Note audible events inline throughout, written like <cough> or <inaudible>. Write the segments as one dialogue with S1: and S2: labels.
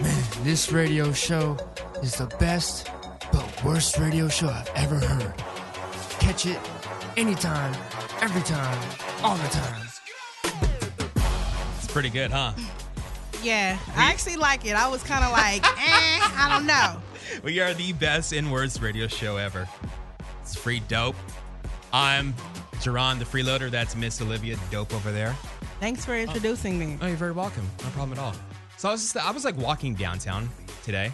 S1: Man, this radio show is the best but worst radio show I've ever heard. Catch it anytime, every time, all the time.
S2: It's pretty good, huh?
S3: Yeah, I actually like it. I was kind of
S2: <laughs>
S3: like, eh, I don't know.
S2: We are the best and worst radio show ever. It's free dope. I'm Jerron the Freeloader. That's Miss Olivia Dope over there.
S3: Thanks
S2: Uh,
S3: for introducing me.
S2: Oh, you're very welcome. No problem at all. So I was just, I was like walking downtown today.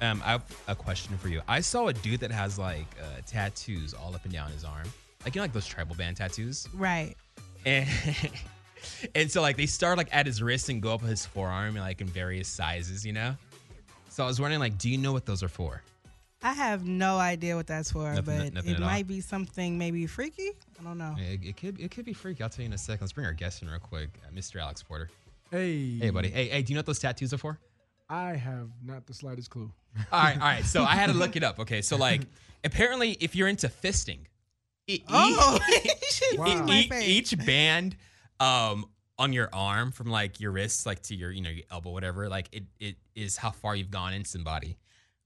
S2: Um, I have a question for you. I saw a dude that has like uh, tattoos all up and down his arm, like you know, like those tribal band tattoos. <laughs>
S3: Right.
S2: And and so like they start like at his wrist and go up his forearm, like in various sizes, you know. So I was wondering, like, do you know what those are for?
S3: I have no idea what that's for,
S2: Nothing-
S3: but
S2: nothing
S3: it
S2: at all.
S3: might be something maybe freaky. I don't know.
S2: It, it could it could be freaky. I'll tell you in a second. Let's bring our guest in real quick, uh, Mr. Alex Porter.
S4: Hey,
S2: Hey, buddy. Hey, hey, do you know what those tattoos are for?
S4: I have not the slightest clue.
S2: <laughs> All right, all right. So I had to look it up. Okay, so <laughs> like apparently, if you're into fisting, e- e- <laughs>
S3: Oh, <laughs>
S4: Wow.
S3: my
S2: e-
S3: face.
S2: each band um, on your arm from like your wrists, like to your you know your elbow, whatever, like it it is how far you've gone in somebody.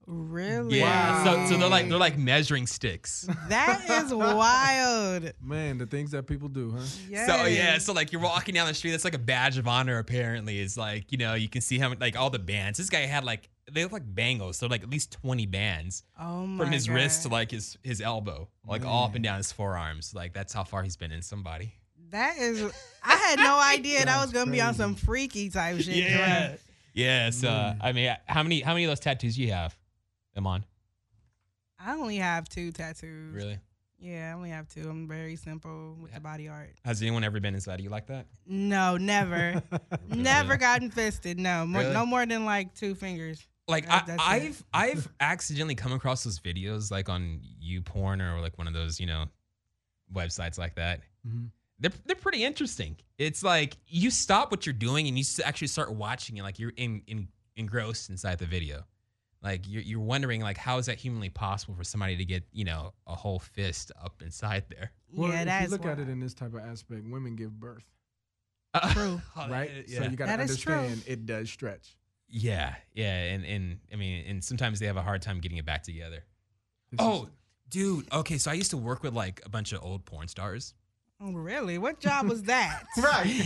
S3: really?
S2: Yeah. So so they're like they're like measuring sticks.
S3: that
S2: <laughs>
S3: is wild.
S4: Man, the things that people do, huh?
S3: Yes.
S2: So yeah, so like you're walking down the street, that's like a badge of honor. Apparently, is like you know you can see how many- like all the bands. This guy had like they look like bangles, so like at least twenty bands.
S3: Oh my
S2: from his
S3: God.
S2: wrist to like his his elbow, like all up and down his forearms. Like that's how far he's been in somebody.
S3: That is. I
S2: <laughs>
S3: had no idea that was gonna be on
S4: crazy.
S3: some freaky type shit. Jordan.
S2: yeah. So uh, I mean, how many how many of those tattoos you have, Iman?
S3: I only have two tattoos.
S2: Really?
S3: Yeah, I only have two. I'm very simple with the body art.
S2: Has anyone ever been inside? You like that? <laughs>
S3: No, never,
S4: <laughs>
S3: never
S2: Really?
S3: gotten fisted. No, more,
S2: Really?
S3: no more than like two fingers.
S2: Like
S3: That-
S2: I,
S3: that's
S2: I've
S3: it.
S2: I've accidentally come across those videos like on YouPorn or like one of those you know websites like that.
S4: Mhm.
S2: They're they're pretty interesting. It's like you stop what you're doing and you s- actually start watching it. Like you're in, in engrossed inside the video. Like you're you're wondering like how is that humanly possible for somebody to get you know a whole fist up inside there? <laughs>
S4: Well,
S3: yeah,
S4: if
S3: that's
S4: you look at it in this type of aspect, women give birth,
S2: <laughs> True.
S4: right?
S2: Yeah.
S4: So you got to
S3: That is true.
S4: understand it does stretch.
S2: yeah. Yeah. And and I mean and sometimes they have a hard time getting it back together.
S4: This
S2: Oh,
S4: is-
S2: dude. Okay, so I used to work with like a bunch of old porn stars.
S3: Oh, really? What job was
S2: <laughs>
S3: that?
S4: right.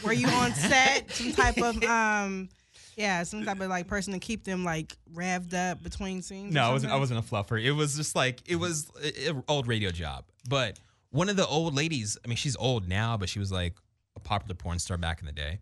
S3: <laughs> Were you on set? Some
S2: <laughs>
S3: type of um, yeah, some type of like person to keep them like revved up between scenes. or
S2: No, I wasn't. I
S3: something?
S2: wasn't a fluffer. It was just like it was an old radio job. But one of the old ladies. I mean, she's old now, but she was like a popular porn star back in the day.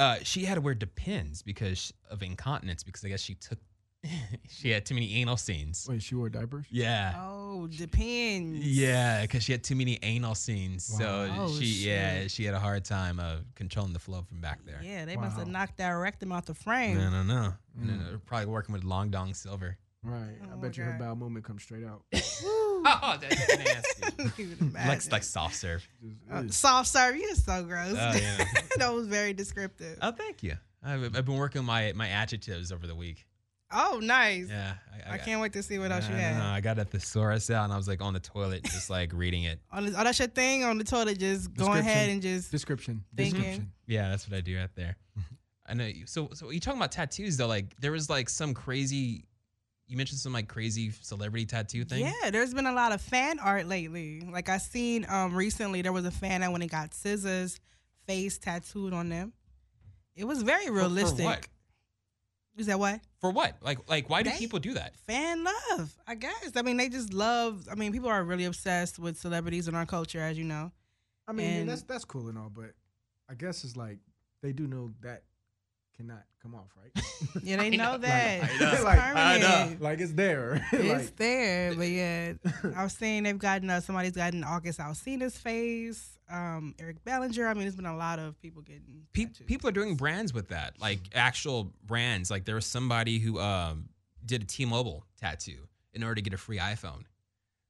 S2: Uh, she had to wear Depends because of incontinence. Because I guess she took <laughs> she had too many anal scenes.
S4: Wait, she wore diapers?
S2: Yeah.
S3: Oh, depends.
S2: Yeah, because she had too many anal scenes, so
S3: Wow. Oh,
S2: she yeah
S3: shit.
S2: she had a hard time of controlling the flow from back there.
S3: Yeah, they must have
S4: Wow.
S3: knocked that rectum out the frame. <laughs>
S2: No, no, no. no,
S3: Mm.
S2: no. Probably working with Long Dong Silver.
S4: Right.
S3: Oh
S4: I
S3: my
S4: bet you her
S3: God.
S4: bowel movement comes
S3: <laughs>
S4: straight out.
S2: <laughs> Oh, that's nasty. <laughs>
S3: You would imagine.
S2: like, like soft serve.
S4: Just-
S3: Uh,
S4: ugh.
S3: soft serve, you're so gross.
S2: Oh, yeah.
S3: <laughs> that was very descriptive.
S2: Oh, thank you. I've, I've been working my my adjectives over the week.
S3: Oh, nice.
S2: Yeah,
S3: I can't wait to see what else you
S2: I, don't know.
S3: have.
S2: I got a thesaurus out, and I was like on the toilet, just like reading it.
S3: On this, oh, that's your thing on the toilet. Just go ahead
S4: Description.
S3: and just.
S4: Description.
S3: Thinking.
S4: Description.
S2: Yeah, that's what I do right there. I know. You, so, so you talking about tattoos though? Like there was like some crazy. You mentioned some like crazy celebrity tattoo thing.
S3: Yeah, there's been a lot of fan art lately. Like I seen um recently, there was a fan that when it got scissors face tattooed on them. It was very
S2: For-
S3: realistic.
S2: For what?
S3: Is that what?
S2: For what? Like, like why do
S3: They-
S2: people do that?
S3: Fan love, I guess. I mean, they just love. I mean, people are really obsessed with celebrities in our culture, as you know.
S4: I mean,
S3: And-
S4: that's that's cool and all, but I guess it's like they do know that cannot come off, right?
S3: Yeah, they know,
S2: know.
S3: that.
S2: I know.
S3: It's
S4: <laughs> Like, I
S2: know.
S3: permanent.
S4: like it's there. <laughs>
S3: It's
S4: like,
S3: there, but yeah,
S4: <laughs>
S3: I've seen they've gotten uh, somebody's gotten August Alsina's face, um, Eric Bellinger. I mean, there's been a lot of people getting
S2: Pe-
S3: tattoos.
S2: people are doing brands with that, like actual brands. Like there was somebody who um, did a T-Mobile tattoo in order to get a free iPhone.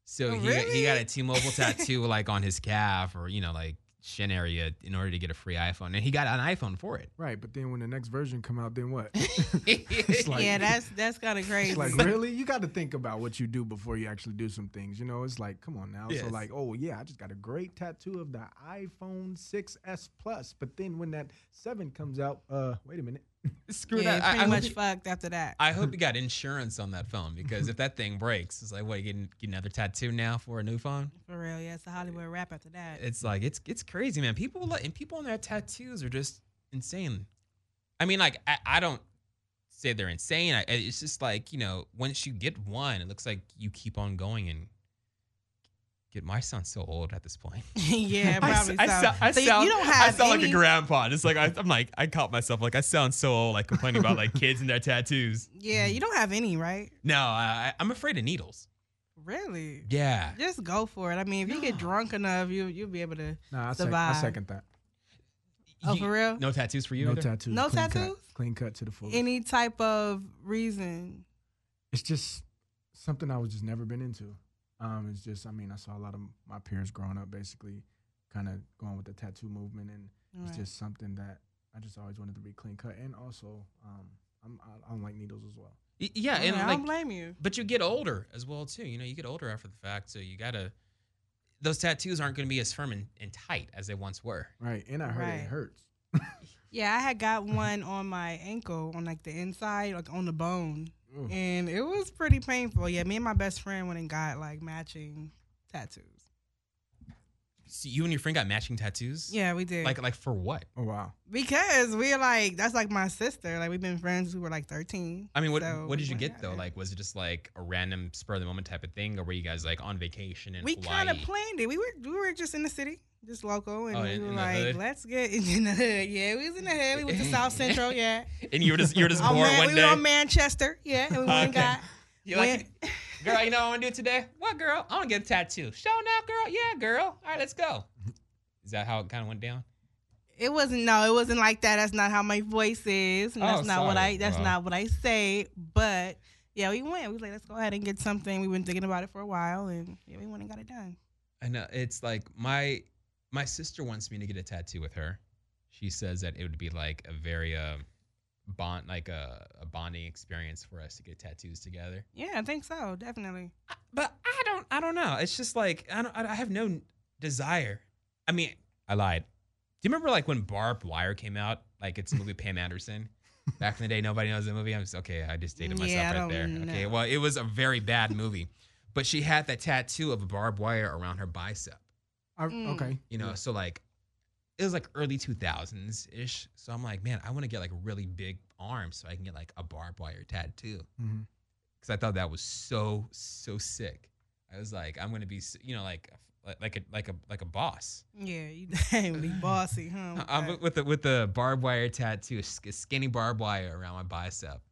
S2: So
S3: Oh,
S2: he, got- he got
S3: really?
S2: a <laughs> T-Mobile tattoo like on his calf or you know like shin area in order to get a free iPhone, and he got an iPhone for it.
S4: right, but then when the next version come out,
S3: <laughs>
S4: then what?
S2: <laughs> it's <laughs>
S4: like-
S3: yeah, that's that's kind of crazy.
S4: It's like really, you got to think about what you do before you actually do some things. You know, it's like, come on now. So
S2: Yes.
S4: like, oh yeah, I just got a great tattoo of the iPhone 6s Plus, but then when that seven comes out, uh, wait a minute,
S2: Screw
S3: yeah,
S2: that. I,
S3: pretty
S2: I hope
S3: much
S2: he-
S3: fucked after that.
S2: I hope you got insurance on that phone because if that thing breaks, it's like, what, you getting, getting another tattoo now for a new phone?
S3: For real, yeah, it's a Hollywood rap after that.
S2: It's like, it's it's crazy, man. People like, and people on their tattoos are just insane. I mean, like, I, I don't say they're insane. I, it's just like, you know, once you get one, it looks like you keep on going and get my sound so old at this point.
S3: <laughs> yeah, it
S2: I s-
S3: probably
S2: I,
S3: so.
S2: sound, I
S3: So you-
S2: sound-
S3: you don't have
S2: I sound like
S3: any-
S2: a grandpa. It's like I, I'm like I caught myself like I sound so old, like complaining about
S3: <laughs>
S2: like kids and their tattoos.
S3: Yeah, you don't have any, right?
S2: No, I, I- I'm afraid of needles.
S3: Really?
S2: Yeah,
S3: Just go for it. I mean, if you get drunk enough, you you'll be able to.
S4: Nah, I, sec- I
S3: Survive.
S4: second that.
S3: Oh,
S2: You-
S3: for real?
S2: No tattoos for you.
S4: no
S2: either?
S4: tattoos.
S3: No
S4: clean cut-
S3: tattoos?
S4: clean cut to the full.
S3: Any type of reason?
S4: it's just something I was just never been into. Um, it's just, I mean, I saw a lot of my peers growing up, basically, kind of going with the tattoo movement, and
S3: Right.
S4: it's just something that I just always wanted to be clean cut. And also, um, I'm, I, I don't like needles as well.
S2: Y- Yeah,
S3: I mean,
S2: and
S3: I
S2: like,
S3: don't blame you.
S2: but you get older as well too. You know, you get older after the fact, so you gotta. Those tattoos aren't going to be as firm and, and tight as they once were.
S4: Right, and I heard
S3: Right.
S4: it hurts.
S3: Yeah, I had got one on my ankle, on like the inside, like on the bone,
S4: Ugh.
S3: and it was pretty painful. Yeah, me and my best friend went and got like matching tattoos.
S2: So you and your friend got matching tattoos.
S3: Yeah, we did.
S2: Like like for what?
S4: Oh wow,
S3: because we're like that's like my sister. Like we've been friends. since We were like thirteen.
S2: I mean, what
S3: So
S2: what did
S3: we
S2: you
S3: went
S2: get
S3: out
S2: though?
S3: there.
S2: Like, was it just like a random spur of the moment type of thing, or were you guys like on vacation in
S3: we
S2: Hawaii?
S3: kind of planned it. We were we were just in the city, just local, and
S2: Oh,
S3: we
S2: in-
S3: were
S2: in the
S3: like,
S2: hood?
S3: let's get in the hood. Yeah, we was in the hood. We went to South
S2: <laughs>
S3: Central. Yeah,
S2: and you were just you were just
S3: <laughs> Oh,
S2: bored
S3: man,
S2: one
S3: we
S2: day.
S3: were on Manchester. Yeah, and we went and
S2: Okay.
S3: got.
S2: You're like,
S3: went-
S2: girl, you know what I'm gonna do today? What, girl? I'm gonna get a tattoo. Show now, girl. Yeah, girl. All right, let's
S3: <laughs>
S2: go. Is that how it kind of went down?
S3: It wasn't no, it wasn't like that. That's not how my voice is. And
S2: Oh,
S3: that's not what
S2: sorry.
S3: I that's
S2: Wow.
S3: not what I say. But yeah, we went. We was like, let's go ahead and get something. We've been thinking about it for a while and yeah, we went and got it done.
S2: I know uh, it's like my my sister wants me to get a tattoo with her. She says that it would be like a very uh, bond, like a, a bonding experience for us to get tattoos together.
S3: Yeah, I think so, definitely.
S2: But I don't, I don't know. It's just like I don't, I have no desire. I mean, I lied. Do you remember like when Barbed Wire came out? Like it's a movie Pam
S3: <laughs>
S2: Anderson. Back in the day, nobody knows the movie. I'm just okay. I just dated
S3: Yeah,
S2: myself
S3: I
S2: right
S3: don't
S2: there. Okay,
S3: know.
S2: well, it was a very bad movie, but she had that tattoo of a barbed wire around her bicep.
S4: I,
S3: Mm.
S4: okay,
S2: You know, so like it was like early 2000s ish. So I'm like, man, I want to get like really big arms so I can get like a barbed wire tattoo
S4: Mhm.
S2: because I thought that was so so sick. I was like, I'm gonna be, s- you know, like like a like a like a boss.
S3: Yeah, you <laughs> dang be bossy, huh? with
S2: I'm
S3: that.
S2: with the with the barbed wire tattoo, sk- skinny barbed wire around my bicep.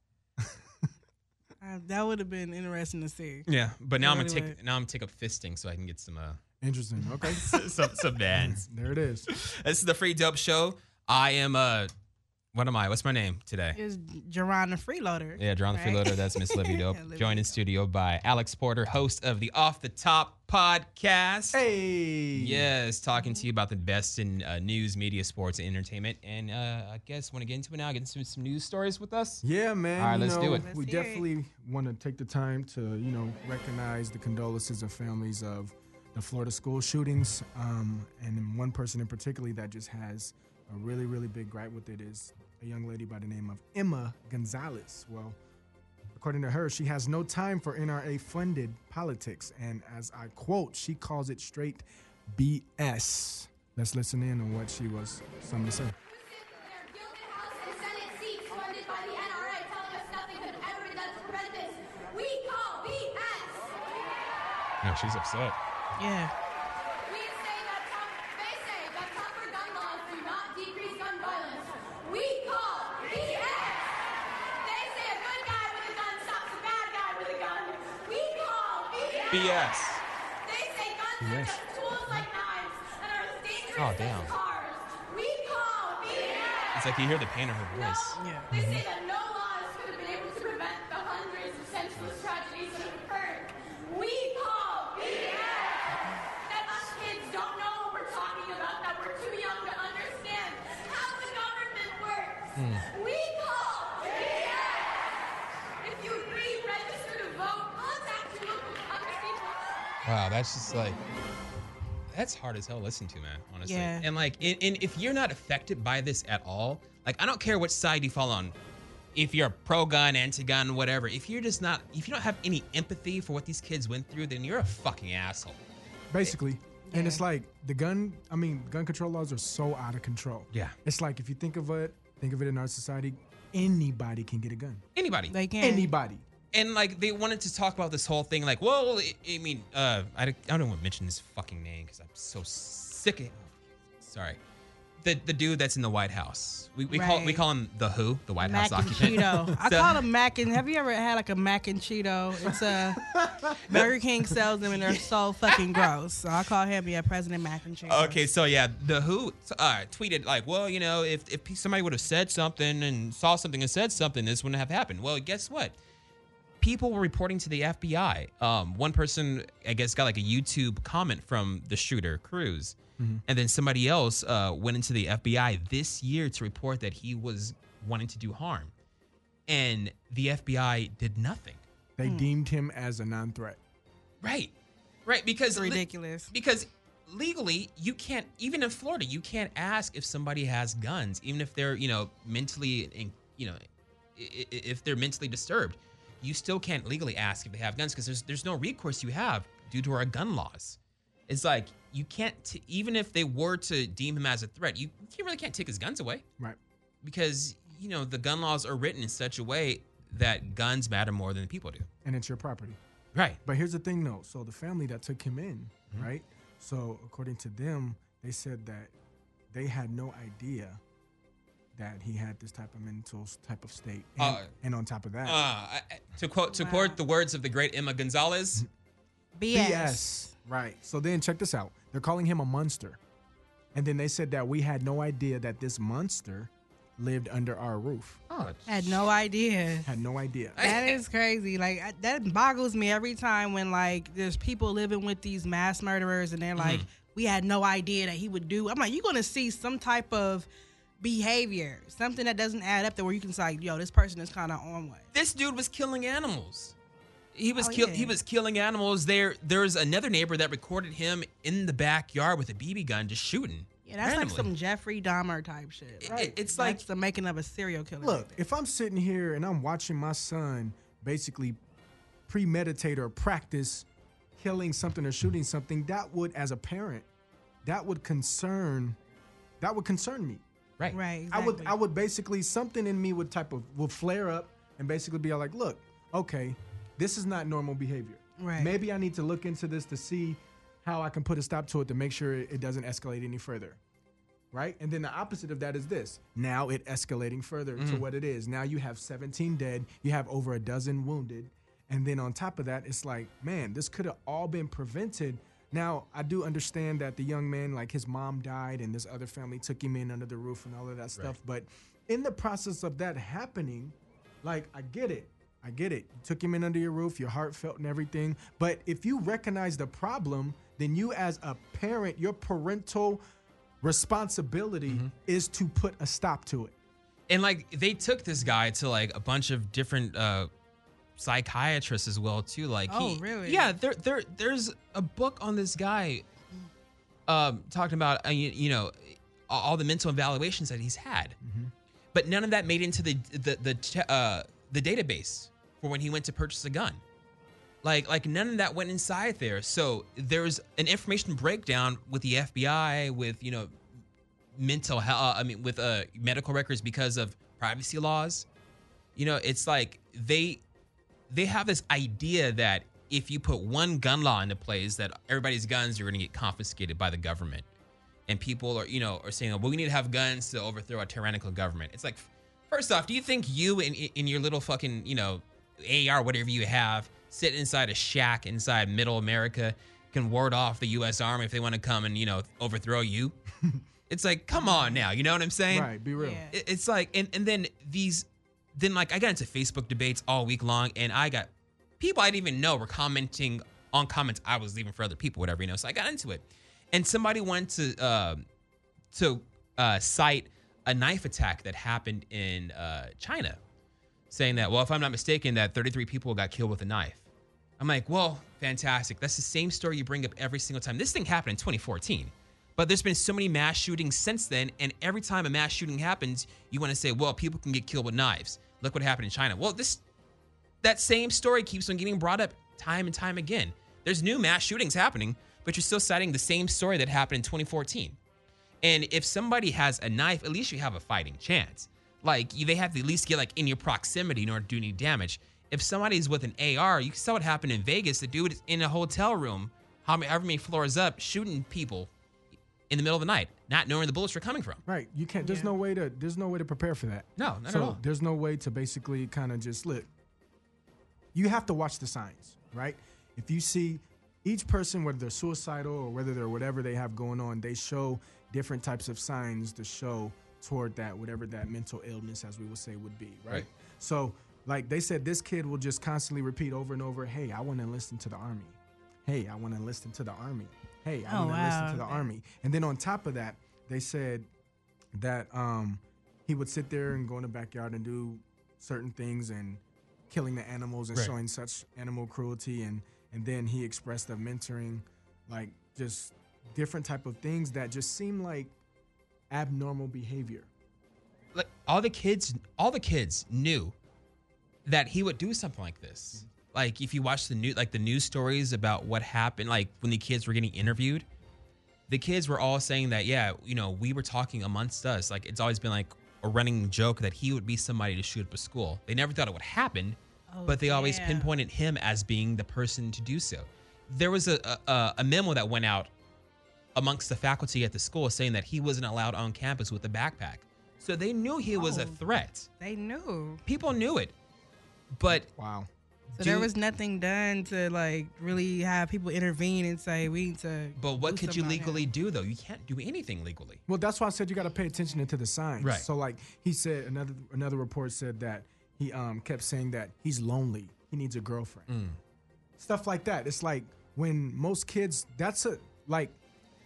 S3: Uh, that would have been interesting to see.
S2: Yeah, but now I'm gonna
S3: Really
S2: take
S3: lit.
S2: now I'm gonna take up fisting so I can get some uh
S4: interesting.
S2: <laughs>
S4: Okay,
S2: some some bands.
S4: there it is.
S2: This is the free dope show. I am uh, what am I? What's my name today?
S3: It's Jerron the freeloader.
S2: Yeah, John the
S3: Right.
S2: Freeloader. That's Miss Livy Dope.
S3: <laughs> Livy
S2: Joined in
S3: Dope.
S2: studio by Alex Porter, host of the Off the Top podcast.
S4: Hey,
S2: Yes, talking
S3: Mm-hmm.
S2: to you about the best in uh, news, media, sports, and entertainment. And uh, I guess want to get into it now. Get into some, some news stories with us.
S4: Yeah, man.
S2: All right,
S4: you
S2: let's do
S4: know,
S2: it.
S3: Let's
S4: We
S3: hear it.
S4: definitely want to take the time to, you know, recognize the condolences of families of the Florida school shootings, um, and then one person in particular that just has a really, really big gripe with it is a young lady by the name of Emma Gonzalez. Well, according to her, she has no time for NRA-funded politics, and as I quote, she calls it straight BS. Let's listen in on what she was something to say.
S5: Their gilded House and Senate seats funded by the NRA telling us nothing could ever be done to prevent this. We call BS.
S2: No, she's upset.
S3: Yeah.
S5: We say that tough, they say that tougher gun laws do not decrease gun violence. We call BS. They say a good guy with a gun stops a bad guy with a gun. We call BS. They say guns are
S4: Yes.
S5: just tools like knives and are as dangerous
S2: Oh, damn.
S5: as cars. We call BS.
S2: It's like you hear the pain in her voice.
S3: Yeah.
S5: They say that no laws could have been able to prevent the hundreds of senseless tragedies that have occurred. We call BS. That us kids don't know what we're talking about, that we're too young to understand how the government works. We call BS. If you agree, register to vote, contact your local congresspeople.
S2: Wow, that's just like that's hard as hell to listen to, man. Honestly,
S3: Yeah.
S2: and like, and, and if you're not affected by this at all, like, I don't care what side you fall on, if you're pro gun, anti gun, whatever. If you're just not, if you don't have any empathy for what these kids went through, then you're a fucking asshole.
S4: basically. And
S3: Yeah.
S4: it's like the gun. I mean, gun control laws are so out of control.
S2: Yeah.
S4: It's like if you think of it, think of it in our society, anybody can get a gun.
S2: Anybody.
S3: They can.
S4: Anybody.
S2: and like they wanted to talk about this whole thing like well i, I mean uh I, don't- I don't want to mention his fucking name because i'm so sick of sorry the the dude that's in the white house we, we call we
S3: Right.
S2: call him the who the white
S3: Mac
S2: house <laughs>
S3: and
S2: occupant
S3: Cheeto. I
S2: So-
S3: call them mac and. Have you ever had like a mac and Cheeto?
S2: <laughs>
S3: It's a Burger King sells them and they're so fucking gross. So I call him yeah, President Mac and Cheeto.
S2: Okay, so yeah, the WHO uh, tweeted like, well, you know, if, if somebody would have said something and saw something and said something, this wouldn't have happened. Well, guess what? People were reporting to the FBI. Um, one person, I guess, got like a YouTube comment from the shooter, Cruz, and then somebody else uh, went into the FBI this year to report that he was wanting to do harm, and the FBI did nothing.
S4: They deemed him as a non-threat.
S2: Right, right, because
S3: It's
S2: li-
S3: ridiculous.
S2: because legally you can't even in Florida you can't ask if somebody has guns even if they're you know mentally in, you know i- i- if they're mentally disturbed you still can't legally ask if they have guns because there's there's no recourse you have due to our gun laws it's like you can't t- even if they were to deem him as a threat you, you really can't take his guns away
S4: Right.
S2: because you know the gun laws are written in such a way that guns matter more than people do
S4: And it's your property.
S2: right
S4: But here's the thing, though. So the family that took him in,
S2: Mm-hmm.
S4: right? So according to them, they said that they had no idea that he had this type of mental s- type of state. And,
S2: Uh,
S4: and on top of that,
S2: uh, I- I- to quote to quote the words of the great Emma Gonzalez
S3: BS.
S4: Right. So then check this out. They're calling him a monster. And then they said that we had no idea that this monster lived under our roof.
S2: oh
S3: Had no idea.
S4: Had no idea.
S3: That is crazy. Like I- that boggles me every time when like there's people living with these mass murderers and they're
S2: Mm-hmm.
S3: like, we had no idea that he would do. I'm like, you're gonna see some type of behavior, something that doesn't add up, to where you can say, like, yo, this person is kind of on one.
S2: this dude was killing animals. He was
S3: Oh,
S2: kill-
S3: yeah.
S2: he was killing animals. There there's another neighbor that recorded him in the backyard with a BB gun just shooting.
S3: Yeah, that's
S2: randomly.
S3: like some Jeffrey Dahmer type shit.
S2: It-
S3: Right?
S2: it's
S3: that's
S2: like-
S3: the making of a serial killer.
S4: Look, if I'm sitting here and I'm watching my son basically premeditate or practice killing something or shooting something, that would, as a parent, that would concern, that would concern me.
S2: right.
S3: right? Exactly.
S4: I would, I would basically something in me would type of would flare up and basically be like, look, okay, this is not normal behavior.
S3: Right.
S4: Maybe I need to look into this to see how I can put a stop to it to make sure it doesn't escalate any further. Right? And then the opposite of that is this. Now it escalating further to what it is. Now you have 17 dead, you have over a dozen wounded. And then on top of that, it's like, man, this could have all been prevented. Now, I do understand that the young man, like his mom died and this other family took him in under the roof and all of that stuff. But in the process of that happening, like, I get it. I get it. You took him in under your roof, your heart felt and everything. But if you recognize the problem, then you, as a parent, your parental responsibility
S2: Mm-hmm.
S4: is to put a stop to it.
S2: And like they took this guy to like a bunch of different uh psychiatrists as well too. Like
S3: Oh,
S2: he,
S3: really?
S2: Yeah, there there there's a book on this guy um talking about uh, you, you know all all the mental evaluations that he's had.
S3: Mm-hmm.
S2: But none of that made into the the the ch- uh the database for when he went to purchase a gun. Like like none of that went inside there. So there's an information breakdown with the FBI with you know mental health i mean with uh medical records because of privacy laws you know it's like they they have this idea that if you put one gun law into place that everybody's guns are going to get confiscated by the government and people are you know are saying well we need to have guns to overthrow a tyrannical government it's like first off do you think you in, in your little fucking you know ar whatever you have sitting inside a shack inside middle america can ward off the us army if they want to come and you know overthrow you <laughs> it's like come on now you know what i'm saying
S4: right, be real.
S3: Yeah.
S2: it- it's like and, and then these then like i got into facebook debates all week long and i got people i didn't even know were commenting on comments i was leaving for other people whatever you know so i got into it and somebody wanted to um to uh, cite a knife attack that happened in uh, china saying that well if i'm not mistaken that 33 people got killed with a knife I'm like, well, fantastic. That's the same story you bring up every single time. This thing happened in 2014, but there's been so many mass shootings since then. And every time a mass shooting happens, you want to say, well, people can get killed with knives. Look what happened in China. Well, this that same story keeps on getting brought up time and time again. There's new mass shootings happening, but you're still citing the same story that happened in 2014. And if somebody has a knife, at least you have a fighting chance. Like you- they have to at least get like in your proximity in order to do any damage. If somebody's with an AR, you saw what happened in Vegas. The dude is in a hotel room, how many- however many floors up, shooting people in the middle of the night, not knowing where the bullets were coming from.
S4: Right. You can't. There's no way to. There's no way to prepare for that.
S2: No, not
S4: so
S2: at all.
S4: There's no way to basically kind of just look. You have to watch the signs, right? If you see each person, whether they're suicidal or whether they're whatever they have going on, they show different types of signs to show toward that whatever that mental illness, as we would say, would be, right?
S2: Right.
S4: So, like they said, this kid will just constantly repeat over and over, "Hey, I want to enlist into the army. Hey, I want to enlist into the army. Hey, I
S3: Oh,
S4: want to enlist
S3: wow.
S4: into the army." And then on top of that, they said that um, he would sit there and go in the backyard and do certain things and killing the animals and
S2: Right.
S4: showing such animal cruelty and and then he expressed of mentoring like just different type of things that just seem like abnormal behavior
S2: like all the kids all the kids knew that he would do something like this like if you watch the new like the news stories about what happened like when the kids were getting interviewed the kids were all saying that yeah you know we were talking amongst us like it's always been like a running joke that he would be somebody to shoot up a school they never thought it would happen but they always
S3: Oh, yeah.
S2: pinpointed him as being the person to do so there was a, a a memo that went out amongst the faculty at the school saying that he wasn't allowed on campus with a backpack. So they knew he was a
S3: Oh.
S2: threat.
S3: They knew.
S2: People knew it. But
S4: wow
S3: So there
S2: Dude.
S3: was nothing done to like really have people intervene and say we need to.
S2: but what
S3: do
S2: could you
S3: something about
S2: legally
S3: it."
S2: do though? You can't do anything legally.
S4: well that's why i said you got to pay attention to the signs
S2: Right.
S4: so like he said another another report said that he um kept saying that he's lonely he needs a girlfriend
S2: Mm.
S4: stuff like that it's like when most kids that's a like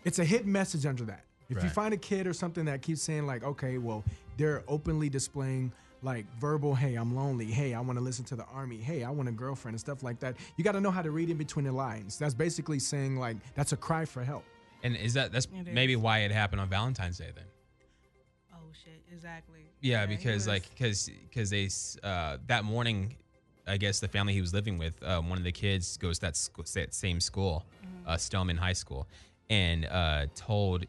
S4: it's a hidden message under that if you
S2: Right.
S4: find a kid or something that keeps saying like okay well they're openly displaying like verbal hey i'm lonely hey i want to listen to the army hey i want a girlfriend and stuff like that you got to know how to read in between the lines that's basically saying like that's a cry for help
S2: And is that that's
S3: It
S2: maybe why it happened on Valentine's Day then?
S3: Oh shit! Exactly.
S2: Yeah,
S3: he
S2: because
S3: was-
S2: like because because they s- uh, that morning, I guess the family he was living with, um, one of the kids goes to that school, that same school,
S3: Mm-hmm.
S2: uh, Stellman High School, and uh, told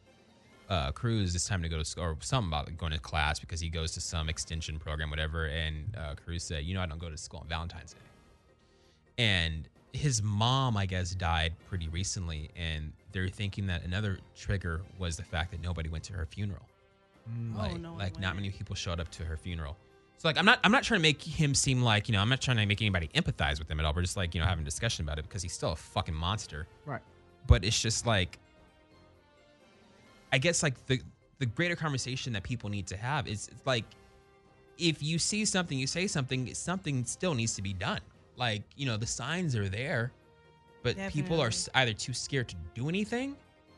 S2: uh, Cruz it's time to go to school or something about going to class because he goes to some extension program, whatever. And uh, Cruz said, "You know, I don't go to school on Valentine's Day." And his mom, I guess, died pretty recently, and they're thinking that another trigger was the fact that nobody went to her funeral
S3: Oh,
S2: like,
S3: no, I
S2: like not
S3: went.
S2: many people showed up to her funeral. So like I'm not I'm not trying to make him seem like, you know, I'm not trying to make anybody empathize with him at all. We're just like, you know, having a discussion about it because he's still a fucking monster.
S4: right
S2: But it's just like I guess like the the greater conversation that people need to have is it's like if you see something, you say something, something still needs to be done. Like, you know, the signs are there, but people
S3: Definitely.
S2: are s- either too scared to do anything.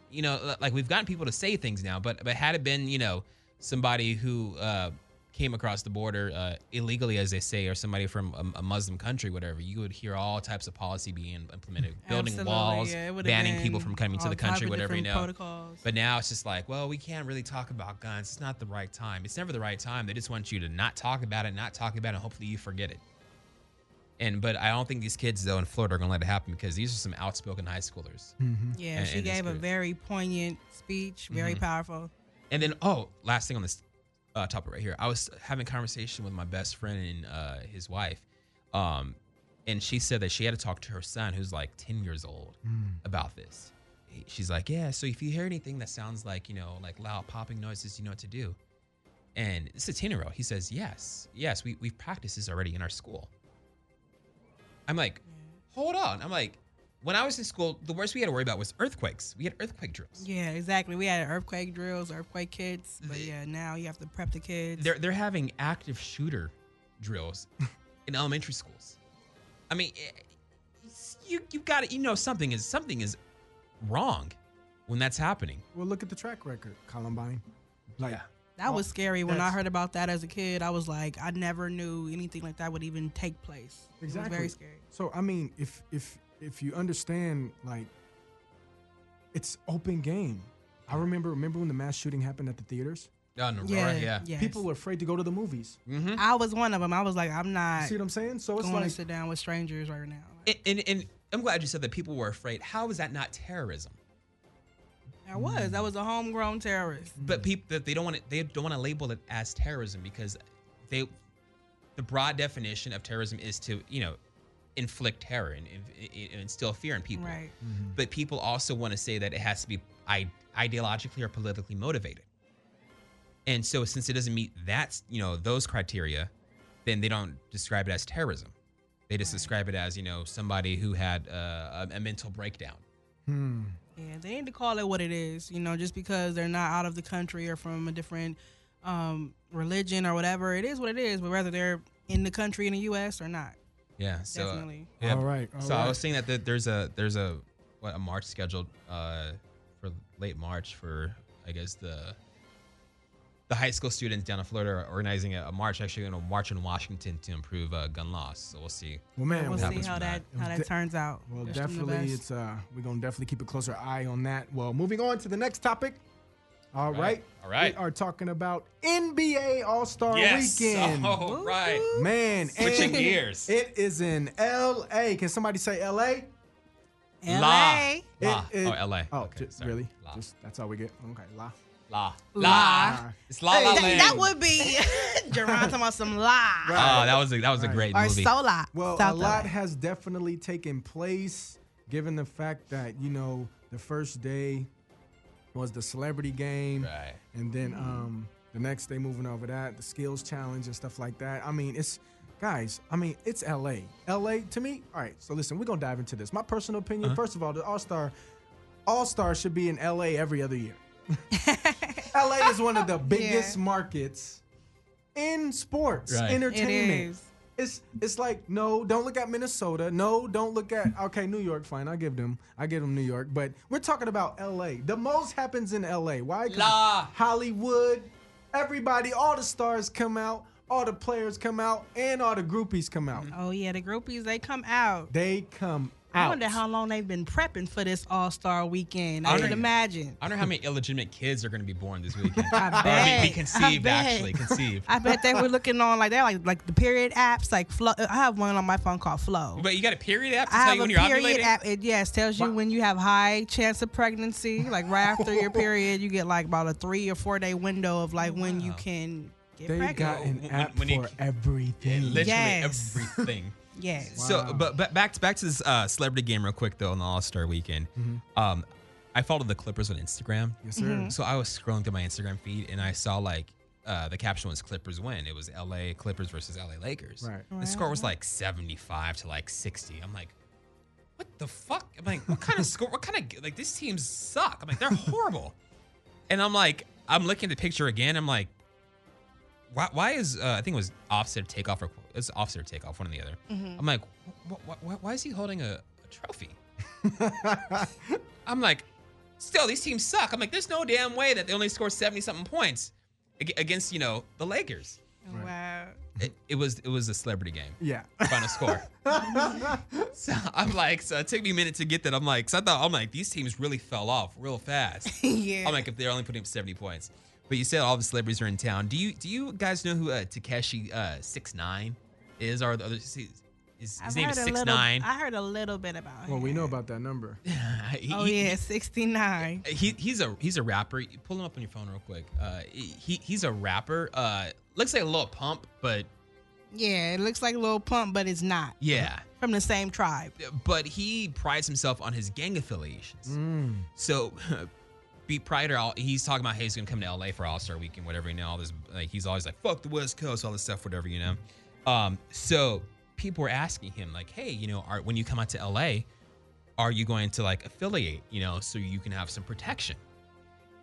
S2: You know, li- like we've gotten people to say things now, but but had it been, you know, somebody who uh, came across the border uh, illegally, as they say, or somebody from a, a Muslim country, whatever, you would hear all types of policy being
S3: <laughs>
S2: implemented, building
S3: Absolutely,
S2: walls,
S3: yeah, it would've
S2: banning people
S3: been
S2: from coming to
S3: all
S2: the
S3: type
S2: country,
S3: of
S2: whatever you know.
S3: different Protocols.
S2: But now it's just like, well, we can't really talk about guns. It's not the right time. It's never the right time. They just want you to not talk about it, not talk about it, and hopefully you forget it. And but I don't think these kids though in Florida are gonna let it happen because these are some outspoken high schoolers.
S3: yeah,
S2: and-
S3: she
S2: and it's
S3: gave a
S2: good. Mm-hmm.
S3: very poignant speech, very powerful.
S2: And then, oh, last thing on this uh, topic right here. I was having a conversation with my best friend and uh, his wife, um, and she said that she had to talk to her son, who's like ten years old, about this. He- She's like, yeah. So if you hear anything that sounds like you know, like loud popping noises, you know what to do. And this is a ten year old. He says, yes, yes, we we've practiced this already in our school. I'm like, hold on. I'm like, when I was in school, the worst we had to worry about was earthquakes. We had earthquake drills.
S3: Yeah, exactly. We had earthquake drills, earthquake kits, but yeah, now you have to prep the kids.
S2: they're they're having active shooter drills in elementary schools. I mean, eh, you you got to you know something is something is wrong when that's happening.
S4: Well, look at the track record, Columbine. Like
S3: That was scary when I
S4: that's-
S3: heard about that as a kid. I was like, I never knew anything like that would even take place. It was very scary.
S4: So I mean, if if if you understand, like, it's open game. I remember remember when the mass shooting happened at the theaters.
S2: Oh, in Aurora, yeah.
S3: yes.
S4: People were afraid to go to the movies. You
S3: I was one of them. I was like, I'm not
S4: see what I'm saying? So it's
S3: going to
S4: like
S3: sit down with strangers right now.
S2: And, and and I'm glad you said that people were afraid. How is that not terrorism?
S3: I was. I was a homegrown terrorist.
S2: But people that they don't want to they don't want to label it as terrorism because they the broad definition of terrorism is to you know inflict terror and, and, and instill fear in people.
S3: Right.
S2: But people also want to say that it has to be I- ideologically or politically motivated. And so since it doesn't meet that you know those criteria, then they don't describe it as terrorism. They just describe it as you know somebody who had uh, a, a mental breakdown.
S3: Yeah, they need to call it what it is. You know, just because they're not out of the country or from a different um, religion or whatever, it is what it is. But whether they're in the country in the U.S. or not,
S2: Yeah. So uh,
S3: Definitely.
S2: yeah.
S4: All right, all
S2: so I
S4: right.
S2: was saying that there- there's a there's a what a march scheduled uh for late March for I guess the the high school students down in Florida are organizing a, a march actually going to march in Washington to improve uh, gun laws. So we'll see.
S4: well, man,
S3: we'll
S4: well,
S3: see
S2: happens
S3: how
S2: when
S3: that
S4: that-
S3: how that turns out.
S4: well,
S3: Wish them the
S4: definitely,
S3: best.
S4: it's uh, we're gonna definitely keep a closer eye on that. Well, moving on to the next topic. All right,
S2: right, all right.
S4: We are talking about NBA All
S2: <laughs>
S4: Star Weekend.
S2: All right.
S4: Man,
S2: Switching
S4: and
S2: gears.
S4: It is in L.A. Can somebody say L.A.?
S3: L.A.
S4: It-
S2: La.
S4: it-
S2: oh, LA.
S4: Oh,
S2: okay,
S4: ju-
S2: sorry.
S4: really?
S2: La.
S4: Just, that's all we get. Okay, la.
S2: la.
S3: La.
S2: It's La La
S3: That,
S2: Land.
S3: that would be <laughs> Jerron talking about some lie
S2: Oh, that was a, that was a great
S3: or
S2: movie.
S3: so lie.
S4: Well,
S3: South
S4: a lot
S3: LA.
S4: has definitely taken place, given the fact that you know the first day was the celebrity game,
S2: Right.
S4: and then um, the next day moving over that the skills challenge and stuff like that. I mean, it's guys. I mean, it's L.A. L.A. to me. All right, so listen, we're gonna dive into this. My personal opinion.
S2: Uh-huh.
S4: First of all, the All Star All Star should be in L.A. every other year. L.A. is one of the biggest markets in sports,
S2: Right. It
S4: entertainment.
S3: is.
S4: It's it's like no, don't look at Minnesota. No, don't look at okay New York. Fine, I give them I give them New York, but we're talking about L.A. The most happens in L.A. Why? 'Cause
S2: La.
S4: Hollywood, everybody, all the stars come out, all the players come out, and all the groupies come out.
S3: Oh yeah, the groupies they come out.
S4: They come
S3: I
S4: out.
S3: wonder how long they've been prepping for this All Star Weekend. I
S2: Hey.
S3: can imagine.
S2: I wonder how many illegitimate kids are going to be born this weekend. I
S3: bet.
S2: Be, be
S3: I
S2: conceived,
S3: bet.
S2: actually. Conceived.
S3: I bet they were looking on like that, like like the period apps, like Flow. I have one on my phone called Flow.
S2: But you got a period app to
S3: I
S2: tell
S3: have
S2: you
S3: a
S2: when you're
S3: period
S2: ovulating?
S3: app. It yes tells you when you have high chance of pregnancy. Like right
S2: <laughs>
S3: after your period, you get like about a three or four day window of like when you can get
S4: they
S3: pregnant.
S4: got an
S2: When-
S4: app
S2: when you-
S4: for everything.
S2: Literally
S3: Yes. <laughs>
S2: everything.
S3: yes.
S2: So, but, but back to back to this uh, celebrity game real quick though on the All Star Weekend.
S3: Mm-hmm.
S2: Um, I followed the Clippers on Instagram.
S4: Yes, sir.
S2: So I was scrolling through my Instagram feed and I saw like uh, the caption was Clippers win. It was L.A. Clippers versus L.A. Lakers.
S4: Right.
S2: The score was like seventy-five to like sixty. I'm like, what the fuck? I'm like, what kind of <laughs> score? What kind of like these teams suck? I'm like, they're horrible. <laughs> and I'm like, I'm looking at the picture again. I'm like, why, why is uh, I think it was offset or takeoff or it's offset or takeoff, one or the other. I'm like, wh- wh- wh- why is he holding a, a trophy? I'm like, still these teams suck. I'm like, there's no damn way that they only score seventy something points ag- against you know the Lakers.
S3: wow.
S2: It, it was it was a celebrity game
S4: Yeah. <laughs>
S2: final score. so I'm like, so it took me a minute to get that. I'm like, so I thought I'm like these teams really fell off real fast.
S3: Yeah.
S2: I'm like, if they're only putting up 70 points. But you said all the celebrities are in town. Do you do you guys know who uh, Takeshi uh, six nine is? Or the other is, his
S3: I've
S2: name
S3: heard
S2: is
S3: a
S2: six
S3: little-
S2: nine.
S3: I heard a little bit about.
S4: Well,
S3: him.
S4: we know about that number.
S2: <laughs> He-
S3: Oh
S2: he-
S3: yeah, sixty nine.
S2: he, he's a he's a rapper. You Pull him up on your phone real quick. Uh, he he's a rapper. Uh, looks like a little pump, but
S3: Yeah, it looks like a little pump, but it's not
S2: yeah.
S3: from the same tribe. <laughs>
S2: but he prides himself on his gang affiliations. So, <laughs> be prior, all he's talking about, hey, he's gonna come to LA for All Star Weekend, whatever. You know, all this, like, he's always like, fuck the West Coast, all this stuff, whatever. You know. Um, so people were asking him, like, hey, you know, are, when you come out to LA, are you going to like affiliate? You know, so you can have some protection.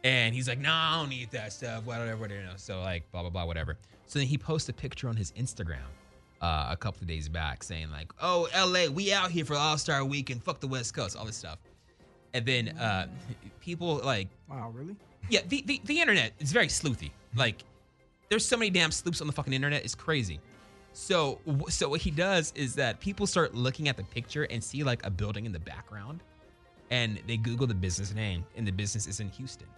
S2: And he's like, no, nah, I don't need that stuff, whatever, whatever, you know. So like, blah blah blah, whatever. So then he posts a picture on his Instagram uh, a couple of days back, saying like, "Oh, L.A., we out here for All Star Week and fuck the West Coast, all this stuff." And then uh, people like,
S4: Wow, really?
S2: yeah, the, the the internet is very sleuthy. Like, there's so many damn sloops on the fucking internet. It's crazy. So, wh- so what he does is that people start looking at the picture and see like a building in the background, and they Google the business name, and the business is in Houston.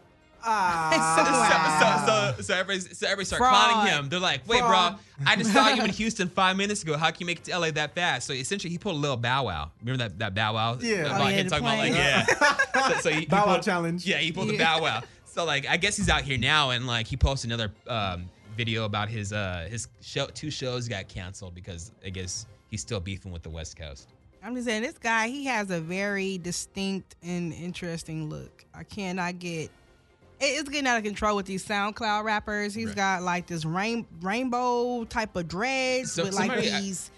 S3: Wow.
S2: So, so, so everybody, so everybody start
S3: Fraud.
S2: clowning him. They're like, "Wait,
S3: Fraud.
S2: bro, I just saw
S3: <laughs>
S2: you in Houston five minutes ago. How can you make it to LA that fast?" So essentially, he pulled a little Bow Wow. Remember that that Bow Wow?
S4: Yeah.
S2: About
S3: Oh, yeah,
S2: him
S3: the
S2: talking about like,
S3: plane.
S2: yeah. so, so he,
S3: <laughs>
S2: he
S4: Bow Wow
S2: pulled-
S4: challenge.
S2: Yeah, he pulled the
S3: Yeah.
S2: Bow Wow. So like, I guess he's out here now, and like he posts another um, video about his uh his show. Two shows got canceled because I guess he's still beefing with the West Coast.
S3: I'm just saying, this guy, he has a very distinct and interesting look. I cannot get. it- It's getting out of control with these SoundCloud rappers. He's
S2: Right.
S3: got like this rain, rainbow type of dreads
S2: So-
S3: with like
S2: somebody- I-
S3: these,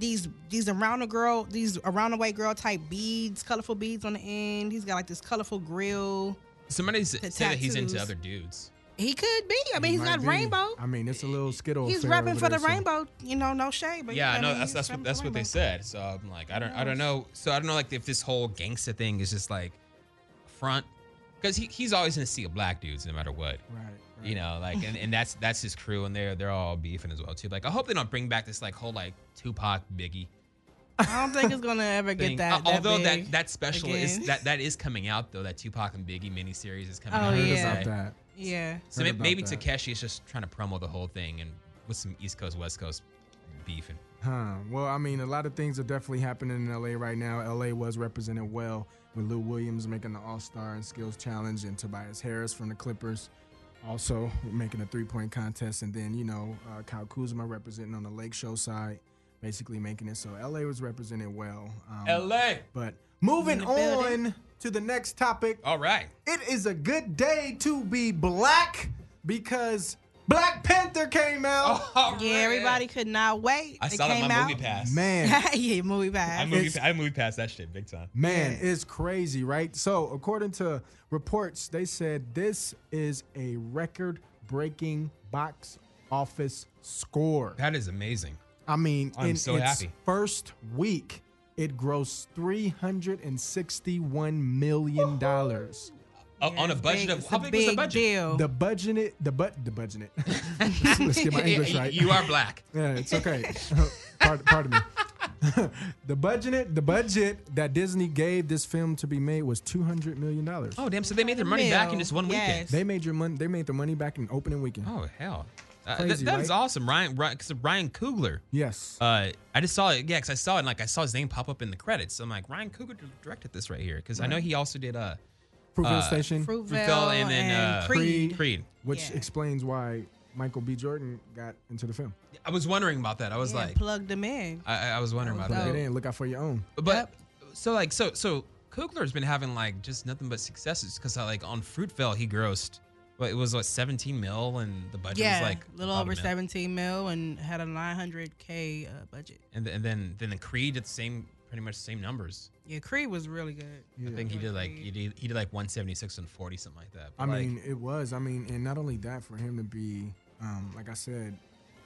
S3: these, these around the girl, these around the way girl type beads, colorful beads on the end. He's got like this colorful grill.
S2: Somebody s-
S3: The
S2: said that he's into
S3: tattoos.
S2: other dudes.
S3: He could be. I mean, he's
S4: Might
S3: not
S4: be.
S3: rainbow.
S4: I mean, it's a little skittle.
S3: he's
S4: affair
S3: repping
S4: over
S3: for the
S4: there, so-
S3: rainbow. You know, no shade. But
S2: Yeah,
S3: you
S2: no,
S3: know, I mean,
S2: that's
S3: he's
S2: that's
S3: repping
S2: what
S3: for
S2: that's what they
S3: rainbow.
S2: said. So I'm like, I don't I don't know. So I don't know like if this whole gangsta thing is just like front because he, he's always gonna see a black dudes no matter what.
S4: Right. right.
S2: You know, like and,
S3: <laughs>
S2: and that's that's his crew and they're they're all beefing as well too. Like I hope they don't bring back this like whole like Tupac Biggie
S3: I don't think it's gonna ever
S2: thing.
S3: get that.
S2: Uh, although that
S3: big.
S2: that, special
S3: again.
S2: is that that is coming out though. That Tupac and Biggie miniseries is coming
S3: Oh,
S2: out.
S4: Heard
S3: yeah.
S4: about that.
S3: yeah.
S2: So
S4: Heard
S2: may-
S4: about
S2: maybe
S4: that.
S2: Takeshi is just trying to promo the whole thing and with some East Coast West Coast beefing.
S4: Huh. Well, I mean, a lot of things are definitely happening in LA right now. LA was represented well with Lou Williams making the All Star and Skills Challenge, and Tobias Harris from the Clippers also making a three point contest, and then you know uh, Kyle Kuzma representing on the Lake Show side, basically making it. So LA was represented well. Um,
S3: Mm.
S2: LA.
S4: But moving
S3: In the building.
S4: on to the next topic,
S2: All right.
S4: it is a good day to be black because Black Panther came
S3: Oh,
S4: out.
S3: Yeah, everybody could not wait.
S2: Oh, I
S3: It
S2: saw that
S3: came
S2: on my
S3: out.
S2: movie pass.
S4: Man.
S3: <laughs> yeah, movie
S2: I
S3: pass.
S2: movie,
S4: It's-
S2: I movie pass that shit big time.
S4: Man, it's crazy, right? So, according to reports, they said this is a record breaking box office score.
S2: That is amazing.
S4: I mean,
S2: I'm
S4: in
S2: so
S4: its
S2: happy.
S4: first week, it grossed $361 million.
S2: Uh, on a
S3: it's
S2: budget
S3: big.
S2: of
S3: It's
S2: how
S3: a
S2: big, was
S3: big
S2: the budget? <laughs>
S3: Deal.
S4: The budget, it- the but, the budget. it. <laughs> Let's
S2: <laughs>
S4: get my English
S2: Yeah,
S4: right.
S2: You are black.
S4: <laughs> Yeah, it's okay. <laughs> pardon, pardon me. <laughs> the budget, the budget that Disney gave this film to be made was two hundred million dollars.
S2: <laughs> Oh damn! So they made their money back in just one
S3: Yes.
S2: weekend.
S4: They made your money. They made the money back in opening weekend.
S2: Oh hell! Uh,
S4: Crazy,
S2: that- that is
S4: right?
S2: awesome, Ryan. Ryan, cause Ryan Coogler.
S4: Yes.
S2: Uh, I just saw it. Yeah, because I saw it. And, like I saw his name pop up in the credits. So I'm like, Ryan Coogler directed this right here. Because I know he also did uh,
S4: Fruitvale
S2: uh,
S4: Station,
S3: Fruitvale
S2: Fruitvale and then uh,
S3: Creed.
S2: Creed.
S4: which
S3: yeah.
S4: explains why Michael B. Jordan got into the film.
S2: I was wondering about that. I was
S3: Yeah,
S2: like,
S3: plugged them in.
S2: I, I was wondering
S3: That
S2: about
S3: was
S2: that.
S3: dope.
S4: Get in. Look out for your own.
S2: But so like so so Kugler's been having like just nothing but successes because like on Fruitvale he grossed what it was what 17 mil and the budget
S3: yeah,
S2: was like
S3: a little
S2: about
S3: over
S2: mil.
S3: 17 mil and had a 900k uh, budget.
S2: And, th- and then then the Creed at the same pretty much the same numbers.
S3: Yeah, Creed was really good.
S2: I think he did like
S3: Creed.
S2: he did, he did like 176 and 40 something like that. But,
S4: I
S2: like,
S4: mean, it was. I mean, and not only that, for him to be, um, like I said,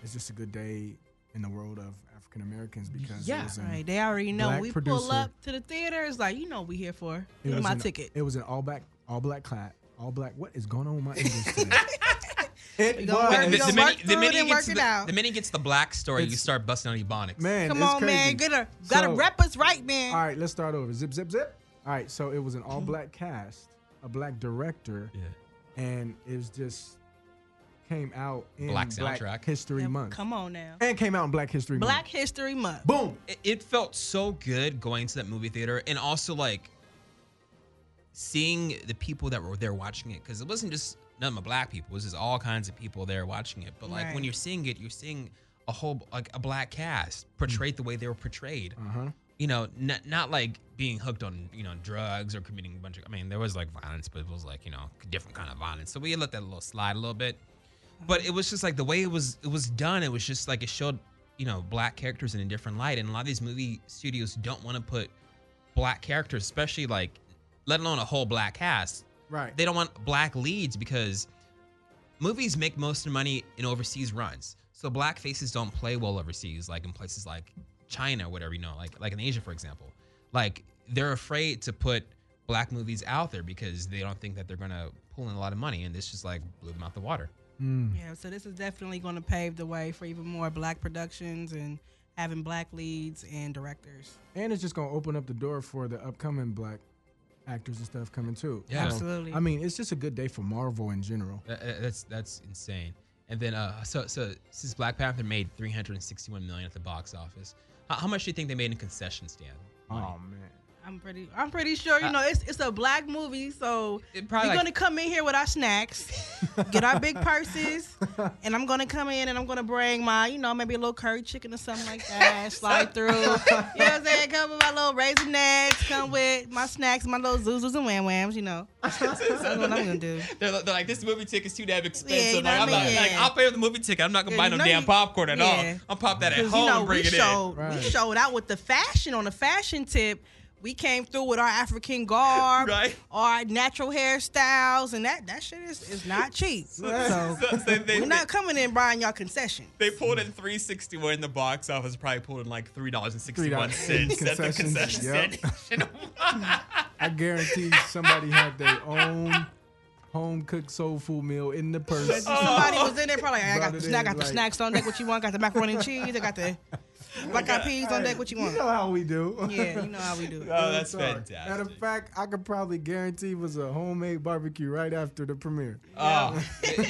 S4: it's just a good day in the world of African Americans because
S2: Yeah.
S4: it was an,
S3: Right, they already know
S4: Black
S3: we pull
S4: producer.
S3: up to the theater. It's like you know we here for.
S4: it
S3: Give me
S4: was
S3: my
S4: an-
S3: ticket.
S4: It was an all black, all black class, all black. What is going on
S3: <laughs>
S4: with my English today?
S2: But the,
S3: gonna work-
S4: it
S3: we
S2: the
S3: gonna
S2: minute,
S3: work
S2: the
S3: through
S2: minute
S3: it
S2: he
S3: and
S2: gets
S3: work
S2: to
S3: it
S2: the,
S3: out.
S2: the minute he gets the black story, you
S4: It's-
S2: start busting out ebonics.
S4: man.
S3: Come
S4: it's
S3: on,
S4: crazy.
S3: man, get a gotta
S4: So-
S3: rep us right, man.
S4: All right, let's start over. Zip, zip, zip. All right, so it was an all black cast, a black director,
S2: Yeah.
S4: and it was just came out in
S2: Black
S4: Black,
S2: soundtrack.
S4: History
S3: Yeah,
S4: Month,
S3: Come on now,
S4: and came out in Black History
S3: Black History Month.
S4: Month. Boom.
S2: it, it felt so good going to that movie theater and also like seeing the people that were there watching it because it wasn't just none of black people it was just all kinds of people there watching it but like when
S3: Right.
S2: you're seeing it you're seeing a whole like a black cast portrayed the way they were portrayed
S4: Uh huh.
S2: you know not, not like being hooked on you know drugs or committing a bunch of i mean there was like violence but it was like you know different kind of violence so we let that little slide a little bit but it was just like the way it was it was done it was just like it showed you know black characters in a different light and a lot of these movie studios don't want to put black characters especially like let alone a whole black cast
S4: Right.
S2: they don't want black leads because movies make most of their money in overseas runs. So black faces don't play well overseas, like in places like China, whatever you know, like like in Asia, for example. Like they're afraid to put black movies out there because they don't think that they're gonna pull in a lot of money, and this just like blew them out the water.
S4: Mm.
S3: Yeah, so this is definitely going to pave the way for even more black productions and having black leads and directors.
S4: And it's just gonna open up the door for the upcoming black actors and stuff coming too. Um,
S2: Yeah.
S3: Absolutely.
S4: I mean, it's just a good day for Marvel in general.
S2: That- that- that's that's insane. And then uh, so so since Black Panther made 361 million at the box office, how, how much do you think they made in concession stand?
S4: Oh man.
S3: I'm pretty. I'm pretty sure. You know, it's it's a black movie, so
S2: It
S3: we're
S2: probably like-
S3: gonna come in here with our snacks, get our big
S4: <laughs>
S3: purses, and I'm gonna come in and I'm gonna bring my, you know, maybe a little curry chicken or something like that. slide through. You know what I'm saying? Come with my little raisinets. Come with my snacks, my little zuzus and wham whams. You know, that's what I'm gonna <laughs> do.
S2: <laughs> They're, li- they're like, this movie ticket's too damn expensive.
S3: Yeah, you know
S2: like, I'm
S3: what I
S2: not,
S3: mean?
S2: like,
S3: Yeah.
S2: I'll pay for the movie ticket. I'm not gonna
S3: Yeah,
S2: buy
S3: you
S2: no
S3: know
S2: damn
S3: you-
S2: popcorn at
S3: yeah.
S2: all. I'll pop that at
S3: 'Cause,
S2: home
S3: you know,
S2: and bring
S3: we
S2: it
S3: showed,
S2: in.
S4: Right.
S3: We showed out with the fashion on the fashion tip. We came through with our African
S2: <laughs>
S3: garb,
S2: Right.
S3: our natural hairstyles, and that that shit is, is not
S4: <laughs>
S3: cheap. so
S2: So they, they,
S3: we're not coming in buying y'all concession.
S2: they pulled in 361 in the box office, probably pulled in like three dollars and sixty one cents at the
S4: Concessions,
S2: concession
S4: yep.
S2: stand.
S4: I guarantee somebody had their own home cooked soul food meal in the purse.
S3: Somebody was in there probably. Like, I got
S4: Brought
S3: the
S4: it
S3: snack, I got
S4: in,
S3: the
S4: like-
S3: snacks on deck. What you want? Got the macaroni and cheese. I got
S4: <laughs>
S3: the black eyed peas on deck. What you
S4: You
S3: want?
S4: know how we do.
S3: Yeah, you know how we do. it.
S2: <laughs> oh, that's
S4: Sorry.
S2: fantastic.
S4: Matter of fact, I could probably guarantee it was a homemade barbecue right after the premiere.
S2: Oh, <laughs>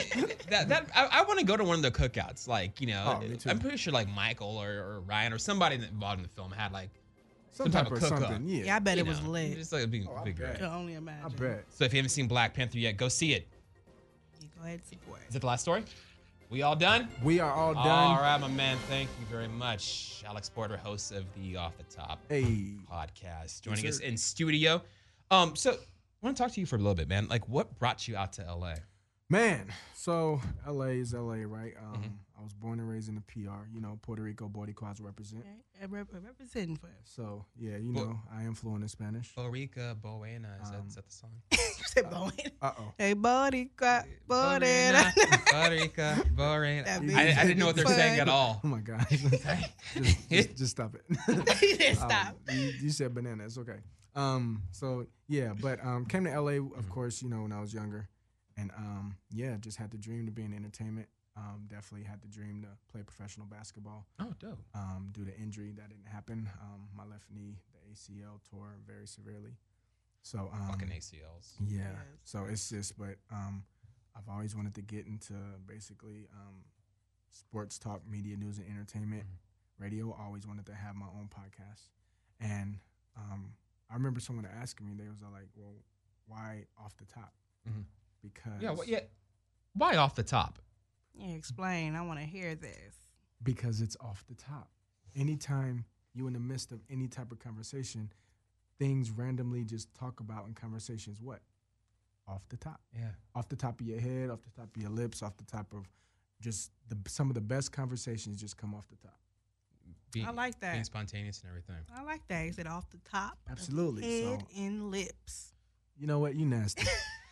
S2: that, that I, I want to go to one of the cookouts. Like you know,
S4: Oh, me too.
S2: I'm pretty sure like Michael or, or Ryan or somebody involved in the film had like
S4: Some, type,
S2: type of
S4: of
S2: cook-up.
S4: something. Yeah.
S3: Yeah, I bet
S2: you
S3: it was
S2: know,
S3: lit.
S2: Just like a big,
S4: Oh, I
S2: big
S4: bet.
S2: group.
S3: I can only imagine.
S4: I bet.
S2: So if you haven't seen Black Panther yet, go see it.
S3: You go ahead and support.
S2: Is that the last story? We all done?
S4: We are all done.
S2: All right, my man. Thank you very much, Alex Porter, host of the Off the Top
S4: Hey.
S2: podcast, joining
S4: Yes,
S2: us
S4: sir.
S2: in studio. Um, so I want to talk to you for a little bit, man. Like, what brought you out to LA?
S4: Man, so LA is LA, right? Um,
S2: Mm-hmm.
S4: I was born and raised in the PR, you know, Puerto Rico, Boricuas represent.
S3: Okay, and rep- Representing for
S4: <laughs>
S3: us.
S4: So, yeah, you
S2: Bo-
S4: know, I am fluent in Spanish.
S2: Oh. Borica Buena. Is, that,
S4: Um,
S2: is that the song?
S3: You said Bowen.
S4: Uh oh.
S3: Hey, buddy, got
S2: Buena, <laughs>
S3: Bowen.
S2: Borica Buena.
S3: That means-
S2: I, I didn't
S4: <laughs>
S2: know what they're saying at all.
S4: Oh
S2: <laughs>
S4: my God. just, just, just stop it.
S3: <laughs> he didn't stop.
S4: Um, you, you said banana. It's okay. Um, so yeah, but um, came to LA, of course, you know, when I was younger, and um, yeah, just had the dream to be in entertainment. Um, definitely had the dream to play professional basketball.
S2: Oh, dope.
S4: Um, due to injury, that didn't happen. Um, my left knee, the ACL, tore very severely. So um,
S2: Fucking ACLs.
S4: yeah.
S3: Yeah.
S4: So it's just, but um, I've always wanted to get into basically um, sports talk, media, news, and entertainment.
S2: Mm-hmm.
S4: Radio. Always wanted to have my own podcast, and um, I remember someone asking me, they was like, "Well, why off the top?"
S2: Mhm.
S4: Because
S2: Yeah, what, yeah. Why off the top?
S3: Yeah, explain. I want to hear this.
S4: because it's off the top. Anytime you in the midst of any type of conversation, things randomly just talk about in conversations. What off the top?
S2: Yeah.
S4: off the top of your head, off the top of your lips, off the top of just the, some of the best conversations just come off the top.
S2: Being,
S3: I like that.
S2: Being spontaneous and everything.
S3: I like that. He said off the top. of
S4: Absolutely,
S3: Head
S4: so-
S3: and lips.
S4: You know what? You nasty.
S2: <laughs>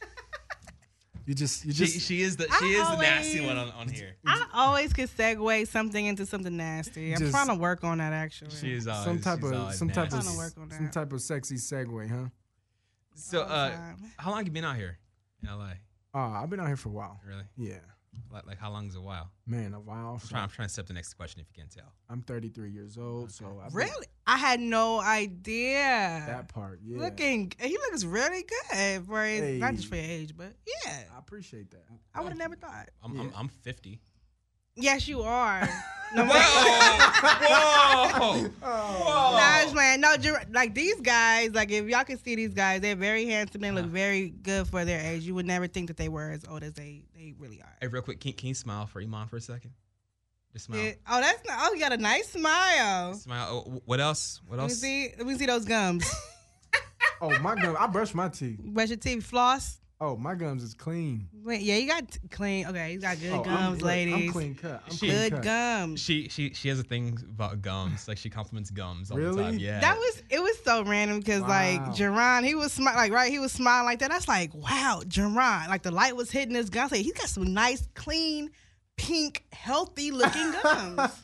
S4: you just you
S2: She,
S4: just
S2: she is the
S3: I
S2: she is the nasty
S3: always-
S2: one on, on here.
S3: I always could segue something into something nasty. I'm
S4: Just-
S3: trying to work on that actually.
S2: She is always,
S4: some type
S2: she's
S4: of
S2: always
S4: some type
S2: nasty.
S4: of
S3: Trying to work on
S4: some
S3: that.
S4: type of sexy segue, huh?
S2: So,
S3: all the
S2: uh,
S3: time.
S2: how long you been out here in LA?
S4: Uh, I've been out here for a while.
S2: Really?
S4: Yeah,
S2: Like, like how long is a while?
S4: man, a while.
S2: I'm
S4: So
S2: trying, I'm trying to step the next question if you can't tell.
S4: I'm 33 years old, so I've been-
S3: Really? I had no idea.
S4: that part. Yeah,
S3: Looking, he looks really good for his,
S4: Hey.
S3: not just for your age, but yeah.
S4: I appreciate that.
S3: I would have never thought.
S2: I'm I'm,
S4: Yeah.
S2: I'm
S3: <laughs>
S2: 50.
S3: Yes, you
S4: <laughs>
S3: are. No,
S2: Whoa!
S3: <laughs>
S2: Whoa! Whoa!
S3: No, I
S4: Oh.
S3: just playing. No, Jer- like these guys, like if y'all can see these guys, they're very handsome. They look very good for their age. You would never think that they were as old as they they really are.
S2: Hey, real quick, can, can you smile for Iman for a second? Just smile.
S3: Yeah. Oh, that's not. Oh, you got a nice smile.
S2: Smile. Oh, wh- what else? What
S3: Let me
S2: else?
S3: see. Let me see those
S4: <laughs>
S3: gums.
S4: Oh my gum, I brush my teeth.
S3: You Brush your teeth, floss.
S4: Oh my gums is clean.
S3: Wait, yeah, you got t- clean. Okay, you got good
S4: oh, I'm-
S3: gums,
S4: look,
S3: ladies.
S4: I'm clean cut. I'm
S2: She-
S4: clean
S3: Good
S4: cut.
S3: gums.
S2: She she she has a thing about gums. Like she compliments gums all the
S4: Really?
S2: time. Yeah.
S3: That was it was so random because like
S4: Wow.
S3: Jerron, he was smiling like right, he was smiling like that. That's like wow, Jerron. Like the light was hitting his gums. Like, he's got some nice, clean, pink, healthy looking
S4: <laughs>
S3: gums.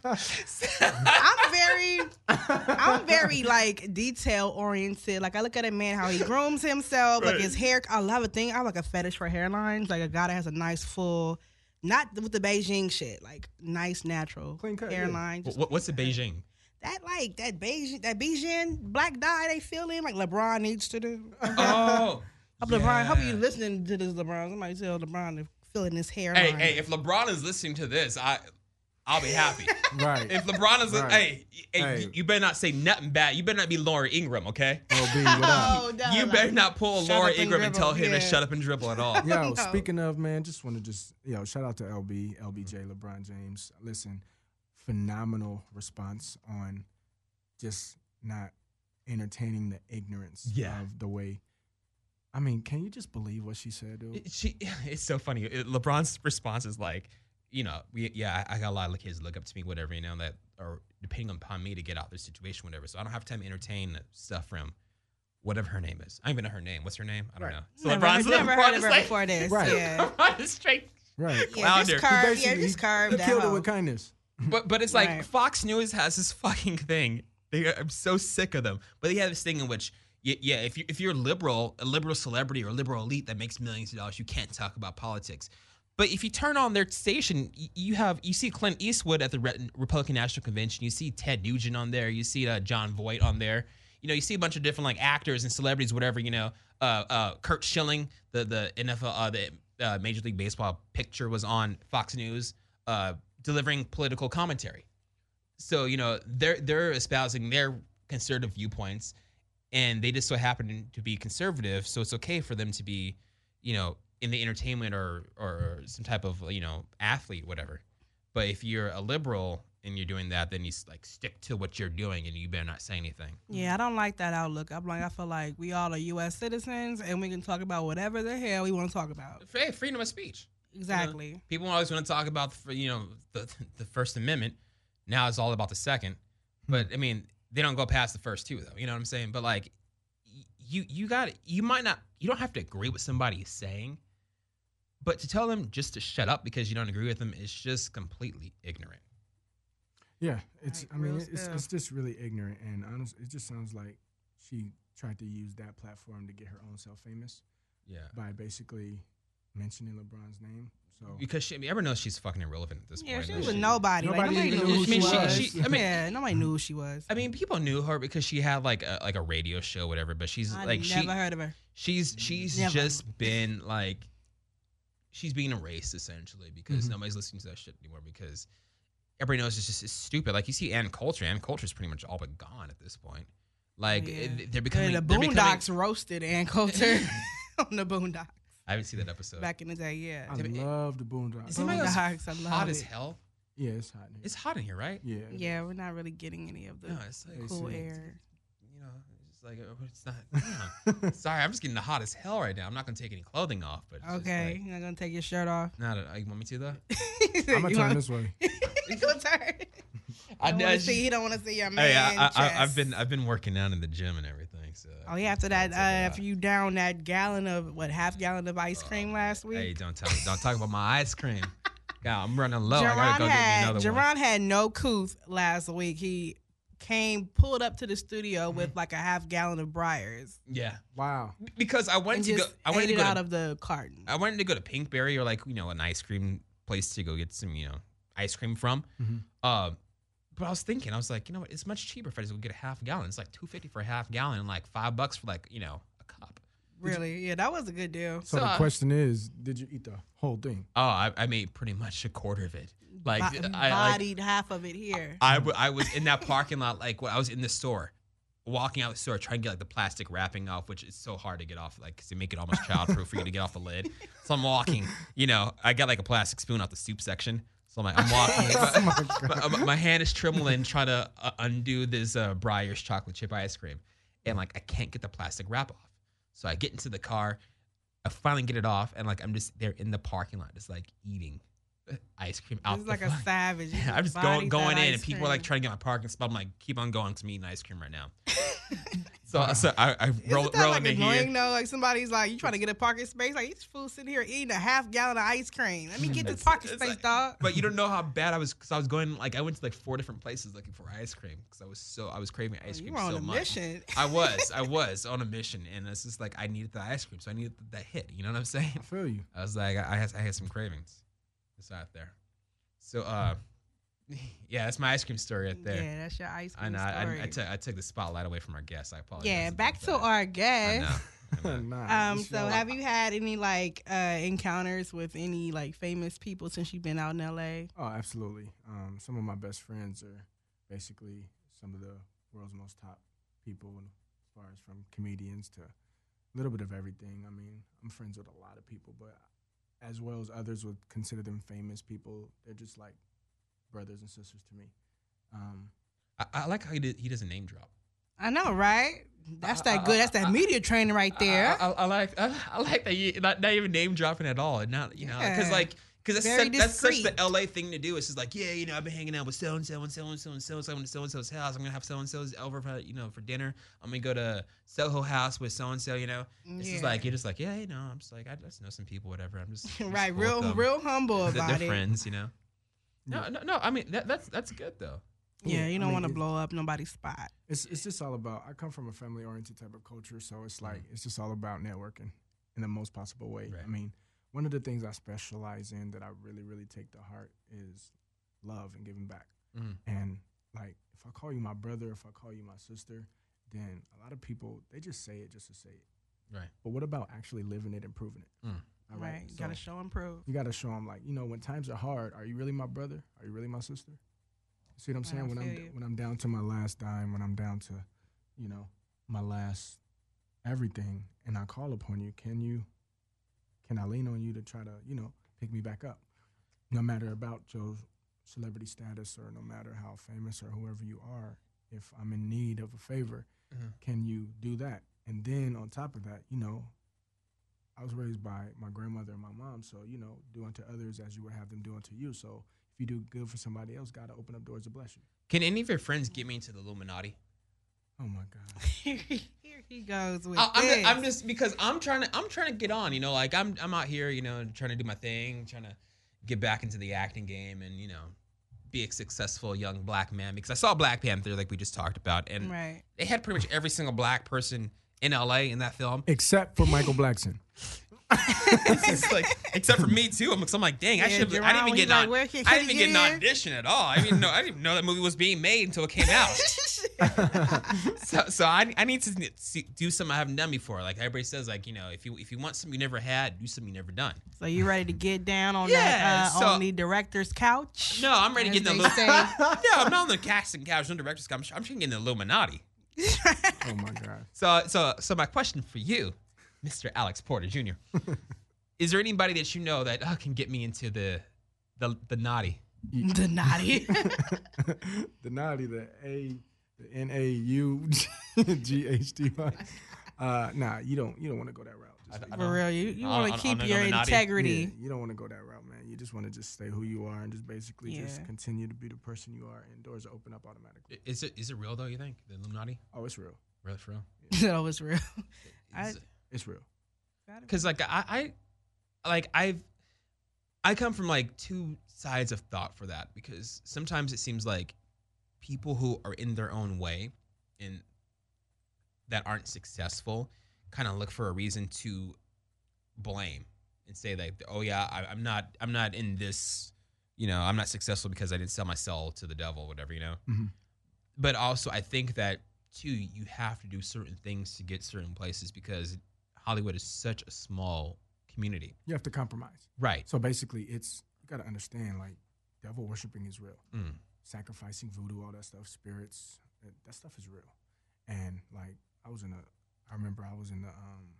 S3: I'm very, I'm very like detail oriented. Like I look at a man how he grooms himself, like his hair. I love a thing. I have like a fetish for hairlines. Like a guy that has a nice full Not with the Beijing shit, like nice natural
S4: Clean cut, yeah.
S3: hairline.
S2: Wh-
S3: just-
S2: What, what's a
S3: <laughs>
S2: Beijing?
S3: That like that Beijing, that Beijing black dye they fill in like LeBron needs to do. <laughs>
S2: Oh,
S3: I'm LeBron. How are you
S2: yeah.
S3: listening to this, LeBron? Somebody tell LeBron to fill in his hair.
S2: Hey, hey, if LeBron is listening to this, I, I'll be
S3: <laughs>
S2: happy. <laughs>
S4: Right.
S2: if LeBron is,
S4: Right.
S2: hey, hey,
S4: Hey.
S2: You, you better not say nothing bad. You better not be Lauren Ingram, okay?
S4: LB, what up?
S2: you better not pull a
S3: Oh, shut
S2: Lauren
S3: up and
S2: Ingram and tell
S3: dribble,
S2: him to
S3: yeah.
S2: shut up and dribble at
S3: <laughs>
S2: all. <laughs>
S4: Yo,
S3: No.
S4: speaking of man, just want to just yo shout out to LB, LBJ, LeBron James. Listen, phenomenal response on just not entertaining the ignorance
S2: Yeah.
S4: of the way. I mean, can you just believe what she said, dude?
S2: It- She, <laughs> it's so funny. It- LeBron's response is like, you know, we, yeah, I, I got a lot of kids that look up to me, whatever, you know, that are depending upon me to get out of their situation, whatever. So I don't have time to entertain stuff from whatever her name is. I don't even know her name. What's her name? I don't know. So
S3: Never, heard- never heard of
S2: is
S3: her
S2: like- <laughs>
S3: before this.
S4: Right.
S3: Yeah.
S2: LeBron is straight.
S4: Right.
S2: <laughs>
S3: Yeah,
S2: Clownder.
S3: just curved. Yeah,
S4: Basically,
S3: just curved.
S4: he
S3: that
S4: killed it
S3: hoe.
S4: with kindness.
S2: But but it's like
S3: Right.
S2: Fox News has this fucking thing. They are, I'm so sick of them. But they have this thing in which y- yeah, if you if you're liberal, a liberal celebrity or a liberal elite that makes millions of dollars, you can't talk about politics. But if you turn on their station, y- you have you see Clint Eastwood at the Re- Republican National Convention. You see Ted Nugent on there. You see uh, John Voight on there. You know, you see a bunch of different like actors and celebrities, whatever. You know, uh, uh, Kurt Schilling, the the NFL, uh, the uh, Major League Baseball picture was on Fox News, uh, delivering political commentary. So you know, they're they're espousing their conservative viewpoints, and they just so happen to be conservative. So it's okay for them to be, you know, in the entertainment or or some type of you know athlete, whatever. But if you're a liberal and you're doing that, then you s- like stick to what you're doing, and you better not say anything.
S3: Yeah, I don't like that outlook. I'm like, I feel like we all are U.S. citizens, and we can talk about whatever the hell we want to talk about.
S2: Hey, freedom of speech.
S3: Exactly.
S2: People always want to talk about the, you know the the First Amendment. Now it's all about the Second, but I mean they don't go past the first two though. You know what I'm saying? But like y- you you got you might not you don't have to agree with somebody saying, but to tell them just to shut up because you don't agree with them is just completely ignorant.
S4: Yeah, it's.
S3: Like,
S4: I mean,
S3: real
S4: it's,
S3: stuff.
S4: it's just really ignorant and honest. It just sounds like she tried to use that platform to get her own self famous
S2: Yeah,
S4: by basically mentioning LeBron's name. So
S2: because she, I mean, everyone knows she's fucking irrelevant at this
S3: Yeah,
S2: point.
S3: she
S2: Like,
S3: was a nobody.
S4: Nobody
S3: like, nobody
S4: even
S3: knew
S2: knew
S3: who she,
S2: who she
S3: was.
S2: was. She- I mean-
S3: <laughs> yeah, nobody knew who she was.
S2: I mean, people knew her because she had like a like a radio show, whatever. But she's
S3: I
S2: like
S3: never
S2: she
S3: heard of her.
S2: She's
S3: Mm-hmm.
S2: she's
S3: Never.
S2: just been like she's being erased essentially because
S3: Mm-hmm.
S2: nobody's listening to that shit anymore because everybody knows it's just it's stupid. Like you see Ann Coulter, Ann Coulter's pretty much all but gone at this point. Like
S3: Yeah.
S2: eh, they're becoming
S3: Yeah, the
S2: they're becoming-
S3: Boondocks roasted Ann Coulter
S2: <laughs>
S3: on the Boondocks
S2: I haven't seen that episode.
S3: back in the day. Yeah,
S4: I love the Boondocks.
S2: Is anybody else
S3: Boondocks, I love
S2: hot as
S3: it.
S2: hell?
S4: Yeah, it's hot. in here.
S2: It's hot in here, right?
S4: yeah.
S3: yeah, we're not really getting any of the
S2: No, it's like
S3: cool
S4: see.
S3: air.
S2: you know, it's just like oh, it's not. you
S3: <laughs>
S2: know. Sorry, I'm just getting hot as hell right now. I'm not gonna take any clothing off, but it's just
S3: Okay,
S2: Like,
S3: you're not gonna take your shirt off. <laughs>
S2: not a, you want me to though?
S4: I'm gonna turn this way.
S3: You gonna turn?
S2: I
S3: Don't
S2: know.
S3: wanna see. He don't want to see your man.
S2: Hey, I, I, I, I've
S3: chest.
S2: been uh, I've been working out in the gym and everything. So
S3: Oh yeah, after that, uh, after you down that gallon of what half gallon of ice cream last week,
S2: Oh, Hey, don't talk don't talk about my ice
S3: <laughs>
S2: cream. God, I'm running low. I
S3: Jerron
S2: gotta go get
S3: had
S2: me another
S3: Jerron had no couth last week. He came pulled up to the studio
S2: Mm.
S3: with like a half gallon of Briars
S2: one. Yeah,
S4: Wow.
S2: because I wanted
S3: and
S2: to go.
S3: just
S2: I wanted to
S3: ate it
S2: go.
S3: out
S2: To,
S3: of the carton.
S2: I wanted to go to Pinkberry or like you know an ice cream place to go get some you know ice cream from.
S3: Mm-hmm.
S4: Mhm.
S2: Uh, but I was thinking, I was like, you know what? It's much cheaper if I just go get a half gallon. It's like two fifty for a half gallon and like five bucks for like you know a cup.
S3: Really, yeah, that was a good deal.
S4: So, the
S2: So-
S4: question is, did you eat the whole thing?
S2: Oh, I, I made pretty much a quarter of it. Like
S3: Bo-
S2: I like,
S3: bodied half of it here.
S2: I, w- I was in that parking lot, like when I was in the store, walking out the store, trying to get like the plastic wrapping off, which is so hard to get off, like 'cause they make it almost childproof for you to get off the
S3: <laughs>
S2: lid. So I'm walking, you know, I got like a plastic spoon out the soup section. So I'm like,
S3: <laughs>
S2: I'm walking. my, my- my- my hand is trembling trying to uh, undo this uh, Breyer's chocolate chip ice cream. And like, I can't get the plastic wrap off. So I get into the car. I finally get it off. And like, I'm just there in the parking lot, just like eating uh, ice cream out
S3: It's
S2: the
S3: like a
S2: fucking-
S3: savage. You
S2: yeah, <laughs> I'm just going
S3: bodied that
S2: going in,
S3: ice
S2: and people are like
S3: cream.
S2: trying to get my parking spot. I'm like, keep on going, 'cause I'm eating ice cream right
S3: <laughs>
S2: now. so, so I, I roll,
S3: Isn't that
S2: roll
S3: like
S2: into
S3: annoying
S2: here.
S3: though? Like somebody's like, you trying to get a parking space? Like this fool sitting here eating a half gallon of ice cream. Let me get this parking
S2: it's
S3: space,
S2: like-
S3: dog.
S2: But you don't know how bad I was because I was going like I went to like four different places looking for ice cream because I was so I was craving ice
S3: Oh, you
S2: cream
S3: were on
S2: so
S3: a
S2: much.
S3: mission.
S2: I was
S3: <laughs>
S2: I was on a mission, and it's just like I needed the ice cream, so I needed that hit. You know what I'm saying? <laughs>
S4: I feel you.
S2: I was like I I had, I had some cravings. It's out there. So, uh, <laughs> yeah, that's my ice cream story right there.
S3: Yeah, that's your ice
S2: I
S3: cream
S2: know. I,
S3: story.
S2: I, I, took, I took the spotlight away from our guests. I apologize.
S3: yeah,
S2: about
S3: back to
S2: that.
S3: our
S2: I
S3: guest.
S2: know. I know.
S4: Nah,
S3: <laughs> Um,
S4: it's
S3: so
S4: y'all.
S3: have you had any like uh encounters with any like famous people since you've been out in LA?
S4: Oh, absolutely. Um, some of my best friends are basically some of the world's most top people, and as far as from comedians to a little bit of everything. I mean, I'm friends with a lot of people, but as well as others would consider them famous people, they're just like brothers and sisters to me. Um,
S2: I, I like how he, did, he doesn't name drop.
S3: I know, right? That's that good. That's that media training right there.
S2: I, I, I like <laughs> I, I like that you not, not even name dropping at all, and not you know because
S3: Yeah.
S2: like because that's
S3: Very
S2: such, that's such the
S3: discreet.
S2: LA thing to do. It's just like yeah, you know I've been hanging out with so and so and so and so and so and so and so and so's house. I'm gonna have so and so's over for you know for dinner. I'm gonna go to Soho House with so and so. You know it's just
S3: Yeah.
S2: uh, like you're just like yeah, you know I'm just like I just know some people, whatever. I'm just I'm just
S3: <laughs> right,
S2: cool with
S3: real
S2: them.
S3: real
S2: <laughs>
S3: humble
S2: They're-
S3: about
S2: They're
S3: it. Mm.
S2: friends, you know. No, no, no. I mean that, that's that's good though.
S3: Yeah, you
S4: I
S3: don't
S4: mean,
S3: want to
S4: it's-
S3: blow up nobody's spot.
S4: It's it's just all about. I come from a family oriented type of culture, so it's like it's just all about networking in the most possible way.
S2: Mm. Right.
S4: I mean, one of the things I specialize in that I really really take to heart is love and giving back.
S2: Mhm.
S4: And like, if I call you my brother, if I call you my sister, then a lot of people they just say it just to say it.
S2: Right.
S4: But what about actually living it and proving it?
S2: Mm.
S4: All
S3: Right.
S4: right,
S3: Gotta
S4: so
S3: show and prove. <laughs>
S4: you got to show them like you know when times are hard are you really my brother are you really my sister see what i'm
S3: I
S4: saying when i'm
S3: feel you.
S4: when i'm down to my last dime when i'm down to you know my last everything and i call upon you can you can i lean on you to try to you know pick me back up no matter about your celebrity status or no matter how famous or whoever you are if i'm in need of a favor
S3: Mm-hmm.
S4: can you do that and then on top of that you know I was raised by my grandmother and my mom, so you know, do unto others as you would have them do unto you. So if you do good for somebody else, God will open up doors to bless you.
S2: Can any of your friends get me into the Illuminati?
S4: Oh my God!
S3: Here he goes with
S2: I, Oh, I'm,
S3: this.
S2: just, I'm just because I'm trying to I'm trying to get on. You know, like I'm I'm out here, you know, trying to do my thing, trying to get back into the acting game, and you know, be a successful young black man. Because I saw Black Panther, like we just talked about, and <laughs>
S3: right.
S2: they had pretty much every single black person in LA in that film. <laughs>
S4: Except for Michael Blackson.
S2: It's like, except for me too. I'm, 'cause I'm like, dang, I
S3: Yeah,
S2: should. I didn't
S3: Jerome,
S2: even
S3: he's
S2: get on.
S3: like,
S2: I
S3: where can-
S2: didn't
S3: can
S2: even
S3: he
S2: get an
S3: get in?
S2: audition at all. I didn't even know. I didn't even know that movie was being made until it came out.
S3: <laughs>
S2: so, so I, I need to see, do something I haven't done before. Like everybody says, like you know, if you if you want something you never had, do something you never done.
S3: So you ready to get down on
S2: Yeah,
S3: that uh,
S2: so-
S3: on the director's couch?
S2: No, I'm ready to
S3: As
S2: get in the.
S3: they
S2: Illu-
S3: say.
S2: <laughs> no, I'm not on the casting couch, no director's couch. I'm, tr- I'm trying to get in the Illuminati.
S4: <laughs> Oh my God!
S2: So, so, so my question for you, Mr. Alex Porter
S3: <laughs>
S2: Jr. Is there anybody that you know that uh, can get me into the, the, the naughty?
S3: <laughs>
S2: <laughs>
S3: the naughty.
S4: <laughs> the naughty, the A, the N A U G H T <laughs> Y. Uh, Nah, you don't. You don't want to go that route. Just leave it.
S3: For real, you, you
S2: On-
S3: want
S2: on-
S3: to keep
S2: on
S3: your
S2: another naughty.
S4: Yeah,
S3: integrity.
S4: you don't want to go that route, man. You just want to just stay who you are and just basically just
S3: Yeah.
S4: continue to be the person you are, and doors will open up automatically.
S2: Is it is it real though? You think the Illuminati?
S4: Oh, it's real.
S2: Really for real?
S3: <laughs> that
S2: <laughs>
S3: was real. I-
S4: It's real.
S2: Because like I, I, like I've, I come from like two sides of thought for that because sometimes it seems like people who are in their own way and that aren't successful kind of look for a reason to blame and say like, oh yeah, I, I'm not, I'm not in this, you know, I'm not successful because I didn't sell my soul to the devil, whatever, you know.
S4: Mhm.
S2: But also, I think that too, you have to do certain things to get certain places because Hollywood is such a small community.
S4: You have to compromise.
S2: Right.
S4: So basically, it's you got to understand like devil worshiping is real,
S2: Mm.
S4: sacrificing voodoo, all that stuff, spirits, that, that stuff is real. And like I was in a, I remember I was in the, um,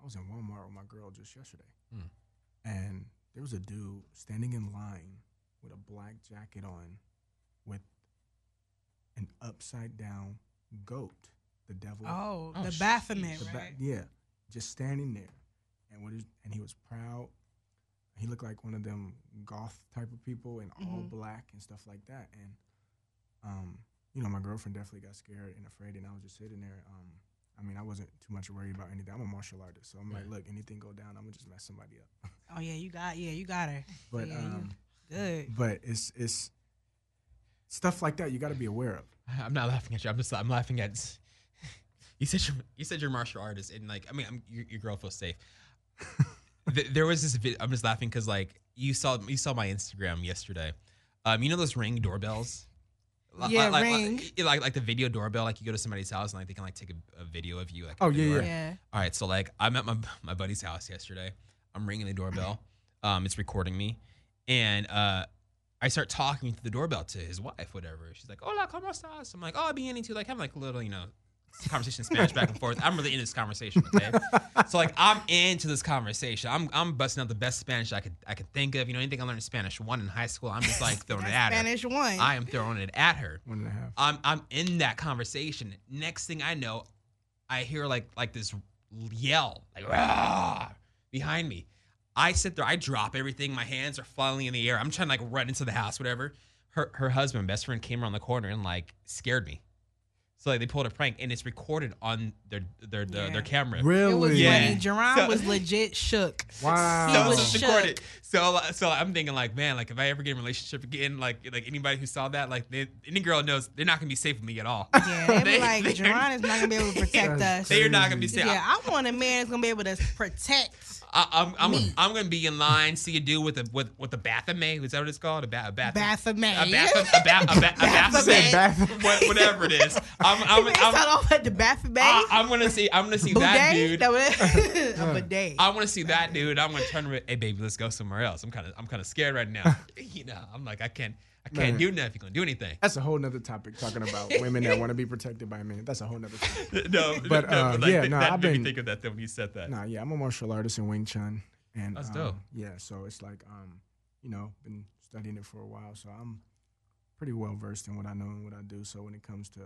S4: I was in Walmart with my girl just yesterday,
S2: Mm.
S4: and there was a dude standing in line with a black jacket on, with an upside down goat, the devil.
S3: Oh,
S2: Oh,
S3: the
S2: sh-
S3: Baphomet,
S4: The ba-
S3: right?
S4: yeah, just standing there, and what is and he was proud. He looked like one of them goth type of people in all
S3: Mhm.
S4: black and stuff like that. And um, you know, my girlfriend definitely got scared and afraid, and I was just sitting there. Um, I mean, I wasn't too much worried about anything. I'm a martial artist, so I'm like,
S2: Right.
S4: look, anything go down, I'm gonna just mess somebody up.
S3: oh yeah, you got yeah, you got her.
S4: But
S3: Yeah, you-
S4: um,
S3: Good.
S4: but it's it's stuff like that you got to be aware of.
S2: I'm not laughing at you. I'm just I'm laughing at <laughs>
S4: <laughs>
S2: you said you're, you said you're a martial artist and like I mean I'm, your, your girl feels safe. th- there was this video. I'm just laughing because like you saw you saw my Instagram yesterday. Um, you know those ring doorbells. Li-
S3: Yeah,
S2: like,
S3: Ring.
S2: Like, like like the video doorbell. Like you go to somebody's house and like they can like take a, a video of you. Like
S4: Oh,
S2: at the
S4: yeah,
S2: door.
S3: Yeah.
S2: All right, so like I'm at my my buddy's house yesterday. I'm ringing the doorbell. Um, it's recording me, and uh, I start talking to the doorbell to his wife, whatever. She's like, "Hola, cómo estás?" I'm like, "Oh, I'll be in to like having like a little, you know, conversation in Spanish back and forth." I'm really into this conversation, okay? so like I'm into this conversation. I'm I'm busting out the best Spanish I could I could think of. You know, anything I learned in Spanish one in high school, I'm just like throwing it at her.
S3: Spanish one.
S2: I am throwing it at her.
S4: One and a half.
S2: I'm I'm in that conversation. Next thing I know, I hear like like this yell like "Rah!" behind me. I sit there, I drop everything. My hands are flying in the air. I'm trying to like run into the house, whatever. Her her husband, best friend, came around the corner and like scared me. So like they pulled a prank and it's recorded on their their their,
S3: Yeah.
S2: their camera.
S3: it was
S4: Really?
S2: Yeah.
S3: funny. Jerome
S2: So-
S3: was
S2: <laughs>
S3: legit shook.
S2: So
S4: Wow.
S3: was
S2: it's
S3: shook.
S2: recorded. So so I'm thinking like, man, like if I ever get in a relationship again, like like anybody who saw that, like they, any girl knows they're not gonna be safe with me at
S3: <laughs>
S2: all.
S3: Yeah, they,
S2: They-
S3: were like,
S2: they're-
S3: Jerron is not gonna be
S2: <laughs>
S3: able to protect us.
S4: That's
S2: They are not gonna be safe.
S3: yeah, I want a man that's gonna be able to protect
S2: I, I'm I'm, I'm gonna be in line, see a dude with a with with a Baphomet. Is that what it's called? A, ba- a Bath-
S3: Baphomet.
S2: a Bath
S3: <laughs>
S2: a Bath a, ba- a Baphomet.
S4: Said Baphomet.
S2: What- whatever it is. I'm I'm,
S3: They start
S2: I'm,
S3: off at the Baphomet.
S2: I, I'm gonna see I'm gonna see Uh, that
S3: Boudet?
S2: dude. Uh,
S3: That
S2: <laughs>
S3: was- a bidet.
S2: I want to see that dude. I'm gonna turn to him. Hey, baby, let's go somewhere else. I'm kind of I'm kind of scared right
S4: <laughs>
S2: now. <laughs> you know, I'm like I can't I can't
S4: Man.
S2: do nothing. Gonna do anything? <laughs>
S4: That's a whole nother topic talking about women that want to be protected by men. That's a whole nother topic.
S2: no,
S4: But,
S2: no,
S4: uh,
S2: like,
S4: yeah,
S2: th-
S4: no,
S2: that
S4: I've
S2: made me
S4: been-
S2: think of that though when you said that.
S4: Nah, yeah, I'm a martial artist in Wing Chun, and
S2: That's
S4: um,
S2: dope.
S4: Yeah, so it's like um, you know, been studying it for a while, so I'm pretty well versed in what I know and what I do. So when it comes to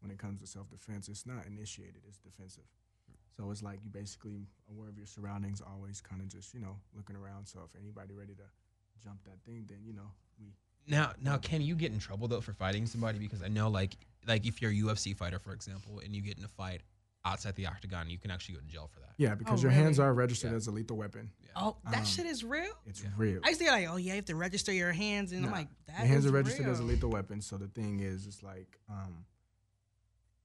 S4: when it comes to self defense, it's not initiated; it's defensive. So it's like you basically aware of your surroundings, always kind of just you know looking around. So if anybody ready to jump that thing, then you know we
S2: Now, now, can you get in trouble though for fighting somebody? Because I know, like, like if you're a UFC fighter, for example, and you get in a fight outside the octagon, you can actually go to jail for that.
S4: yeah because
S3: Oh,
S4: your hands
S3: really?
S4: are registered
S2: Yeah.
S4: as a lethal weapon.
S3: oh, that
S4: Um,
S3: shit is real.
S4: It's
S2: Yeah.
S4: real.
S3: I used to be like, oh yeah, you have to register your hands, and I'm
S4: Nah.
S3: like, that
S4: Your hands
S3: is
S4: are registered
S3: real.
S4: as a lethal weapon. So the thing is, it's like, um,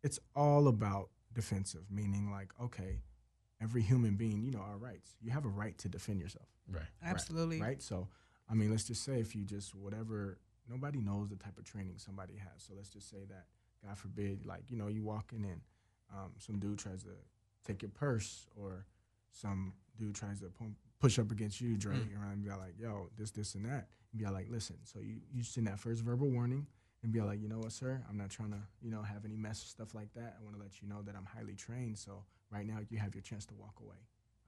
S4: it's all about defensive, meaning like, okay, every human being, you know, our rights. You have a right to defend yourself,
S2: Right.
S3: Absolutely.
S4: right? So, I mean, let's just say if you just whatever, nobody knows the type of training somebody has. So let's just say that, God forbid, like you know, you walking in, um, some dude tries to take your purse, or some dude tries to pump, push up against you, Dre, and be like, yo, this, this, and that. And be like, listen, so you, you send that first verbal warning and be like, you know what, sir, I'm not trying to, you know, have any mess, stuff like that. I want to let you know that I'm highly trained. So right now you have your chance to walk away.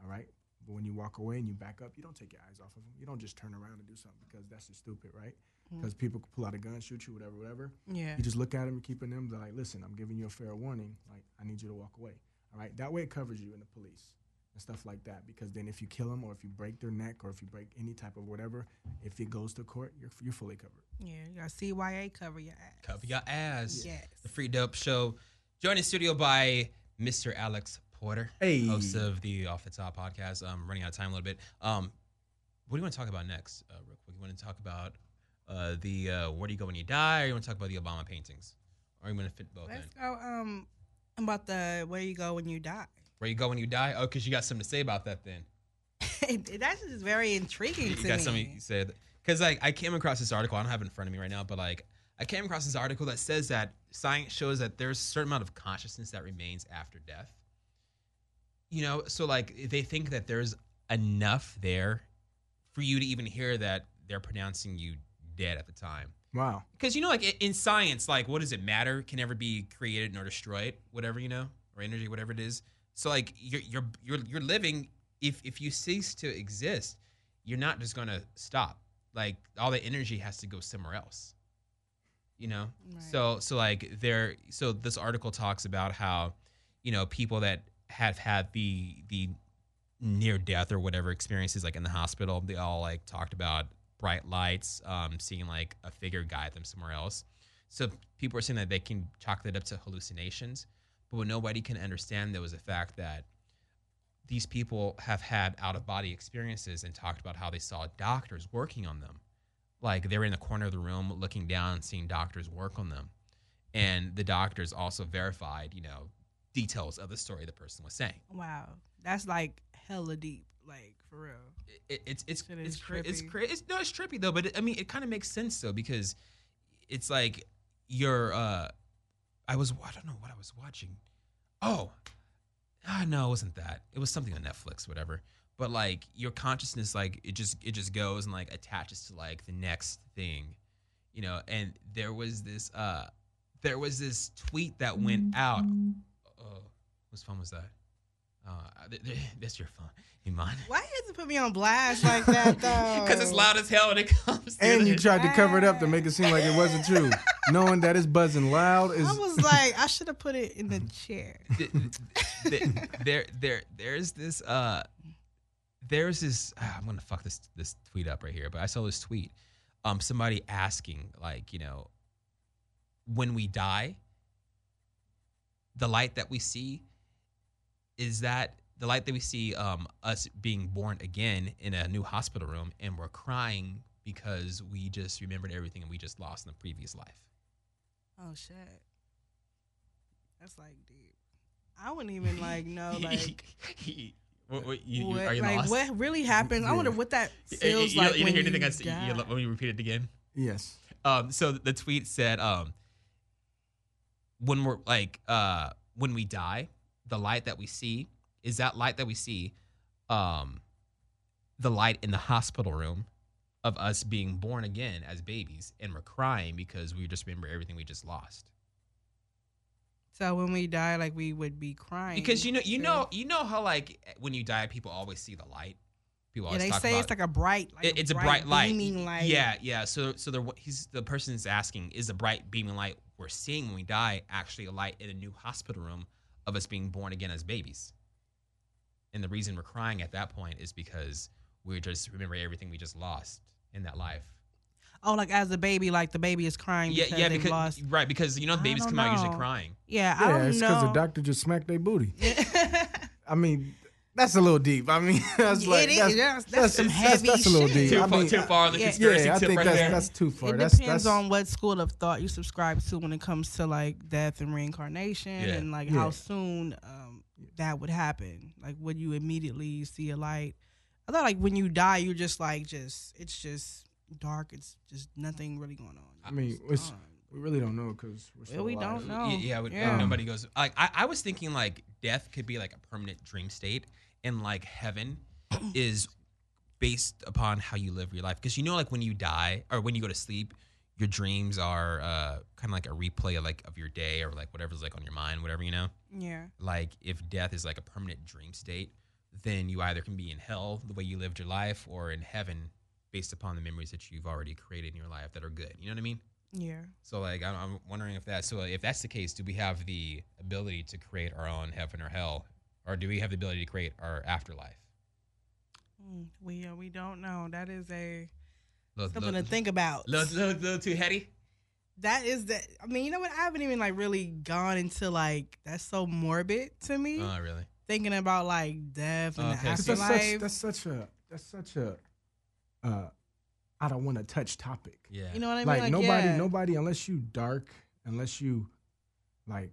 S4: All right. But when you walk away and you back up, you don't take your eyes off of them. You don't just turn around and do something because that's just stupid, right? Because people could pull out a gun, shoot you, whatever, whatever.
S3: Hmm. Yeah.
S4: You just look at them, you're keeping them. They're like, listen, I'm giving you a fair warning. Like, I need you to walk away. All right. That way it covers you in the police and stuff like that. Because then if you kill them or if you break their neck or if you break any type of whatever, if it goes to court, you're, you're fully covered.
S3: Yeah. You got CYA cover your ass.
S2: Cover your ass.
S3: Yes.
S2: The Free Dope Show, joined in studio by Mr. Alex Porter,
S4: Hey.
S2: host of the Off the Top podcast. Um, running out of time a little bit. Um, what do you want to talk about next, uh, real quick? You want to talk about uh, the uh, Where Do You Go When You Die, or you want to talk about the Obama paintings, or you want to fit both in?
S3: Let's go. Um, about the where you go when you die. <laughs>
S2: Where You Go When You Die? Oh, because you got something to say about that then.
S3: That's just very intriguing
S2: you
S3: to
S2: got
S3: me.
S2: something you said because like I came across this article. I don't have it in front of me right now, but like I came across this article that says that science shows that there's a certain amount of consciousness that remains after death. You know, so like they think that there's enough there for you to even hear that they're pronouncing you dead at the time.
S4: Wow.
S2: Because you know, like i- in science, like what does it matter? Can never be created nor destroyed, whatever you know, or energy, whatever it is. So like you're you're you're, you're living. If if you cease to exist, you're not just gonna stop. Like all the energy has to go somewhere else. You know.
S3: Right.
S2: So so like there. So this article talks about how, you know, people that have had the the near death or whatever experiences like in the hospital they all like talked about bright lights um seeing like a figure guide them somewhere else so people are saying that they can chalk that up to hallucinations but what nobody can understand though is the fact that these people have had out of body experiences and talked about how they saw doctors working on them like they were in the corner of the room looking down and seeing doctors work on them and the doctors also verified you know details of the story the person was saying
S3: Wow, that's like hella deep. Like for real.
S2: it, it's it's
S3: Shit
S2: it's
S3: is
S2: cra- it's
S3: trippy.
S2: crazy. It's, no, it's trippy though. But it, I mean, it kind of makes sense though because it's like your. uh I was I don't know what I was watching. Oh, ah, no, it wasn't that. It was something on Netflix, whatever. But like your consciousness, like it just it just goes and like attaches to like the next thing, you know. And there was this uh there was this tweet that went out. Oh, whose phone was that? Uh, th- th- <laughs> that's your phone. You mind?
S3: Why you have to put me on blast
S2: <laughs>
S3: like that though?
S2: Because it's loud as hell when it <laughs> comes. through
S4: And you
S2: the-
S4: tried to cover it up to make it seem like it
S3: <laughs>
S4: wasn't true, knowing that it's buzzing loud. Is
S3: I was like, I should have put it in the chair.
S2: th- th- th- there, there, there's this. Uh, there's this. ah, I'm gonna fuck this this tweet up right here. But I saw this tweet. Um, somebody asking like, you know, when we die, the light that we see is that the light that we see um, us being born again in a new hospital room and we're crying because we just remembered everything and we just lost in the previous life.
S3: Oh shit. That's like deep. I wouldn't even
S2: <laughs>
S3: like know like
S2: what, what, you, you-
S3: what,
S2: are you
S3: like
S2: lost?
S3: what really happens. I wonder what that
S2: Y- y-
S3: feels
S2: you,
S3: like.
S2: don't- you
S3: when
S2: didn't hear anything
S3: you
S2: I said. You-
S3: die.
S2: you- Let me repeat it again.
S4: yes.
S2: Um, so the tweet said, um, when we're like, uh, when we die, the light that we see is that light that we see, um, the light in the hospital room of us being born again as babies, and we're crying because we just remember everything we just lost.
S3: So when we die, like we would be crying
S2: Because you know, you
S3: too.
S2: know, you know how like when you die, people always see the light. People
S3: Yeah,
S2: always
S3: they
S2: talk
S3: say
S2: about
S3: it's like a bright, like
S2: It- it's a bright light. Y-
S3: beaming light.
S2: Yeah, yeah. So, so the he's the person is asking: Is the bright beaming light we're seeing when we die actually a light in a new hospital room of us being born again as babies? And the reason we're crying at that point is because we just remember everything we just lost in that life.
S3: Oh, like as a baby, like the baby is crying
S2: yeah,
S3: because
S2: yeah,
S3: they've
S2: because
S3: lost.
S2: right because you know
S3: I
S2: babies
S3: don't
S2: come out usually
S3: know.
S2: crying.
S3: Yeah, I
S4: Yeah,
S3: don't
S4: it's because the
S3: know. <laughs>
S4: <laughs> doctor just smacked their booty. I mean, that's a little deep. I mean, <laughs> that's
S3: It
S4: like
S3: is.
S4: That's,
S3: That's- that's some heavy
S4: that's a little
S3: shit.
S4: deep.
S2: Too
S4: I
S2: far,
S4: mean,
S2: too far on the
S3: yeah.
S2: conspiracy
S4: Yeah, I
S2: tip
S4: think
S2: right
S4: that's
S2: there.
S4: that's too far.
S3: it
S4: that's,
S3: depends
S4: that's,
S3: on what school of thought you subscribe to when it comes to like death and reincarnation
S2: Yeah.
S3: and like
S4: Yeah.
S3: how soon um, that would happen. Like would you immediately see a light? I thought like when you die, you're just like just it's just dark. It's just nothing really going on.
S4: I mean, it's-
S3: Gone.
S4: We really don't know because we're still
S3: we
S4: alive.
S3: don't know.
S2: Y- yeah, but
S3: Yeah.
S2: nobody goes. Like I, I was thinking, like death could be like a permanent dream state, and like heaven is based upon how you live your life. Because you know, like when you die or when you go to sleep, your dreams are uh, kind of like a replay, of, like of your day or like whatever's like on your mind, whatever you know.
S3: yeah.
S2: Like if death is like a permanent dream state, then you either can be in hell the way you lived your life, or in heaven based upon the memories that you've already created in your life that are good. You know what I mean?
S3: Yeah.
S2: So like I'm, I'm wondering if that so if that's the case, do we have the ability to create our own heaven or hell, or do we have the ability to create our afterlife?
S3: Mm, We uh, we don't know. That is a
S2: Little-
S3: something to
S2: little-
S3: think about.
S2: Little, little, little too heady.
S3: That is that. I mean, you know what? I haven't even like really gone into like that's so morbid to me.
S2: Oh really?
S3: thinking about like death and
S2: Okay.
S3: the
S4: 'Cause That's
S3: afterlife.
S4: such, that's such a that's such a uh, I don't want to touch topic.
S2: Yeah.
S3: you know what I mean?
S4: like, nobody
S3: yeah.
S4: nobody unless you dark unless you like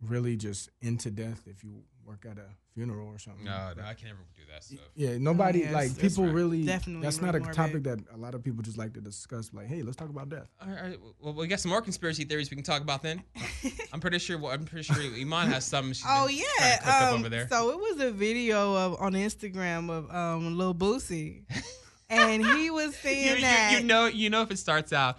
S4: really just into death if you work at a funeral or something
S2: no, no,
S4: Like,
S2: I can never do that stuff.
S4: yeah nobody
S3: yeah,
S4: like
S3: it's-
S2: it's
S4: people
S2: right.
S4: really
S3: Definitely
S4: that's
S3: really
S4: not a
S3: morbid.
S4: topic that a lot of people just like to discuss like hey let's talk about death
S2: All right, all right, well, we got some more conspiracy theories we can talk about
S3: <laughs>
S2: then. I'm pretty sure. I'm pretty sure Iman has some. she's
S3: Oh
S2: been trying to cook
S3: yeah.
S2: up
S3: Um,
S2: over there.
S3: so it was a video of on Instagram of um Lil
S4: <laughs>
S3: Boosie. and he
S2: you,
S3: was saying
S2: you-
S3: that
S2: you know, you know, if it starts out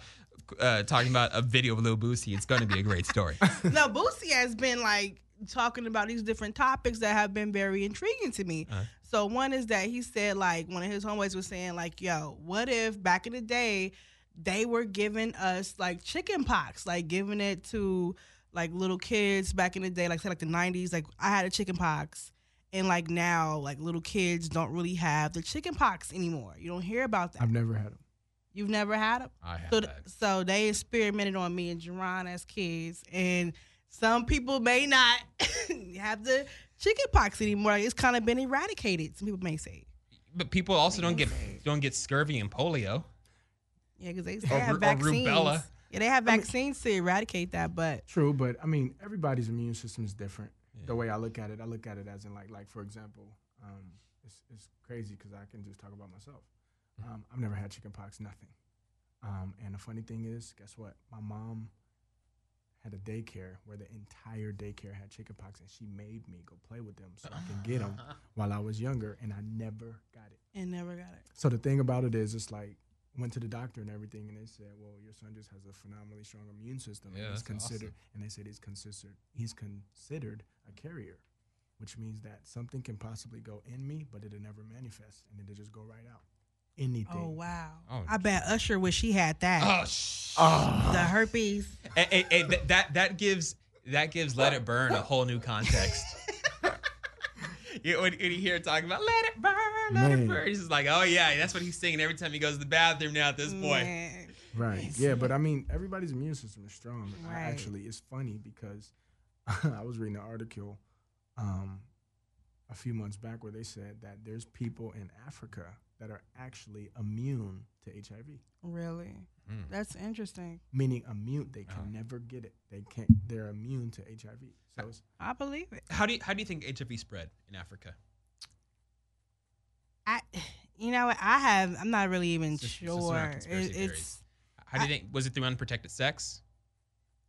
S2: uh, talking about a video of Lil Boosie, it's going to be a great
S3: <laughs>
S2: story.
S3: no, Boosie has been like talking about these different topics that have been very intriguing to me.
S2: Uh-huh.
S3: So one is that he said like one of his homeboys was saying like, "Yo, what if back in the day they were giving us like chicken pox, like giving it to like little kids back in the day, like say like the '90s, like I had a chicken pox." And like now, like little kids don't really have the chicken pox anymore. You don't hear about that.
S4: i've never had them
S3: You've never had them.
S2: I have
S3: So,
S2: that.
S3: so they experimented on me and Jerron as kids, and some people may not <laughs> have the chicken pox anymore. It's kind of been eradicated. Some people may say,
S2: But people also don't get don't get scurvy and polio.
S3: yeah, because they, they
S2: Or ru-
S3: have
S2: or
S3: vaccines.
S2: rubella.
S3: Yeah, they have vaccines to eradicate that, but
S4: true but i mean everybody's immune system is different the way i look at it i look at it as in like like for example um it's, it's crazy because I can just talk about myself. Um, I've never had chickenpox, nothing. Um, and the funny thing is, guess what? My mom had a daycare where the entire daycare had chickenpox, and she made me go play with them so I can get them while I was younger, and I never got it.
S3: and never got it.
S4: So the thing about it is, it's like went to the doctor and everything, and they said, "Well, your son just has a phenomenally strong immune system,
S2: Yeah,
S4: and
S2: that's
S4: he's
S2: awesome.
S4: considered." And they said he's considered he's considered a carrier, which means that something can possibly go in me, but it'll never manifest, and it'll just go right out. Anything.
S3: Oh wow!
S2: Oh. Ah.
S3: I bet Usher wish he had that.
S2: Oh, sh-
S3: the herpes.
S2: Hey, hey, hey, that- that that gives that gives Let It Burn a whole new <laughs> context. you, when, when you hear it talking about Let It Burn, Let It
S4: Man.
S2: Burn, he's just like, oh yeah, that's what he's singing every time he goes to the bathroom now at <laughs> this point.
S3: Man.
S4: Right. Yeah, but I mean, everybody's immune system is strong. I-
S3: Right.
S4: actually, it's funny because <laughs> I was reading an article um, a few months back where they said that there's people in Africa that are actually immune to HIV,
S3: Really?
S2: Hmm.
S3: That's interesting.
S4: meaning immune. They can
S2: Uh-huh.
S4: never get it. They can't. They're immune to HIV. So it's,
S3: I believe it.
S2: How do you how do you think HIV spread in Africa?
S3: I, <sighs> you know, what? I have. I'm not really even
S2: This- this is not
S3: sure.
S2: conspiracy
S3: It-
S2: theories.
S3: it's.
S2: How do you think was it through unprotected sex?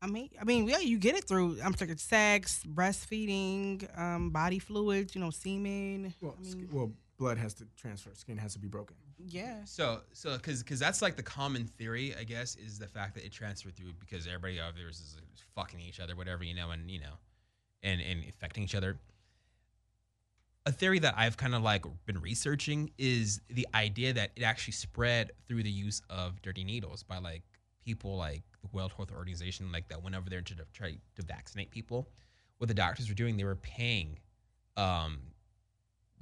S3: I mean, I mean, yeah, you get it through. I'm talking sex, breastfeeding, um, body fluids. You know, semen.
S4: well,
S3: I
S4: sk-
S3: mean,
S4: well, blood has to transfer. Skin has to be broken.
S3: yeah.
S2: So so because because that's like the common theory, I guess, is the fact that it transferred through because everybody out there is is fucking each other, whatever you know, and you know, and and affecting each other. A theory that I've kind of like been researching is the idea that it actually spread through the use of dirty needles by like people like the World Health Organization, like that went over there to try to vaccinate people. What the doctors were doing, they were paying um,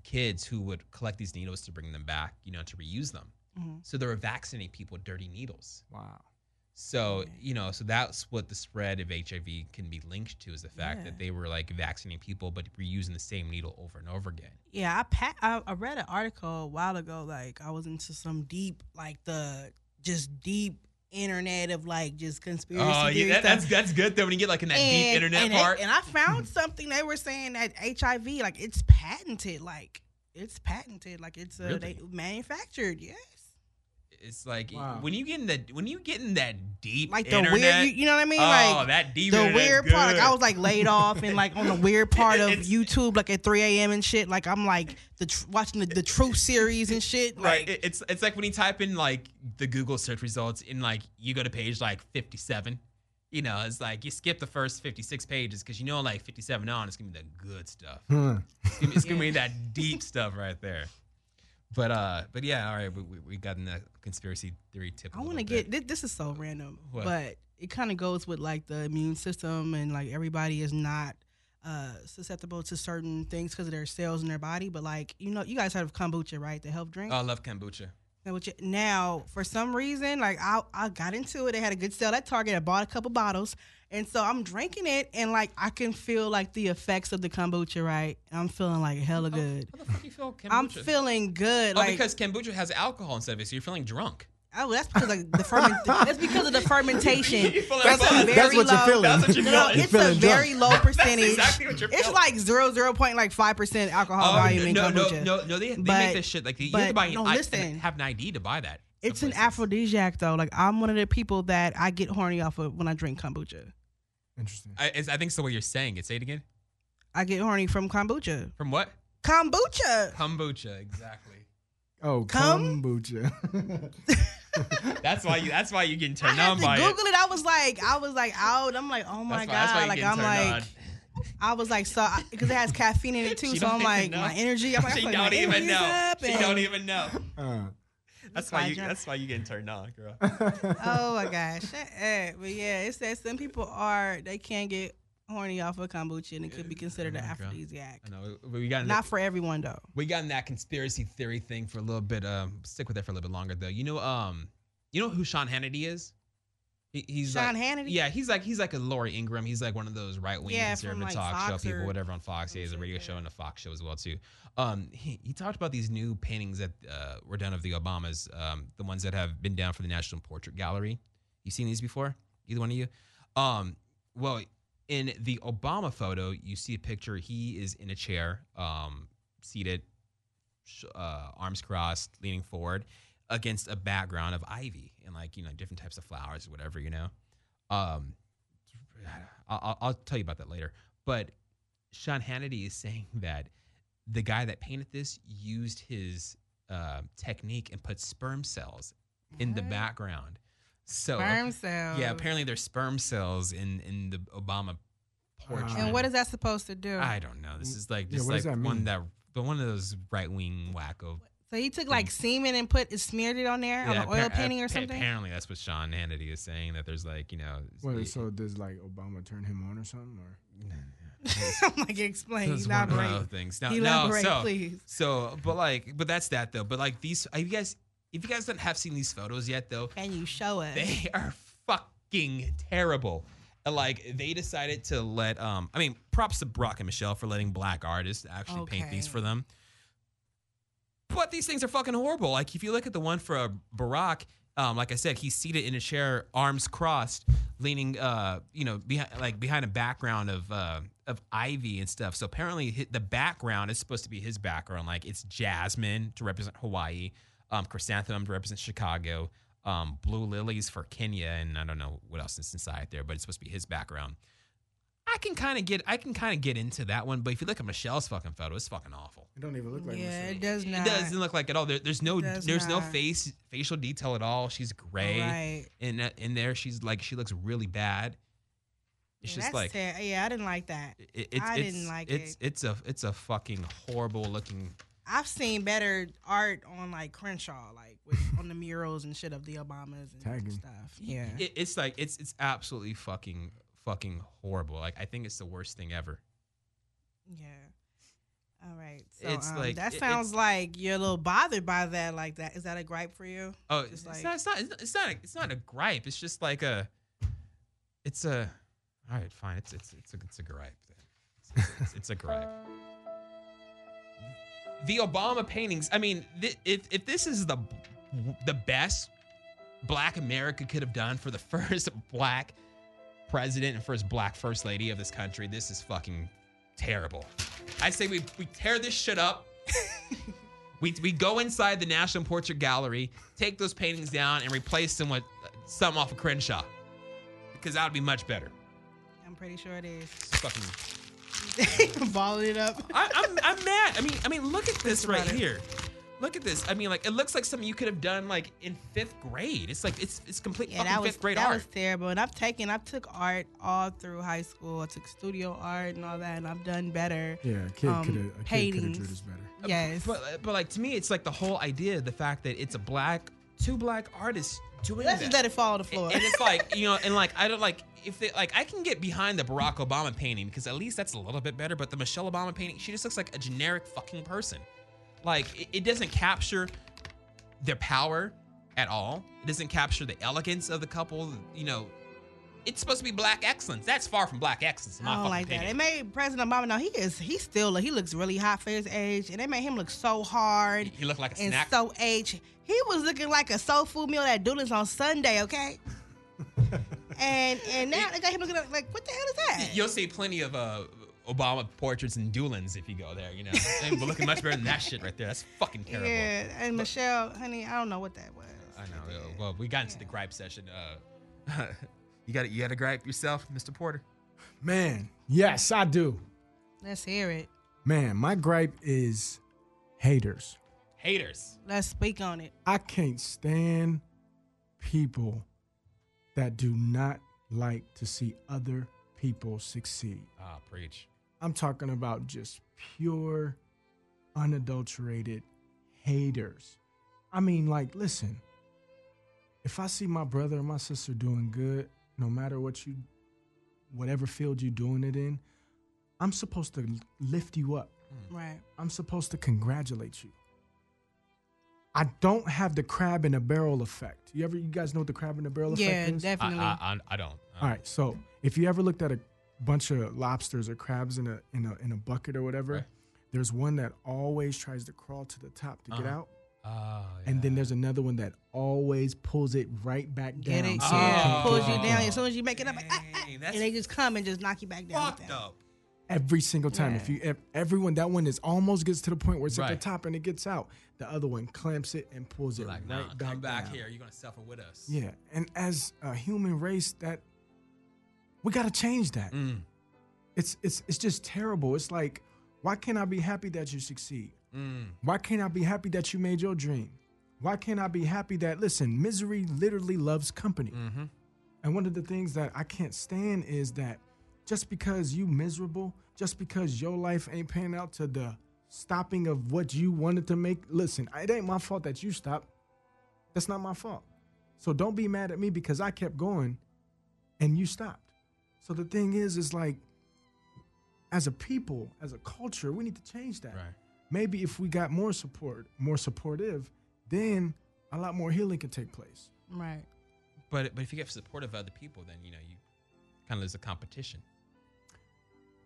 S2: kids who would collect these needles to bring them back, you know, to reuse them.
S3: Mhm.
S2: So they were vaccinating people with dirty needles.
S4: Wow.
S2: So, you know, so that's what the spread of HIV can be linked to is the fact
S3: Yeah.
S2: that they were like vaccinating people, but reusing the same needle over and over again.
S3: Yeah, I, pa- I I read an article a while ago. Like I was into some deep, like the just deep internet of like just conspiracy.
S2: oh, yeah,
S3: theory
S2: that-
S3: stuff.
S2: that's, that's good though when you get like in that deep internet
S3: and they-
S2: part.
S3: and I
S2: <laughs>
S3: found something they were saying that HIV, like it's patented, like it's patented, like it's uh, they
S2: Really?
S3: manufactured. Yes,
S2: it's like
S4: Wow.
S2: when you get in that when you get in that deep
S3: like the
S2: internet,
S3: weird, you, you know what I mean?
S2: oh,
S3: like
S2: that deep
S3: the
S2: internet's
S3: weird part. Like
S2: good.
S3: I was like laid off and like on the weird part of
S2: It's-
S3: YouTube, like at 3 a.m. and shit. Like I'm like the tr- watching the, the Truth series and shit.
S2: Right.
S3: Like,
S2: it- it's it's like when you type in like the Google search results in like you go to page like 57. You know, it's like you skip the first 56 pages because you know like 57 on it's gonna be the good stuff.
S4: Hmm.
S2: It's gonna, it's
S3: <laughs>
S2: gonna be that deep stuff right there. But uh, but yeah, all right, we, we, we got in the conspiracy theory tip.
S3: I want to get thi- this is so random,
S2: What?
S3: but it kind of goes with like the immune system and like everybody is not uh, susceptible to certain things because of their cells in their body. But like you know, you guys heard of kombucha, right? The health drink.
S2: Oh, I love kombucha.
S3: Now, what you- now, for some reason, like I, I got into it. They had a good sale at Target. I bought a couple bottles, and so I'm drinking it, and like I can feel like the effects of the kombucha, right? And I'm feeling like hella good.
S2: How the fuck you feel Oh, kombucha?
S3: <laughs> I'm feeling good.
S2: Oh,
S3: like,
S2: because kombucha has alcohol instead of it, so you're feeling drunk.
S3: Oh, that's because like
S2: <laughs>
S3: the ferment. that's because of the fermentation.
S2: You feel like
S3: That's,
S2: both.
S3: a very
S4: That's what
S3: low,
S4: you're feeling.
S2: That's
S3: <laughs>
S2: what you're
S3: No,
S2: feeling.
S3: it's a
S4: feeling drunk.
S3: very
S2: <laughs>
S3: low percentage.
S2: exactly what you're
S3: It's
S2: feeling.
S3: like zero zero point like five percent alcohol
S2: Oh,
S3: volume in
S2: no, no,
S3: kombucha.
S2: no, no, no, they, they
S3: But-
S2: make this shit like you have to
S3: but,
S2: buy an
S3: no,
S2: I-
S3: listen.
S2: have an ID to buy that.
S3: It's an
S2: someplace.
S3: aphrodisiac though. Like I'm one of the people that I get horny off of when I drink kombucha.
S4: Interesting.
S2: I, it's- I think it's the way you're saying it. Say it again.
S3: I get horny from kombucha.
S2: From what?
S3: Kombucha.
S2: Kombucha, exactly.
S4: Oh,
S3: Come?
S4: kombucha.
S2: <laughs>
S4: <laughs>
S2: That's why you. That's why you're getting
S3: I
S2: turned
S3: had
S2: on
S3: to
S2: by it.
S3: Google it. I was like, I was like out. I'm like, oh my
S2: that's why, that's why you're
S3: god. Like
S2: getting
S3: I'm
S2: turned
S3: like,
S2: on.
S3: I was like, so because it has caffeine in it too.
S2: <laughs> She
S3: So
S2: don't
S3: I'm
S2: even
S3: like,
S2: know.
S3: my energy. I'm like,
S2: she
S3: I'm
S2: don't even know.
S3: Up
S2: She
S3: and-
S2: don't even
S3: <laughs>
S2: know.
S4: uh,
S2: That's why
S3: why I
S2: you.
S3: drink-
S2: That's why you're getting turned on, <laughs> girl.
S3: oh my gosh, shut up. But yeah, it says some people are they can get horny off of kombucha and it could be considered an
S2: Oh my God.
S3: aphrodisiac.
S2: I know. We we got in
S3: Not
S2: the-
S3: for everyone though.
S2: we got in that conspiracy theory thing for a little bit. Um, stick with that for a little bit longer though. You know, um, you know who Sean Hannity is? He, he's
S3: Sean
S2: like,
S3: Hannity?
S2: Yeah, he's like he's like a Lori Ingram. He's like one of those right wing
S3: Yeah, from,
S2: conservative
S3: like,
S2: talk
S3: Fox
S2: show people,
S3: or
S2: whatever on Fox. He has a
S3: something,
S2: radio
S3: yeah.
S2: show and a Fox show as well too. Um, he, he talked about these new paintings that uh, were done of the Obamas, um, the ones that have been down for the National Portrait Gallery. You seen these before? Either one of you? Um, well, in the Obama photo, you see a picture. He is in a chair, um, seated, sh- uh, arms crossed, leaning forward against a background of ivy and like you know different types of flowers, or whatever you know. Um, I'll- I'll, I'll tell you about that later. But Sean Hannity is saying <laughs> that the guy that painted this used his uh, technique and put sperm cells in the background. So
S3: Sperm cells.
S2: yeah, apparently there's sperm cells in in the Obama portrait.
S3: And what is that supposed to do?
S2: I don't know. This is like
S4: Yeah,
S2: just
S4: what
S2: like
S4: does that
S2: one
S4: mean?
S2: that but one of those right wing wacko.
S3: so he took like semen and put smeared it on there on
S2: Mm. Yeah, uh,
S3: an oil
S2: appa-
S3: painting or
S2: appa-
S3: something.
S2: Apparently that's what Sean Hannity is saying that there's like you know. <laughs>
S4: Wait, so <laughs> does like Obama turn him on or something? Or
S3: <laughs> I'm like, explain,
S2: Those one- one of
S3: elaborate,
S2: those things. No,
S3: elaborate,
S2: no, so,
S3: please.
S2: So, but like, but that's that though. But like these, if you guys, if you guys don't have seen these photos yet though,
S3: Can you show us?
S2: they <laughs> are fucking terrible. And, Like they decided to let um I mean props to Brock and Michelle for letting black artists actually paint these
S3: Okay.
S2: for them. But these things are fucking horrible. Like if you look at the one for uh, Barack, um like I said, he's seated in a chair, arms crossed, leaning uh you know behind like behind a background of uh of ivy and stuff. So apparently hi- the background is supposed to be his background. Like it's jasmine to represent Hawaii, um chrysanthemum to represent Chicago, um, blue lilies for Kenya, and I don't know what else is inside there, but it's supposed to be his background. I can kind of get, I can kind of get into that one, but if you look at Michelle's fucking photo, it's fucking awful.
S4: it don't even look like
S3: yeah,
S4: Michelle.
S3: it does not.
S2: It doesn't look like at all. There, there's no,
S3: Does
S2: there's no
S3: not.
S2: face, facial detail at all. She's gray,
S3: Right.
S2: and uh, in there she's like, she looks really bad. It's
S3: Yeah,
S2: just
S3: that's
S2: like,
S3: ter- yeah, I didn't like that.
S2: it, it's,
S3: I
S2: it's,
S3: didn't like
S2: it's,
S3: it.
S2: it's a, it's a fucking horrible looking.
S3: I've seen better art on like Crenshaw, like with,
S2: <laughs>
S3: on the murals and shit of the Obamas and
S4: Tagging.
S3: stuff. Yeah,
S2: It, it's like, it's, it's absolutely fucking, fucking horrible. Like I think it's the worst thing ever.
S3: yeah. All right, so
S2: It's
S3: um,
S2: like-
S3: that
S2: it-
S3: sounds like you're a little bothered by that. Like that, is that a gripe for you?
S2: Oh, it's,
S3: Just like-
S2: not, it's not. It's not. It's not. A, it's not a gripe. It's just like a. It's a. All right, fine. It's it's it's a it's a gripe. Then. It's, it's, it's a gripe. The Obama paintings. I mean, th- if if this is the the best Black America could have done for the <laughs> first Black president and first Black first lady of this country, this is fucking terrible. I say we we tear this shit up. We, we go inside the National Portrait Gallery, take those paintings down, and replace them with uh, some off of Crenshaw. Because that would be much better.
S3: I'm pretty sure it is.
S2: It's fucking,
S3: <laughs> Balling it up.
S2: I, I'm, I'm mad. I mean, I mean, look at this right
S3: about it.
S2: here. Look at this. I mean, like it looks like something you could have done like in fifth grade. It's like it's it's complete
S3: Yeah,
S2: fucking
S3: that was
S2: fifth grade
S3: that
S2: art.
S3: was terrible. And I've taken, I took art all through high school. I took studio art and all that, and I've done better.
S4: Yeah, a kid
S3: Um,
S4: could have. A kid could have
S3: paintings.
S4: drew this better.
S3: Yes,
S2: But but like to me, it's like the whole idea, the fact that it's a black two black artists doing
S3: let's
S2: that.
S3: just let it fall to the floor.
S2: and it's like you know and like i don't like if they like i can get behind the barack obama painting because at least that's a little bit better but the michelle obama painting she just looks like a generic fucking person like it, it doesn't capture their power at all it doesn't capture the elegance of the couple you know it's supposed to be black excellence that's far from black excellence in my
S3: I don't
S2: fucking
S3: like
S2: opinion.
S3: that. It made President Obama. No, he is. He still. He looks really hot for his age, and they made him look so hard
S2: he looked like a
S3: and
S2: snack
S3: so aged. He was looking like a soul food meal at Doolins on Sunday. Okay.
S4: <laughs>
S3: and and now they got him looking like, like, what the hell is that?
S2: You'll see plenty of uh, Obama portraits and doolins if you go there,
S3: <laughs>
S2: you know. but looking much better than that shit right there. That's fucking terrible.
S3: yeah, and Michelle, honey, I don't know what that was.
S2: I know. uh, Well, we got into the gripe session. Uh, <laughs> you got you got to gripe yourself, Mr. Porter.
S4: Man, yes, I do.
S3: Let's hear it.
S4: Man, my gripe is haters.
S2: Haters.
S3: Let's speak on it.
S4: I can't stand people that do not like to see other people succeed.
S2: Ah, preach.
S4: I'm talking about just pure, unadulterated haters. I mean, like, listen, if I see my brother or my sister doing good, no matter what you, whatever field you're doing it in, I'm supposed to lift you up.
S3: Right.
S4: I'm supposed to congratulate you. I don't have the crab in a barrel effect. You ever, you guys know what the crab in a barrel
S3: Yeah,
S4: effect is?
S3: definitely.
S2: I don't. Uh,
S4: All right. So if you ever looked at a bunch of lobsters or crabs in a in a in a bucket or whatever,
S2: Right.
S4: there's one that always tries to crawl to the top to get
S2: Uh-huh.
S4: out, and then there's another one that always pulls it right back
S3: Get
S4: down.
S3: it?
S4: so you
S3: yeah.
S4: can't
S2: Oh.
S3: Pulls
S4: get
S3: you
S4: it
S3: down as soon as you make it up. like, ah, ah,
S2: Dang,
S3: and
S2: that's
S3: they just come and just knock you back down. with
S2: fucked
S3: them.
S2: up.
S4: every single time. If you if everyone that one is almost gets to the point where it's at
S2: Right.
S4: the top and it gets out, the other one clamps it and pulls it
S2: Like,
S4: right
S2: nah, come back
S4: down.
S2: here. You're gonna suffer with us.
S4: Yeah, and as a human race, that we got to change that.
S2: Mm,
S4: It's it's it's just terrible. It's like, why can't I be happy that you succeed?
S2: mm.
S4: Why can't I be happy that you made your dream? Why can't I be happy that listen, misery literally loves company. And one of the things that I can't stand is that just because you miserable, just because your life ain't panning out to the stopping of what you wanted to make, listen, it ain't my fault that you stopped. That's not my fault. So don't be mad at me because I kept going and you stopped. So the thing is is like as a people, as a culture, we need to change that.
S2: Right.
S4: Maybe if we got more support, more supportive, then a lot more healing could take place.
S3: Right.
S2: But but if you get support of other people, then you know you kind of there's a competition.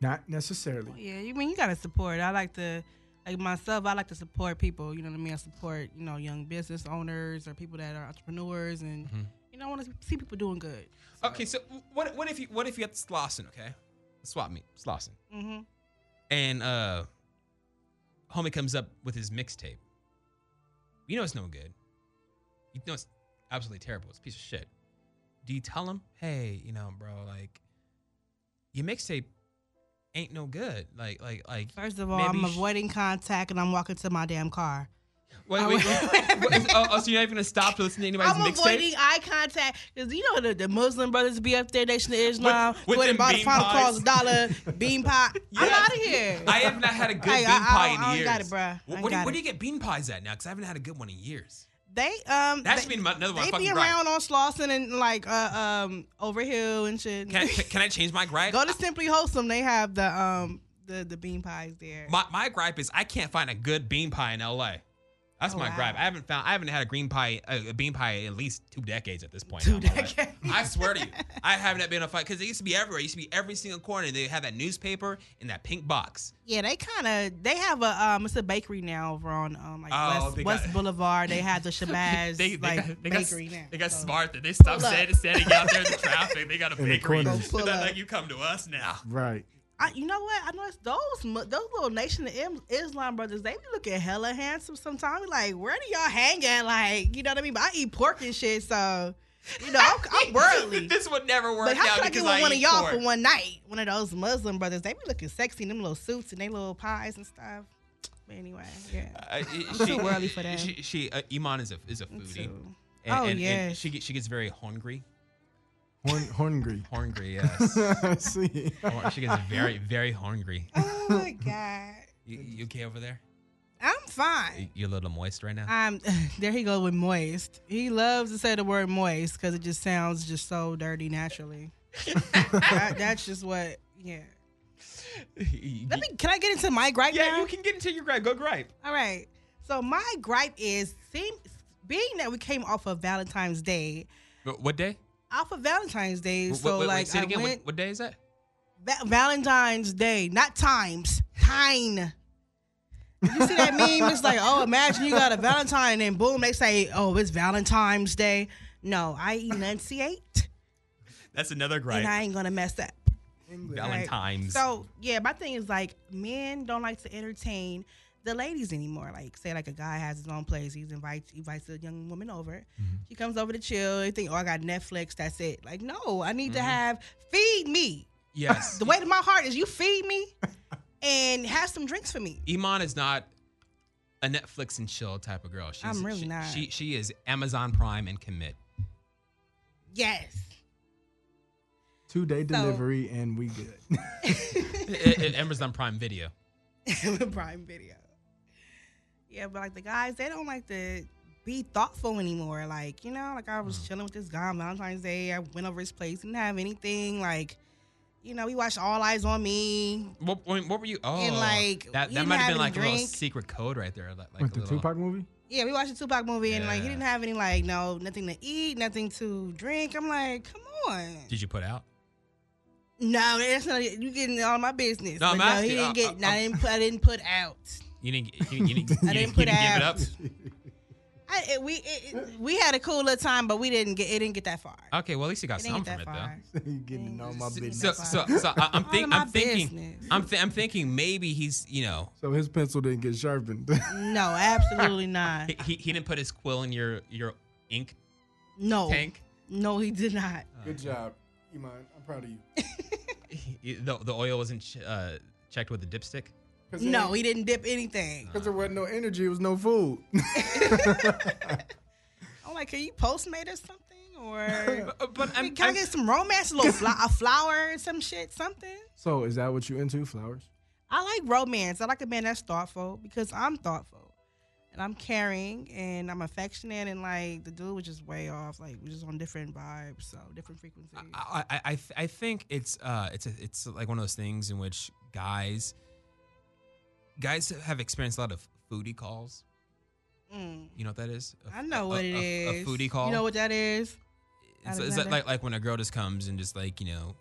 S4: Not necessarily.
S3: Yeah, you mean you gotta support. I like to, like myself, I like to support people. You know what I mean? I support you know young business owners or people that are entrepreneurs, and
S2: Mm-hmm.
S3: you know I want to see people doing good.
S2: Okay, so what what if you what if you had Slauson? Okay, swap me Slauson,
S3: Mm-hmm.
S2: and uh, homie comes up with his mixtape. You know it's no good. You know it's absolutely terrible. It's a piece of shit. Do you tell him, hey, you know, bro, like your mixtape ain't no good. Like like like.
S3: First of all,
S2: maybe
S3: I'm
S2: you sh-
S3: avoiding contact and I'm walking to my damn car.
S2: Wait, wait,
S3: <laughs>
S2: wait. oh, oh, so you're not even gonna stop to listen to anybody's
S3: I'm
S2: mixtape?
S3: avoiding eye contact because you know the, the Muslim brothers be up there, Nation of Islam,
S2: with
S3: going
S2: them
S3: and buy the
S2: bean
S3: final
S2: pies.
S3: cause
S2: <laughs>
S3: a dollar, bean pie. I'm
S2: Yeah.
S3: out of here.
S2: I have not had a good
S3: Hey,
S2: bean
S3: I-
S2: pie
S3: I-
S2: in
S3: I don't
S2: years.
S3: got it, bruh.
S2: Wh-
S3: I
S2: What, do, you-
S3: got
S2: what
S3: it.
S2: do you get bean pies at now? Because I haven't had a good one in years.
S3: they um
S2: That should
S3: they,
S2: be my- another one.
S3: they
S2: fucking
S3: be
S2: gripe.
S3: around on Slauson and like uh um Overhill and shit. <laughs>
S2: Can I, can I change my gripe?
S3: Go to Simply Wholesome. They have the um the the bean pies there.
S2: my, my gripe is I can't find a good bean pie in LA. That's
S3: Oh,
S2: my
S3: wow.
S2: gripe. I haven't found. I haven't had a green pie, a, a bean pie, in at least two decades at this point.
S3: Two
S2: in my life.
S3: decades.
S2: I swear to
S3: <laughs>
S2: you, I haven't been on a fight because it used to be everywhere. It used to be every single corner. They have that newspaper in that pink box.
S3: yeah, they kind of they have a um it's a bakery now over on um like
S2: Oh,
S3: West,
S2: they got-
S3: West Boulevard. They have the
S2: <laughs>
S3: Shabazz
S2: They, they
S3: like
S2: got, they got,
S3: bakery now.
S2: They got
S3: So-
S2: smart. They stopped
S3: Pull up.
S2: standing, standing out there in the traffic. They got a
S4: the
S2: bakery.
S4: corners.
S2: It's <laughs>
S3: Pull
S2: not
S3: up.
S2: like you come to us now.
S4: Right.
S3: I, you know what? I know it's those mu- those little Nation of Im- Islam brothers. They be looking hella handsome sometimes. Like, where do y'all hang at? Like, you know what I mean? But I eat pork and shit, so you know I'm,
S2: <laughs>
S3: I'm worldly.
S2: this would never work
S3: But how
S2: out
S3: could I
S2: because
S3: get with one of
S2: eat
S3: y'all
S2: pork.
S3: for one night? One of those Muslim brothers. They be looking sexy in them little suits and they little pies and stuff. But anyway, yeah.
S2: Uh,
S3: <laughs> I'm too worldly for that.
S2: She, she uh, Iman is a is a
S3: So,
S2: foodie.
S3: Oh,
S2: and
S3: yes.
S2: she gets she gets very hungry.
S4: Horn, <laughs> hungry.
S2: Hungry,
S3: <laughs>
S2: yes.
S4: See.
S2: Hor- she gets very very hungry.
S3: oh my god,
S2: You, you okay over there?
S3: I'm
S2: You-
S3: fine.
S2: You're a little moist right <laughs> now.
S3: I'm <laughs> there. He goes with moist. He loves to say the word moist because it just sounds just so dirty naturally. That- that's just what. Yeah. Let me. Can I get into my gripe now?
S2: can get into your gripe. Go gripe.
S3: All right. So my gripe is seem, being that we came off of Valentine's Day.
S2: What day?
S3: Off of Valentine's Day,
S2: Wh- wh-
S3: so
S2: wait, wait,
S3: like
S2: say it
S3: I
S2: again. What-
S3: went.
S2: What, day is that?
S3: Va- Valentine's Day, not times, time. You see that meme? It's like, oh, imagine you got a Valentine, and boom, they say, oh, it's Valentine's Day. No, I enunciate,
S2: That's another
S3: and I ain't gonna mess up. Right.
S2: Valentine's.
S3: So yeah, my thing is like men don't like to entertain the ladies anymore. Like say like a guy has his own place, he's invites invites a young woman over. She comes over to chill. You think, oh, I got Netflix. That's it. Like no, I need to have feed me.
S2: <laughs> yes.
S3: The weight of my heart is you feed me and have some drinks for me.
S2: Iman is not a Netflix and chill type of girl. She's,
S3: I'm really
S2: she,
S3: not.
S2: She she is Amazon Prime and commit.
S3: Yes. <laughs>
S4: Two day
S3: So-
S4: delivery and we good.
S2: Eh, eh, Amazon Prime Video.
S3: With Prime Video. Yeah, but like the guys, they don't like to be thoughtful anymore. Like, you know, like I was
S2: Mm.
S3: chilling with this guy on Valentine's Day. I went over his place, didn't have anything. Like, you know, we watched All Eyes on Me.
S2: What, I mean, what were you? Oh,
S3: like,
S2: that,
S3: you
S2: that
S3: didn't
S2: might have
S3: have
S2: been
S3: any
S2: like a little
S3: drink.
S2: secret code right there. Like, like
S4: <laughs> With
S2: a
S4: the
S2: little-
S4: Tupac movie?
S3: Yeah, we watched the Tupac movie and like he
S2: Yeah.
S3: didn't have any like no nothing to eat, nothing to drink. I'm like, come on.
S2: Did you put out?
S3: No, that's not you getting all my business.
S2: No,
S3: No,
S2: I'm
S3: no he
S2: asking. I-
S3: didn't get.
S2: I-
S3: no, I, didn't. put- I didn't put out.
S2: You didn't. You, you didn't. you
S3: I
S2: didn't,
S3: didn't
S2: you
S3: put
S2: didn't give it up.
S3: out. I <laughs> I, it, we it, it- we had a cool little time, but we didn't get it didn't get that far.
S2: Okay, well at least you got
S3: It didn't
S2: some
S3: get
S2: from it
S3: that far.
S2: though.
S4: <laughs> you getting to know my business.
S2: So, so, so I, I'm, think,
S3: my
S2: I'm thinking,
S3: business.
S2: I'm, th- I'm thinking maybe he's, you know,
S4: So his pencil didn't get sharpened. <laughs>
S2: <laughs>
S3: No, absolutely not.
S2: he, he, he didn't put his quill in your your ink
S3: No,
S2: tank.
S3: no, he did <laughs> not.
S4: Good job, Iman. I'm proud of
S3: <laughs>
S4: you.
S2: He- the, the oil wasn't ch- uh, checked with a dipstick.
S3: No, he didn't dip anything.
S2: Uh-huh.
S4: because there wasn't no energy. It was no food. <laughs>
S3: I'm like, can you Postmate or something? Or
S2: But, but I'm,
S3: can <laughs> I get some romance, <laughs> a little fla- a flower and some shit, something?
S4: so is that what you into? Flowers?
S3: I like romance. I like a man that's thoughtful because I'm thoughtful and I'm caring and I'm affectionate and like the dude was just way off. Like we're just on different vibes, so different frequencies.
S2: I, I, I, th- I think it's uh it's a, it's like one of those things in which guys guys have experienced a lot of foodie calls.
S3: Mm.
S2: You know what that is? A-
S3: I know what
S2: a,
S3: it
S2: a-
S3: is.
S2: A foodie call.
S3: You know what that is?
S2: It's, it's
S3: Alexander?
S2: like like when a girl just comes and just like you know,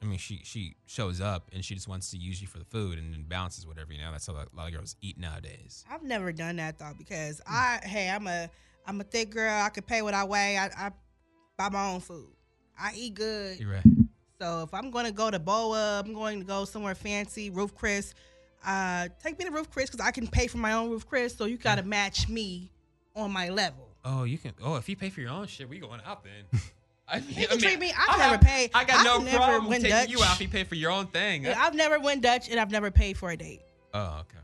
S2: I mean she she shows up and she just wants to use you for the food and then bounces whatever you know. That's how a lot of girls eat nowadays.
S3: I've never done that though because
S2: Mm.
S3: I hey I'm a I'm a thick girl. I can pay what I weigh. I, I buy my own food. I eat good.
S2: You're right.
S3: So if I'm going to go to Boa, I'm going to go somewhere fancy, Roof Chris. Uh, take me to Roof Chris because I can pay for my own Roof Chris. So you got to match me on my level.
S2: Oh, you can. Oh, if you pay for your own shit, we going out <laughs> then. I mean,
S3: can treat me- I've
S2: I
S3: never
S2: have-
S3: paid-
S2: I got
S3: I've
S2: no
S3: never
S2: problem
S3: went
S2: taking
S3: Dutch.
S2: you out if you pay for your own thing.
S3: <laughs> Yeah, I've never went Dutch and I've never paid for a date.
S2: oh, okay.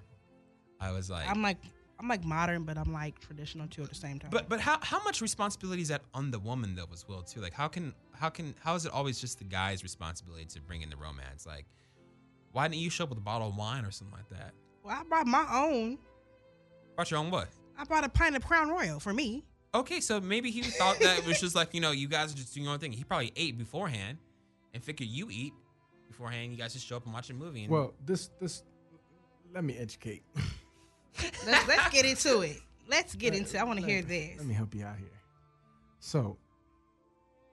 S2: I was like,
S3: I'm like I'm like modern, but I'm like traditional too at the same time.
S2: But but how how much responsibility is that on the woman though as well too? Like how can how can how is it always just the guy's responsibility to bring in the romance? Like why didn't you show up with a bottle of wine or something like that?
S3: well, I brought my own.
S2: Brought your own what?
S3: I brought a pint of Crown Royal for me.
S2: Okay, so maybe he thought that it was just like you know you guys are just doing your own thing. He probably ate beforehand and figured you eat beforehand. You guys just show up and watch a movie. And,
S4: Well, this this. Let me educate.
S3: Let's let's get into it. Let's get into. I want to hear this.
S4: <laughs> Let me help you out here. So,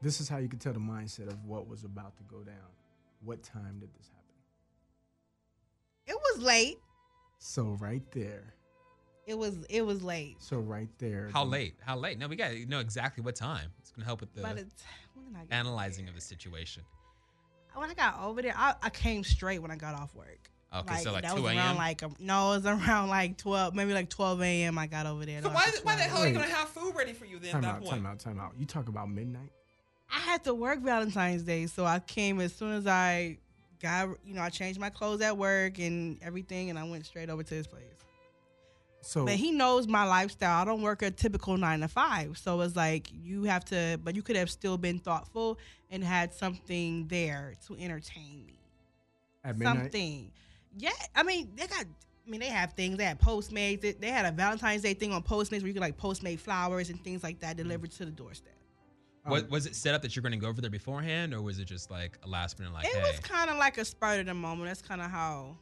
S4: this is how you could tell the mindset of what was about to go down. What time did this happen?
S3: It was late.
S4: So right there.
S3: It was it was late.
S4: So right there.
S2: how
S4: the-
S2: late? How late? No, we got to know exactly what time. It's gonna help with the
S3: By the t- when did I get
S2: analyzing
S3: there?
S2: of the situation.
S3: when I got over there, I, I came straight when I got off work.
S2: Okay, so like
S3: that
S2: two
S3: was
S2: a.m.
S3: around like um, no, it was around like twelve, maybe like twelve a.m. I got over there.
S2: so
S3: Like,
S2: why,
S3: at
S2: why the
S3: 12.
S2: hell are you
S4: Wait.
S2: gonna have food ready for you then? at
S4: Time
S2: that
S4: out.
S2: point?
S4: Time out. Time out. You talk about midnight.
S3: I had to work Valentine's Day, so I came as soon as I got, you know, I changed my clothes at work and everything, and I went straight over to his place.
S4: So
S3: But he knows my lifestyle. I don't work a typical nine to five, so it's like you have to, but you could have still been thoughtful and had something there to entertain me.
S4: at midnight.
S3: something. Yeah, I mean they got. I mean they have things. They had Postmates. They, they had a Valentine's Day thing on Postmates where you could like Postmate flowers and things like
S4: Mm.
S3: that delivered to the doorstep.
S2: Was,
S4: Um,
S2: was it set up that you're going to go over there beforehand, or was it just like a last minute, like,
S3: It
S2: hey,
S3: was kind of like a spur of the moment. That's kind of how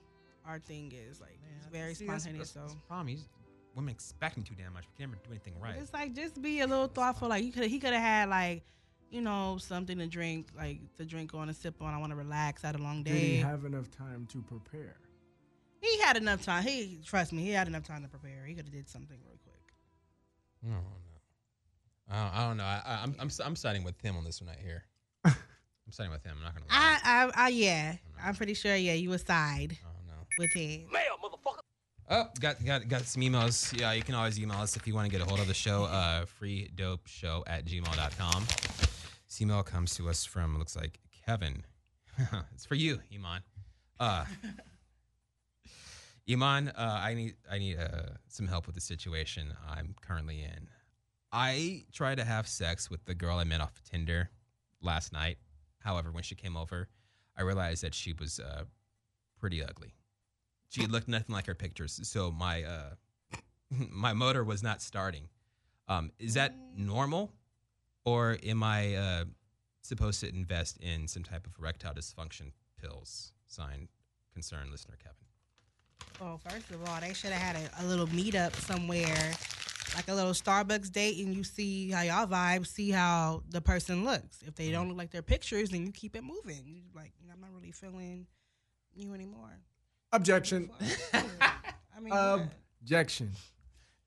S3: our thing is. Like it's very
S2: See, that's-
S3: spontaneous.
S2: That's,
S3: so
S2: that's the problem. You just- women expect too damn much. We can never do anything right.
S3: it's like just be a little thoughtful. Like you could he could have had like you know something to drink, like to drink on and sip on. I want to relax. I had a long day.
S4: did he have enough time to prepare?
S3: he had enough time. He trust me. He had enough time to prepare. He could have did something really quick.
S2: I don't know. I don't, I don't know. I, I, I'm, I'm, I'm siding with him on this one right <laughs> here. I'm siding with him. I'm not going to lie.
S3: I, I, I, yeah, I'm pretty sure. Yeah, you aside
S2: I don't know.
S3: with him.
S2: Oh, got got got some emails. Yeah, you can always email us if you want to get a hold of the show. Uh, free dope show at gmail.com. This email comes to us from looks like Kevin. <laughs> it's for you, Iman. Uh, <laughs> Iman, uh, I need I need uh, some help with the situation I'm currently in. I tried to have sex with the girl I met off Tinder last night. However, when she came over, I realized that she was uh, pretty ugly she looked nothing like her pictures. So my uh, <laughs> my motor was not starting. Um, is that normal, or am I uh, supposed to invest in some type of erectile dysfunction pills? Signed, concerned listener Kevin.
S3: Well, first of all, they should have had a, a little meetup somewhere, like a little Starbucks date, and you see how y'all vibe, see how the person looks. If
S4: Mm-hmm.
S3: they don't look like their pictures, then you keep it moving. You like, I'm not really feeling you anymore.
S4: Objection.
S3: I mean,
S4: Objection.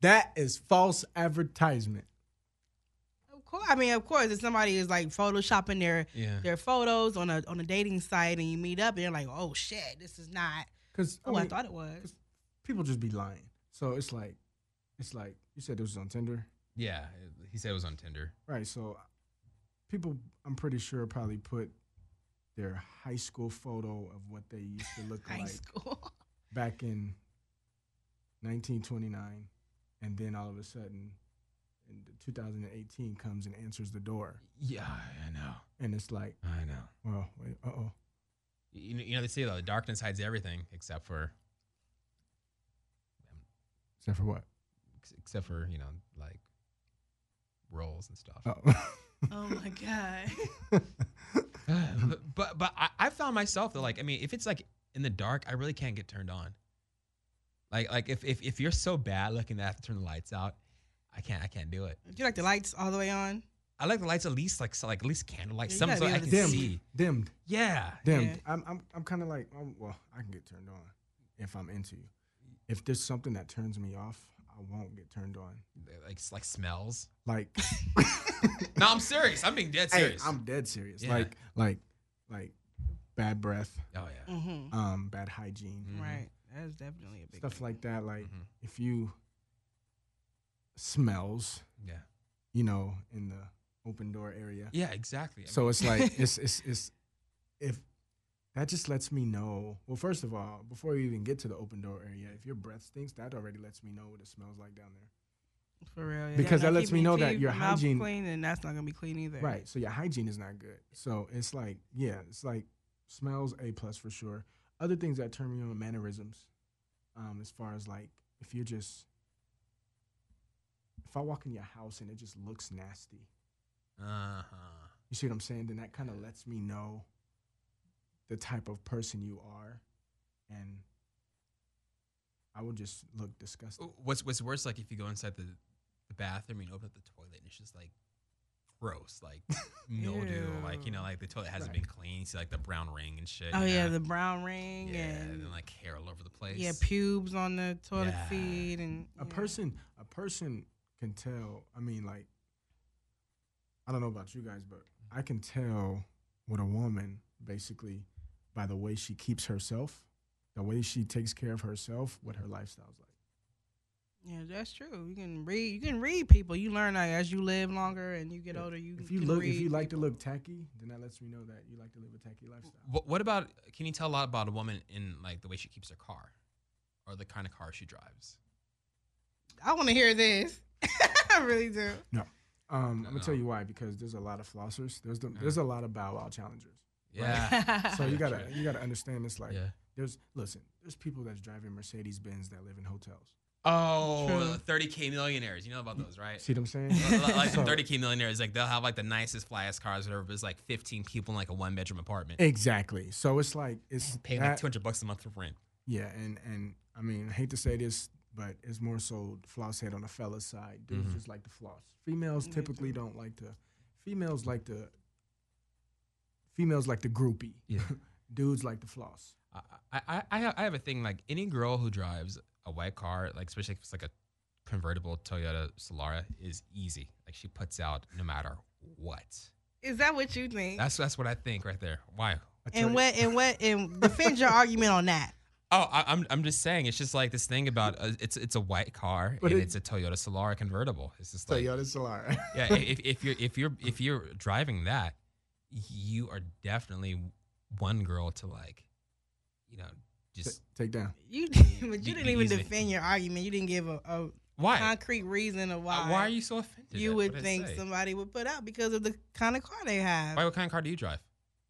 S4: That is false advertisement.
S3: Of course, I mean, of course, if somebody is like photoshopping their
S2: Yeah.
S3: their photos on a on a dating site and you meet up and you're like, oh shit, this is not
S4: Because
S3: who Oh, I thought it was.
S4: people just be lying. So it's like, it's like you said this was on Tinder,
S2: Yeah, he said it was on Tinder.
S4: right? So people, I'm pretty sure, probably put their high school photo of what they used to look
S3: High
S4: like
S3: school. <laughs>
S4: back in 1929, and then all of a sudden, in 2018 comes and answers the door,
S2: Yeah, I know.
S4: and it's like,
S2: I know.
S4: well, wait, uh oh.
S2: You, you know they say the darkness hides everything except for
S4: Except for what?
S2: except for you know like roles and stuff. <laughs>
S4: Oh.
S3: oh my god.
S2: but <laughs> but, but I, I found myself though like I mean if it's like in the dark I really can't get turned on. Like like if if, if you're so bad looking that I have to turn the lights out, I can't I can't do it.
S3: Do you like the lights all the way on?
S2: I like the lights at least like so like at least candlelight
S3: Yeah, you
S2: some
S3: gotta
S2: so
S3: be
S2: I
S3: able
S2: can
S3: to
S4: dimmed,
S2: see.
S4: dimmed,
S2: Yeah.
S4: dimmed.
S3: Yeah.
S4: I'm, I'm, I'm kind of like, um, well, I can get turned on if I'm into you. If there's something that turns me off, I won't get turned on.
S2: Like s- like smells. <laughs>
S4: Like,
S2: No, I'm serious. I'm being dead
S4: hey,
S2: serious.
S4: I'm dead serious.
S2: Yeah.
S4: Like, like, like, bad breath,
S2: oh yeah.
S3: Mm-hmm.
S4: um, bad hygiene,
S2: Mhm.
S3: Right. That is definitely a
S2: Mm,
S3: big
S4: stuff
S3: thing.
S4: like that. Like,
S2: Mhm.
S4: if you smells,
S2: Yeah.
S4: you know, in the open door area.
S2: Yeah, exactly. I mean,
S4: So
S2: <laughs>
S4: it's like it's it's it's if that just lets me know. Well, first of all, before you even get to the open door area, if your breath stinks, that already lets me know what it smells like down there.
S3: for real. yeah.
S4: Because
S3: Now
S4: that lets
S3: keep
S4: me know that
S3: keep
S4: your
S3: mouth
S4: hygiene-
S3: clean and that's not gonna be clean either.
S4: Right. So your hygiene is not good. So it's like yeah, it's like smells a plus for sure. Other things that turn me on mannerisms, um, as far as like if you're just if I walk in your house and it just looks nasty,
S2: uh-huh.
S4: You see what I'm saying? Then that kind of lets me know the type of person you are, and I would just look disgusted.
S2: Oh, What's what's worse, like if you go inside the, the bathroom and you open up the toilet and it's just like gross,
S3: <laughs>
S2: like mildew, or, like you know, like the toilet hasn't
S4: Right.
S2: been clean. You see like the brown ring and shit.
S3: Oh
S2: you
S3: yeah,
S2: know?
S3: the brown ring
S2: yeah,
S3: and,
S2: and then like hair all over the place.
S3: yeah, pubes on the toilet
S2: Yeah.
S3: seat and
S4: A
S3: yeah.
S4: person, a person can tell. I mean, like, I don't know about you guys, but I can tell with a woman basically by the way she keeps herself, the way she takes care of herself, what her lifestyle's like.
S3: Yeah, that's true. You can read. You can read people. You learn like, as you live longer and you get older. You
S4: If you
S3: can
S4: look,
S3: read
S4: if you like to
S3: people.
S4: look tacky, then that lets me know that you like to live a tacky lifestyle.
S2: What, what about? Can you tell a lot about a woman in like the way she keeps her car, or the kind of car she drives?
S3: I want to hear this. <laughs> I really do.
S4: Um, I'm
S2: No.
S4: gonna tell you why because there's a lot of flossers. There's the, there's a lot of bow wow challengers.
S3: <laughs>
S2: Yeah.
S4: So you gotta
S2: Sure.
S4: you gotta understand this. Like
S2: Yeah.
S4: there's listen, there's people that's driving Mercedes Benz that live in hotels.
S2: Oh,
S3: True.
S2: the 30k millionaires. You know about those, right?
S4: See what I'm saying?
S2: Li-
S3: <laughs>
S2: like the
S4: So-
S2: 30k millionaires, like they'll have like the nicest, flyest cars, whatever. But it's like 15 people in like a one bedroom apartment,
S4: exactly. So it's like it's
S2: paying like
S4: that,
S2: 200 bucks a month for rent.
S4: yeah, and and I mean I hate to say this, but it's more so floss head on the fella's side. Dudes
S2: Mhm.
S4: just like to floss. Females
S3: Me
S4: typically don't like to. Females like to. Females like the groupie.
S2: Yeah.
S4: Dudes like to floss.
S2: I, I, I, have, I have a thing like any girl who drives a white car, like especially if it's like a convertible Toyota Solara, is easy. Like she puts out no matter what.
S3: Is that what you think?
S2: That's that's what I think right there. Why?
S4: I tell
S3: and
S4: you-
S3: what and what
S4: <laughs>
S3: and defend your argument on that.
S2: Oh, I, I'm I'm just saying. It's just like this thing about uh, it's it's a white car
S4: But
S2: and
S4: it-
S2: it's a Toyota Solara convertible. It's just like
S4: Toyota Solara. <laughs>
S2: yeah. If, if you're if you're if you're driving that, you are definitely one girl to like, you know, just
S4: Take down.
S2: <laughs>
S3: You but
S2: Be-
S3: you didn't
S2: be
S3: even
S2: easy.
S3: defend your argument. You didn't give a, a
S2: why
S3: concrete reason of
S2: Uh,
S3: why.
S2: why are you so offended?
S3: You
S2: at
S3: would
S2: what I
S3: think
S2: say?
S3: somebody would put out because of the kind of car they have.
S2: Why? What kind of car do you drive?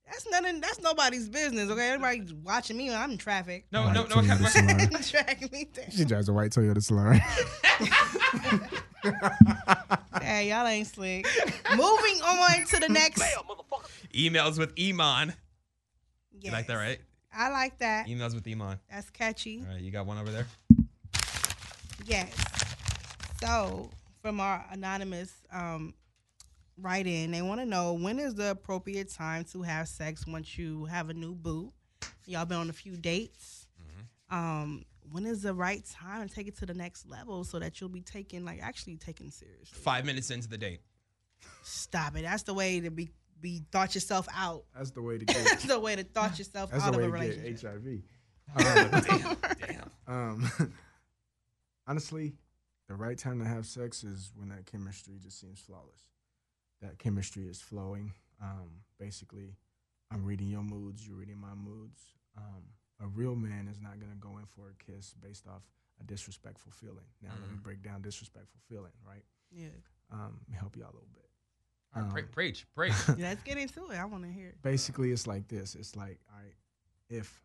S3: That's nothing. That's nobody's business. Okay, everybody's watching me. when I'm in traffic.
S2: No,
S4: White
S2: no, no. What kind, what,
S4: Toyota
S3: <laughs>
S4: Solara.
S3: Track me
S4: She
S3: down.
S4: drives a white Toyota Solara.
S3: Hey, y'all
S2: <laughs>
S3: ain't slick. Moving on to the next.
S2: <laughs> emails with Iman. You
S3: Yes.
S2: like that, right?
S3: I like that.
S2: Emails with Iman.
S3: That's catchy.
S2: All right, you got one over there.
S3: Yes. So, from our anonymous um, write in, they want to know when is the appropriate time to have sex once you have a new boo? Y'all been on a few dates. um, when is the right time to take it to the next level so that you'll be taken like actually taken seriously?
S2: Five minutes into the date.
S3: Stop it. That's the way to be be thought yourself out.
S4: <laughs> That's the way to get.
S3: That's the way to thought yourself
S4: That's
S3: out
S4: the
S3: of
S4: way
S3: a
S4: to
S3: relationship.
S4: get HIV. Um,
S2: Damn, damn.
S4: <laughs> um, honestly, the right time to have sex is when that chemistry just seems flawless. That chemistry is flowing. Um, basically, I'm reading your moods, you're reading my moods. Um, a real man is not going to go in for a kiss based off a disrespectful feeling. Now, let me break down disrespectful feeling, right?
S3: Yeah.
S4: Um, let me help you out a little bit.
S2: All right,
S4: Um,
S3: Oh.
S2: pre- preach,
S3: <laughs>
S2: preach.
S3: Let's get into it. I want to hear. it.
S4: basically it's like this it's like all right if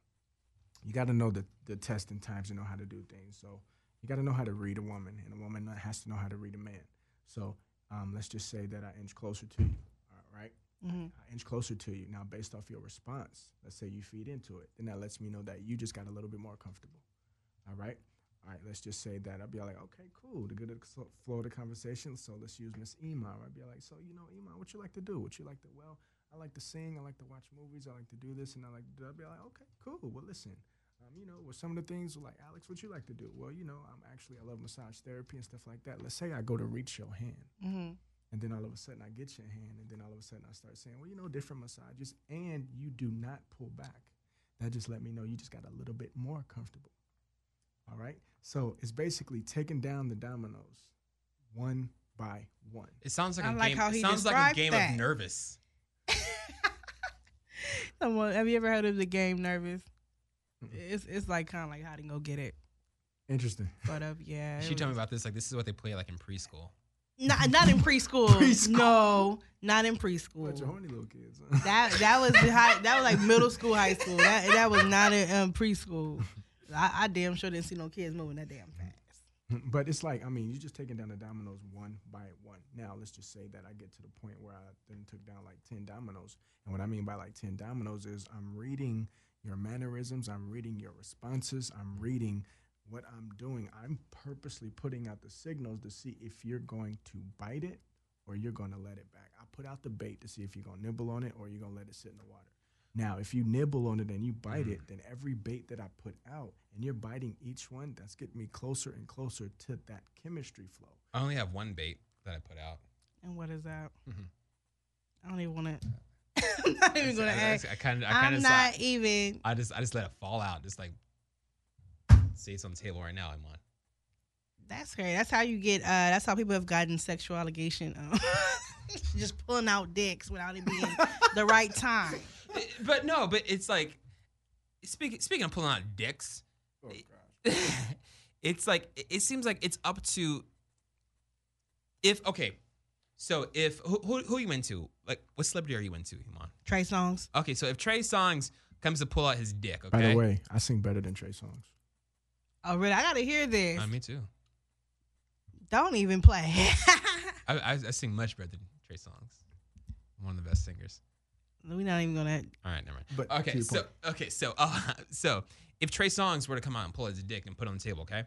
S4: you got to know the, the testing times and know how to do things so you got to know how to read a woman and a woman has to know how to read a man so um, let's just say that i inch closer to you all right
S3: Mhm.
S4: I inch closer to you now based off your response let's say you feed into it then that lets me know that you just got a little bit more comfortable all right all right let's just say that i'll be like okay cool to get a so- flow of the conversation so let's use miss iman i'd be like so you know iman what you like to do what you like to well I like to sing. I like to watch movies. I like to do this and I like to do. that." I'd be like, okay, cool. Well, listen, um, you know, with some of the things like Alex, what you like to do? Well, you know, I'm actually I love massage therapy and stuff like that. Let's say I go to reach your hand,
S3: Mhm.
S4: and then all of a sudden I get your hand, and then all of a sudden I start saying, well, you know, different massages, and you do not pull back. That just let me know you just got a little bit more comfortable. All right. So it's basically taking down the dominoes, one by one.
S2: It sounds like
S3: I
S2: a
S3: like
S2: game.
S3: how
S2: it
S3: he
S2: sounds like a
S3: described
S2: game
S3: that.
S2: of nervous.
S3: Someone, have you ever heard of the game Nervous? It's it's like kind of like how to go get it,
S4: Interesting.
S3: but uh, yeah. it
S2: She told me
S3: was-
S2: about this. Like this is what they play like in preschool.
S3: Not not in preschool.
S4: Preschool.
S3: No, not in
S4: Bunch of
S3: preschool.
S4: horny little kids. huh?
S3: That that was the high, that was like middle school, high school. That that was not in um, preschool. I, I damn sure didn't see no kids moving that damn fast.
S4: <laughs> But it's like, I mean, you're just taking down the dominoes one by one. Now, let's just say that I get to the point where I then took down like 10 dominoes. And what I mean by like 10 dominoes is I'm reading your mannerisms, I'm reading your responses, I'm reading what I'm doing. I'm purposely putting out the signals to see if you're going to bite it or you're going to let it back. I put out the bait to see if you're going to nibble on it or you're going to let it sit in the water. Now, if you nibble on it and you bite it, then every bait that I put out and you're biting each one, that's getting me closer and closer to that chemistry flow.
S2: I only have one bait that I put out.
S3: And what is that?
S2: Mhm.
S3: I don't even want to. <laughs> I'm not even going to
S2: I,
S3: ask.
S2: I kind of, I kind
S3: I'm
S2: of,
S3: not even.
S2: I just, I just let it fall out. Just like, see, it's on the table right now. I'm on.
S3: That's great. That's how you get. Uh, that's how people have gotten sexual allegation. Um, <laughs> just pulling out dicks without it being the right time.
S2: but no, but it's like, speaking, speaking of pulling out dicks.
S4: Oh,
S2: gosh. it's like it- it seems like it's up to if okay so if who who, who are you into like what celebrity are you into Iman?
S3: Trey songs.
S2: okay so if trey songs comes to pull out his dick okay
S4: By the way, I sing better than Trey Songs.
S3: Oh, really? I gotta hear this.
S2: Uh, me too
S3: Don't even play. <laughs>
S2: I, I, I sing much better than trey songs I'm one of the best singers
S3: We're not even gonna.
S2: all right never mind
S4: But to
S2: okay
S4: your
S2: so
S4: point.
S2: okay so <laughs> uh, so if trey songs were to come out and pull out his dick and put it on the table okay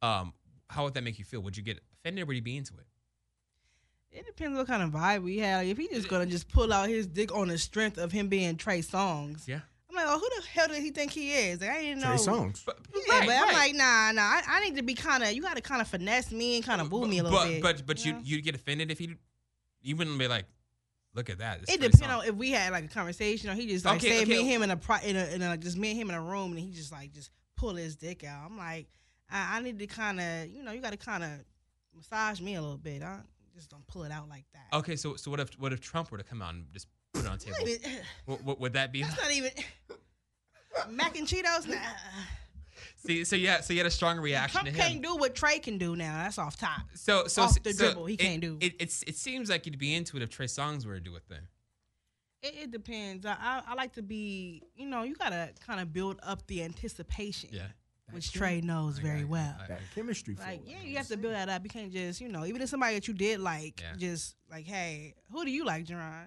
S2: um how would that make you feel would you get offended or would you be into it
S3: It depends what kind of vibe we have. Like, if he just gonna just pull out his dick on the strength of him being Trey songs,
S2: yeah
S3: I'm like, oh, who the hell does he think he is? Like, I didn't know.
S4: Trey Songs.
S2: but,
S3: Yeah, but I'm like, nah, nah. I, I need to be kind of. You gotta kind of finesse me and kind of boo
S2: Uh, but,
S3: me a little
S2: but,
S3: bit.
S2: But but you
S3: know?
S2: you'd get offended if you you wouldn't be like, look at that. it's
S3: It
S2: Trey
S3: depends
S2: Songz."
S3: on if we had like a conversation or he just like
S2: Okay,
S3: said me
S2: okay.
S3: and him in a, pro- in a in a like just me and him in a room and he just like just pull his dick out. I'm like, I, I need to kind of you know you got to kind of massage me a little bit. I just don't pull it out like <laughs> that.
S2: Okay, so so what if what if Trump were to come out and just put it on the
S3: Not
S2: table?
S3: even-
S2: what, what would that be? <laughs>
S3: That's not even <laughs> mac and Cheetos. Nah.
S2: See, so yeah, so you had a stronger reaction
S3: Trump
S2: to
S3: can't
S2: him.
S3: do what Trey can do now. That's off top.
S2: so so
S3: off the
S2: so
S3: dribble, he
S2: it-
S3: can't do.
S2: It, it's it seems like you'd be into it if Trey Songs were to do it then.
S3: It, it depends. I, I I like to be you know you gotta kind of build up the anticipation,
S2: Yeah.
S3: which Trey knows
S2: I-
S3: very
S2: I-
S3: well.
S2: I-
S4: That chemistry flow.
S3: Like, yeah, you have to build that up. You can't just, you know, even if somebody that you did like,
S2: Yeah.
S3: just like, hey, who do you like, Jerron?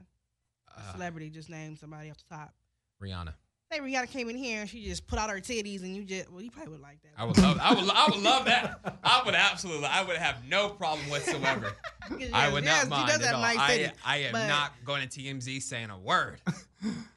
S3: A
S2: uh,
S3: celebrity, just name somebody off the top.
S2: Rihanna.
S3: Say Rihanna came in here and she just put out her titties and you just well you probably would like that.
S2: I would love. I would. I would love that. I would absolutely. I would have no problem whatsoever. I would
S3: Yes,
S2: not mind
S3: She does
S2: at
S3: have
S2: all.
S3: nice
S2: I,
S3: titties,
S2: I am
S3: but-
S2: not going to TMZ saying a
S3: <laughs>
S2: word.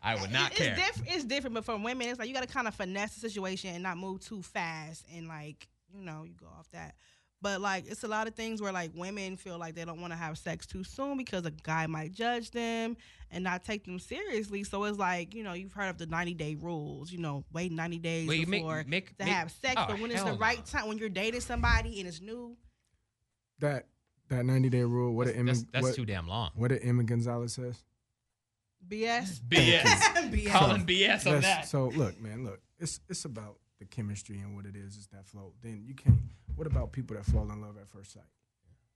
S2: I would not
S3: it's
S2: care.
S3: diff- it's different, but for women, it's like you got to kind of finesse the situation and not move too fast, and like you know, you go off that. But like, it's a lot of things where like women feel like they don't want to have sex too soon because a guy might judge them and not take them seriously. So it's like you know, you've heard of the ninety day rules. You know, wait ninety days
S2: Well, you make-
S3: before
S2: make-
S3: to
S2: make-
S3: have sex.
S2: oh,
S3: but when it's
S2: hell
S3: the
S2: no.
S3: right time, when you're dating somebody and it's new,
S4: That that 90 day rule. What did Emma,
S2: That's, that's
S4: what,
S2: too damn
S4: <laughs>
S2: long.
S4: what did Emma Gonzalez says?
S3: BS.
S2: BS.
S3: <laughs>
S2: <laughs>
S3: BS.
S2: Calling BS on
S4: Let's-
S2: that.
S4: So look, man, look, it's it's about the chemistry and what it is is that flow. Then you can't. What about people that fall in love at first sight?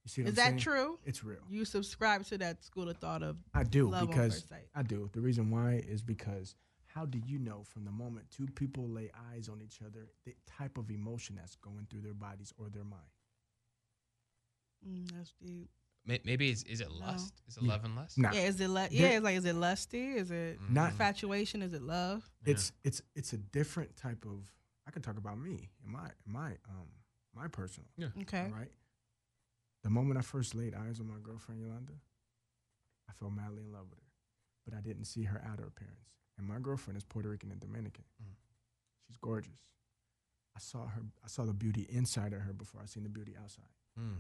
S4: You see what
S3: Is
S4: I'm
S3: that
S4: saying?
S3: true?
S4: It's real.
S3: You subscribe to that school of thought of
S4: I do
S3: Love on
S4: because
S3: first sight.
S4: I do. The reason why is because how do you know from the moment two people lay eyes on each other the type of emotion that's going through their bodies or their mind?
S3: mm, that's deep.
S2: <laughs> May- Maybe it's, is it lust? Is it love and lust? Mm-hmm.
S4: Nah,
S3: Yeah, is it lu-
S4: There- Mm-hmm.
S3: yeah, it's like is it lusty? Is it
S4: Not-
S3: infatuation? Is it love?
S4: it's it's it's a different type of. I can talk about me and my my um my personal
S3: Okay.
S4: right. The moment I first laid eyes on my girlfriend Yolanda, I fell madly in love with her, but I didn't see her outer appearance. And my girlfriend is Puerto Rican and Dominican.
S3: Mm.
S4: She's gorgeous. I saw her. I saw the beauty inside of her before I seen the beauty outside.
S2: Mm.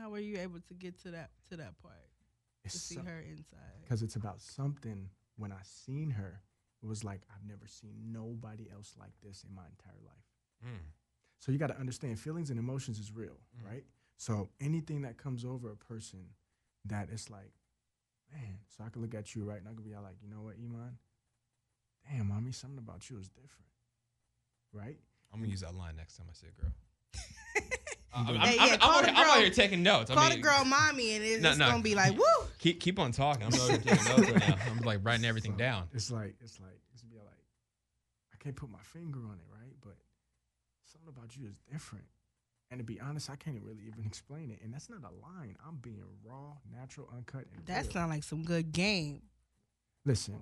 S3: How were you able to get to that to that part
S4: It's
S3: to see her inside?
S4: because it's about something. When I seen her, it was like I've never seen nobody else like this in my entire life.
S2: Mm.
S4: So you got to understand feelings and emotions is real, right? So anything that comes over a person that it's like, man, so I can look at you, right? And I could be all like, you know what, Iman? Damn, mommy, something about you is different, right?
S2: I'm gonna use that line next time I see a girl. Uh, I'm,
S3: Yeah,
S2: I'm,
S3: yeah,
S2: I'm,
S3: call
S2: out
S3: the
S2: here- I'm out
S3: girl.
S2: here taking notes. I
S3: Call
S2: mean,
S3: the girl mommy, and it's,
S2: No,
S3: it's
S2: no.
S3: gonna be like, woo.
S2: Keep keep on talking. I'm out here
S3: <laughs>
S2: taking notes right now. I'm like writing everything
S4: So
S2: down.
S4: It's like, it's like, it's be like, I can't put my finger on it, right? But something about you is different. And to be honest, I can't really even <laughs> explain it. And that's not a line. I'm being raw, natural, uncut. And
S3: That
S4: real.
S3: sounds like some good game.
S4: Listen,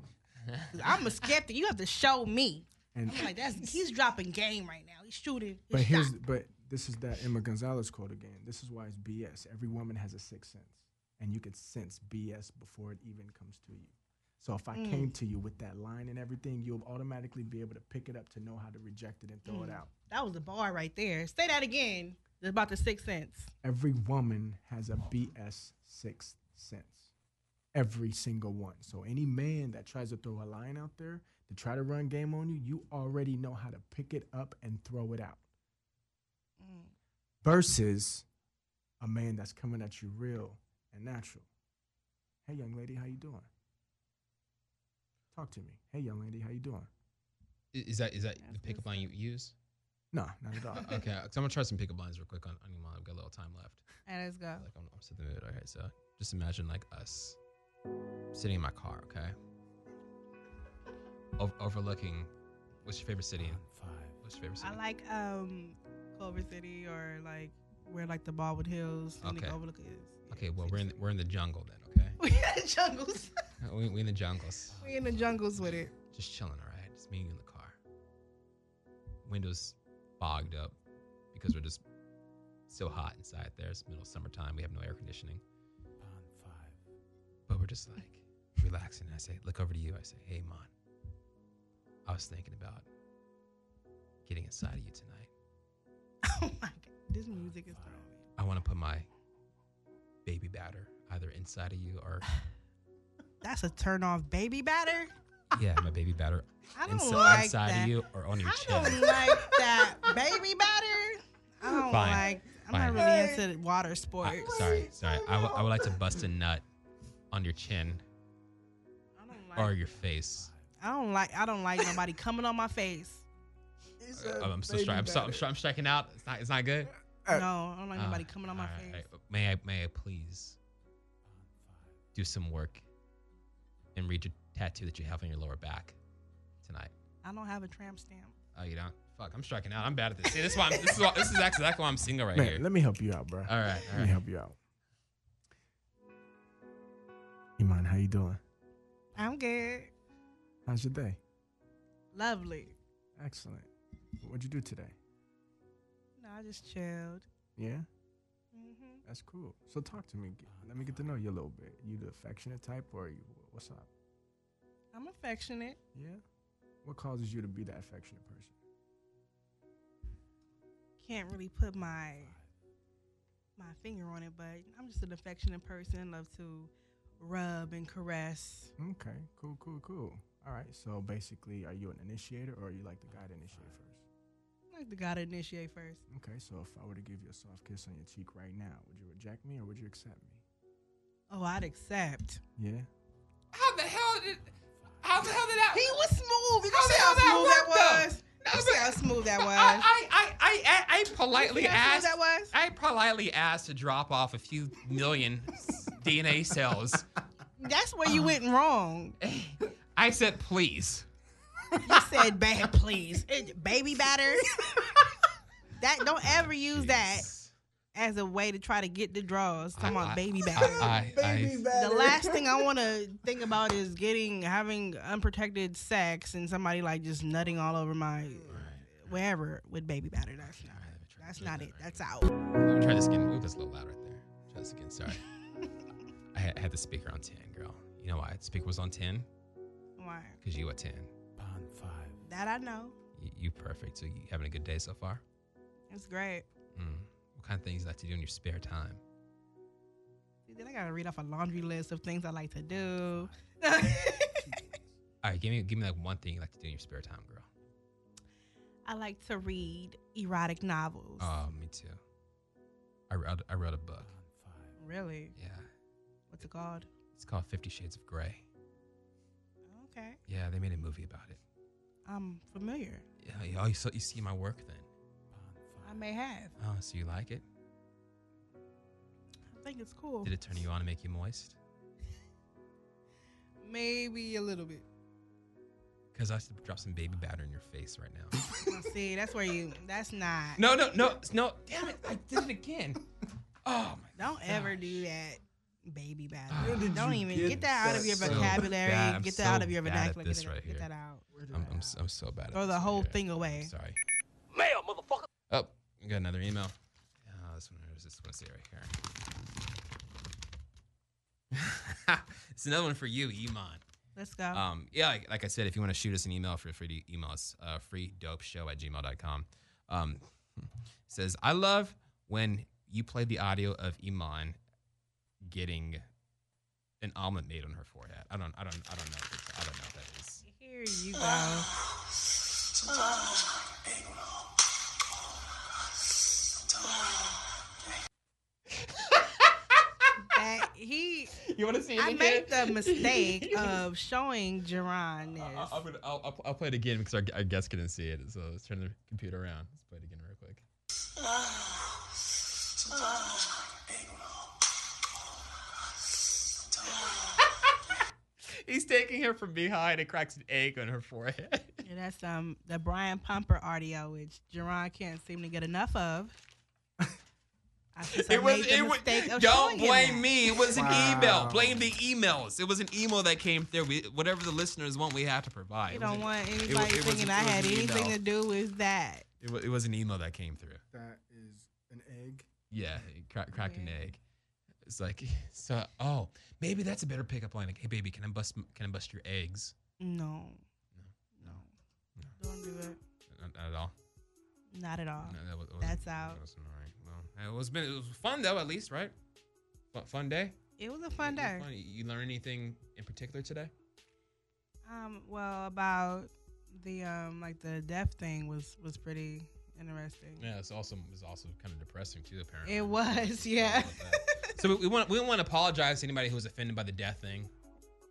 S3: 'Cause I'm a skeptic. You have to show me.
S4: and
S3: I'm like, that's
S4: <laughs>
S3: he's dropping game right now. He's shooting.
S4: But
S3: his
S4: here's
S3: shot.
S4: but this is that Emma Gonzalez quote again. This is why it's BS. Every woman has a sixth sense, and you can sense BS before it even comes to you. So if I came to you with that line and everything, you'll automatically be able to pick it up to know how to reject it and throw it
S3: Mm.
S4: out.
S3: that was the bar right there. Say that again. It's about the sixth sense.
S4: Every woman has a BS sixth sense. Every single one. So any man that tries to throw a line out there to try to run game on you, you already know how to pick it up and throw it out. Versus a man that's coming at you real and natural. Hey young lady, how you doing? Talk to me. Hey young lady, how you doing?
S2: I- Is that is that the pickup line you
S3: <laughs>
S2: use?
S4: Nah,
S2: <laughs>
S4: not at all.
S2: Okay, i I'm gonna try some pickup lines real quick on, on your mom. I've got a little time left.
S3: And let's go.
S2: Like I'm, I'm setting the mood. All right, so just imagine like us sitting in my car, okay, o- overlooking. What's your favorite city? What's your favorite city?
S3: Uh, I like um Culver City or like where like the Baldwin Hills and
S2: Okay.
S3: the overlook is.
S2: okay, well we're in the, we're in the jungle then,
S3: <laughs> We in the jungles. <laughs>
S2: okay? <laughs> We we in the jungles,
S3: we in the jungles with it. <laughs>
S2: just chilling, all right? Just me and you in the car. Windows fogged up because we're just so hot inside there. It's middle of summertime. We have no air conditioning. But we're just like relaxing. I say, look over to you. I say, hey, Mon, I was thinking about getting inside of you tonight.
S3: Oh my god, this music is throwing me.
S2: I want to put my baby batter either inside of you or,
S3: <laughs> That's a turn off, baby batter.
S2: yeah, my baby batter
S3: I don't
S2: insi-
S3: like
S2: inside
S3: that.
S2: of you or on your
S3: I
S2: chin.
S3: don't like
S2: <laughs>
S3: that baby batter. I don't
S2: Fine.
S3: like. I'm
S2: Fine.
S3: not really into the water sports.
S2: I- sorry, sorry. I would- I would like to bust a nut on your chin
S3: I don't like.
S2: or your face.
S3: I don't like. I don't like nobody coming on my face.
S2: I'm, I'm so sorry. I'm, so, I'm, so, I'm striking out. It's not, it's not good.
S3: No, I don't like
S2: Uh,
S3: nobody coming on my
S2: all right,
S3: face.
S2: all right. May I, may I please do some work and read your tattoo that you have on your lower back tonight?
S3: I don't have a tramp stamp.
S2: Oh, you don't? Fuck, I'm striking out. I'm bad at this. See, this is why. I'm, this is why, this is actually exactly why I'm single right
S4: Man,
S2: here.
S4: let me help you out, bro.
S2: All right, all
S4: Let me
S2: right.
S4: help you out. Iman, how you doing?
S3: I'm good.
S4: How's your day?
S3: Lovely.
S4: Excellent. What'd you do today?
S3: No, I just chilled.
S4: Yeah,
S3: hmm
S4: that's cool. So talk to me. G- Let me get to know you a little bit. You the affectionate type, or you what's up?
S3: I'm affectionate.
S4: Yeah. What causes you to be that affectionate person?
S3: Can't really put my my finger on it, but I'm just an affectionate person. Love to rub and caress.
S4: Okay, cool, cool, cool. All right. So basically, are you an initiator, or are you like the guy to initiate first?
S3: I like the guy to initiate first.
S4: Okay. So if I were to give you a soft kiss on your cheek right now, would you reject me or would you accept me?
S3: Oh, I'd accept.
S4: Yeah.
S2: How the hell did? How the hell did that?
S3: He was smooth. Did you
S2: How the
S3: see how
S2: hell that
S3: smooth that
S2: worked, though?
S3: was? You see how smooth <laughs> that was?
S2: I, I, I, I, I politely
S3: You know how
S2: asked.
S3: smooth that was?
S2: I politely asked to drop off a few million <laughs> DNA cells.
S3: That's where you went wrong.
S2: I said, please.
S3: You said bad, please. It- baby <laughs> batter. that don't ever use that as a way to try to get the draws. Come
S2: I-
S3: on, baby
S2: I,
S3: batter.
S2: I, I,
S3: the last thing I want to think about is getting having unprotected sex and somebody like just nutting all over my wherever with baby batter. That's not. That's not it. That's out.
S2: Let me try this again. Ooh, that's a little loud right there. Try this again.
S3: <laughs>
S2: Sorry. I had, I had the speaker on 10, girl. You know why? The speaker was on 10
S3: Why?
S2: because you at 10.
S6: Bond five.
S3: That I know.
S2: You, you perfect. So you having a good day so far?
S3: It's great.
S2: Mm. What kind of things you like to do in your spare time?
S3: See, Then I gotta read off a laundry list of things I like to do. <laughs>
S2: All right, give me, give me like one thing you like to do in your spare time, girl.
S3: I like to read erotic novels.
S2: Oh, me too. I read, I read a book.
S6: Bond five.
S3: really?
S2: Yeah.
S3: What's it called?
S2: It's called Fifty Shades of Grey.
S3: Okay.
S2: Yeah, they made a movie about it.
S3: I'm familiar.
S2: Yeah, you- oh, you, so you see my work then?
S6: Bond five.
S3: I may have.
S2: Oh, so you like it?
S3: I think it's cool.
S2: Did it turn you on and make you moist?
S3: Maybe a
S2: <laughs>
S3: little bit.
S2: Because I should drop some baby batter in your face right now.
S3: Now, see, that's where you. That's not.
S2: no, no, no, no! Damn it! I did it again. Oh my!
S3: Don't ever do that, baby
S2: Where
S3: batter.
S4: did
S3: Don't
S4: you
S3: even
S4: get
S3: get that out of
S4: that
S3: your
S4: so
S3: vocabulary.
S2: bad? I'm
S3: Get that out
S2: so
S3: of your
S2: bad at
S3: vernacular.
S2: this
S3: Get, it-
S2: right
S3: get
S2: here.
S3: that out.
S2: I'm, I'm, s- I'm so bad at
S3: Throw
S2: this
S3: Oh, the whole
S2: right here.
S3: thing away.
S2: I'm sorry. Mail, motherfucker. Oh, we got another email. Oh, this one is this one right here. <laughs> it's another one for you, Iman.
S3: Let's go.
S2: Um, yeah, like, like I said, if you want to shoot us an email, feel free to email us uh, freedopeshow at gmail.com. Um, it says, I love when you play the audio of Iman getting an omelet made on her forehead. I don't, I don't, I don't know. If it's- I don't know what that is.
S3: Here
S2: <laughs>
S3: you go. That he
S2: You want to see
S3: I made the
S2: <laughs>
S3: mistake of showing Jerron this.
S2: I, am gonna, I'll, I'll, I'll play it again because our, our guests couldn't see it. So let's turn the computer around. Let's play it again real quick. He's taking her from behind and cracks an egg on her forehead.
S3: Yeah, that's um the Brian Pumper audio, which Jerron can't seem to get enough
S2: <laughs>
S3: of. I guess I made the mistake of
S2: don't
S3: showing him
S2: blame
S3: that.
S2: me. It was an
S4: Wow.
S2: email. Blame the emails. It was an email that came through. We, whatever the listeners want, we have to provide.
S3: You
S2: It was
S3: don't
S2: an-
S3: want
S2: was-
S3: anybody
S2: it was-
S3: thinking
S2: it
S3: I
S2: was
S3: had
S2: an
S3: anything
S2: email.
S3: to do with that.
S2: It was, it was an email that came through.
S4: That is an egg.
S2: Yeah, he cra- cracked an
S3: Yeah.
S2: egg. It's like, <laughs> so oh, maybe that's a better pickup line. Like, hey, baby, can I bust m- can I bust your eggs?
S3: No. No.
S2: No.
S3: Don't do it.
S2: Not, not at all.
S3: Not at all.
S2: No, that was, it was-
S3: that's out.
S2: That was annoying. Well, it was been it was fun though. At least right? Fun, fun day.
S3: It was a fun
S2: It was
S3: day.
S2: fun. You learn anything in particular today?
S3: Um, well, about the um, like the death thing was was pretty interesting.
S2: Yeah, it's also it was also kind of depressing too. Apparently,
S3: It was, yeah, <laughs>
S2: so we, we want we want to apologize to anybody who was offended by the death thing.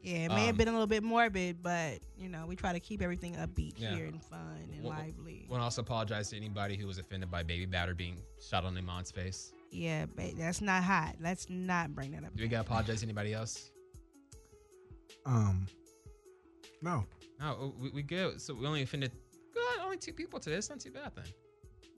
S3: yeah. It may
S2: Um,
S3: have been a little bit morbid, but you know, we try to keep everything upbeat
S2: Yeah.
S3: here and fun and
S2: Wha- wha-
S3: lively.
S2: Want to also apologize to anybody who was offended by baby batter being shot on Iman's face.
S3: yeah, but that's not hot. Let's not bring that up.
S2: Do we got to apologize to anybody else?
S4: Um. No.
S2: No, we, we go. So we only offended God, only two people today. It's not too bad then.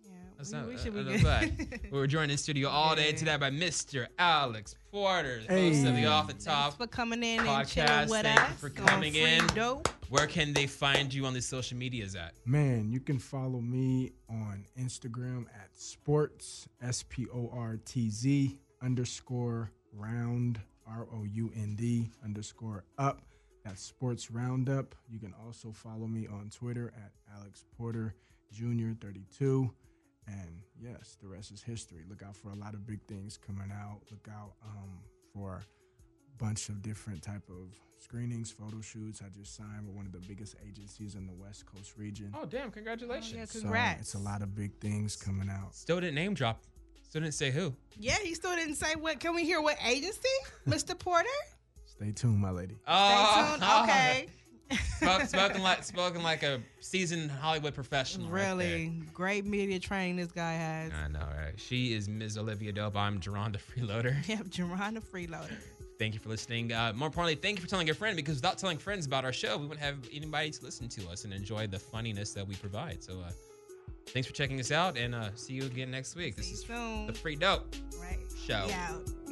S3: Yeah,
S2: That's
S3: we,
S2: not,
S3: we
S2: uh,
S3: should
S2: uh,
S3: be
S2: no,
S3: <laughs> good.
S2: but we were joined in studio all day
S3: Yeah.
S2: today by Mr. Alex Porter, host of the
S4: Hey.
S2: Off the Top.
S3: Thanks for coming in and
S2: podcast.
S3: chilling with
S2: Thank you
S3: us.
S2: for
S3: on
S2: coming
S3: Free
S2: in.
S3: Dope.
S2: Where can they find you on the social medias at?
S4: Man, you can follow me on Instagram at sports s p o r t z underscore round r o u n d underscore up. That's sports roundup. You can also follow me on Twitter at Alex Porter Jr. 32. And yes, the rest is history. Look out for a lot of big things coming out. Look out um, for bunch of different type of screenings, photo shoots. I just signed with one of the biggest agencies in the West Coast region.
S2: Oh, damn. Congratulations.
S3: Yeah,
S4: So
S3: congrats.
S4: it's a lot of big things coming out.
S2: Still didn't name drop. Still didn't say who.
S3: Yeah, he still didn't say what. Can we hear what agency,
S2: <laughs>
S3: Mr. Porter?
S4: Stay tuned, my lady.
S3: Stay
S2: Oh,
S3: tuned. Okay.
S2: <laughs> Spoke-
S3: <laughs>
S2: spoken like spoken like a seasoned Hollywood professional. right
S3: Really great media training this guy has.
S2: there. I know, right? She is Ms. Olivia Dove. I'm Jerron the Freeloader.
S3: <laughs> Yep, Jerron the freeloader.
S2: Thank you for listening. Uh, more importantly, thank you for telling your friend because without telling friends about our show, we wouldn't have anybody to listen to us and enjoy the funniness that we provide. So, uh, thanks for checking us out and uh, see you again next week.
S3: See
S2: this
S3: you
S2: is
S3: soon.
S2: the Free Dope
S3: Right.
S2: Show.
S3: We out.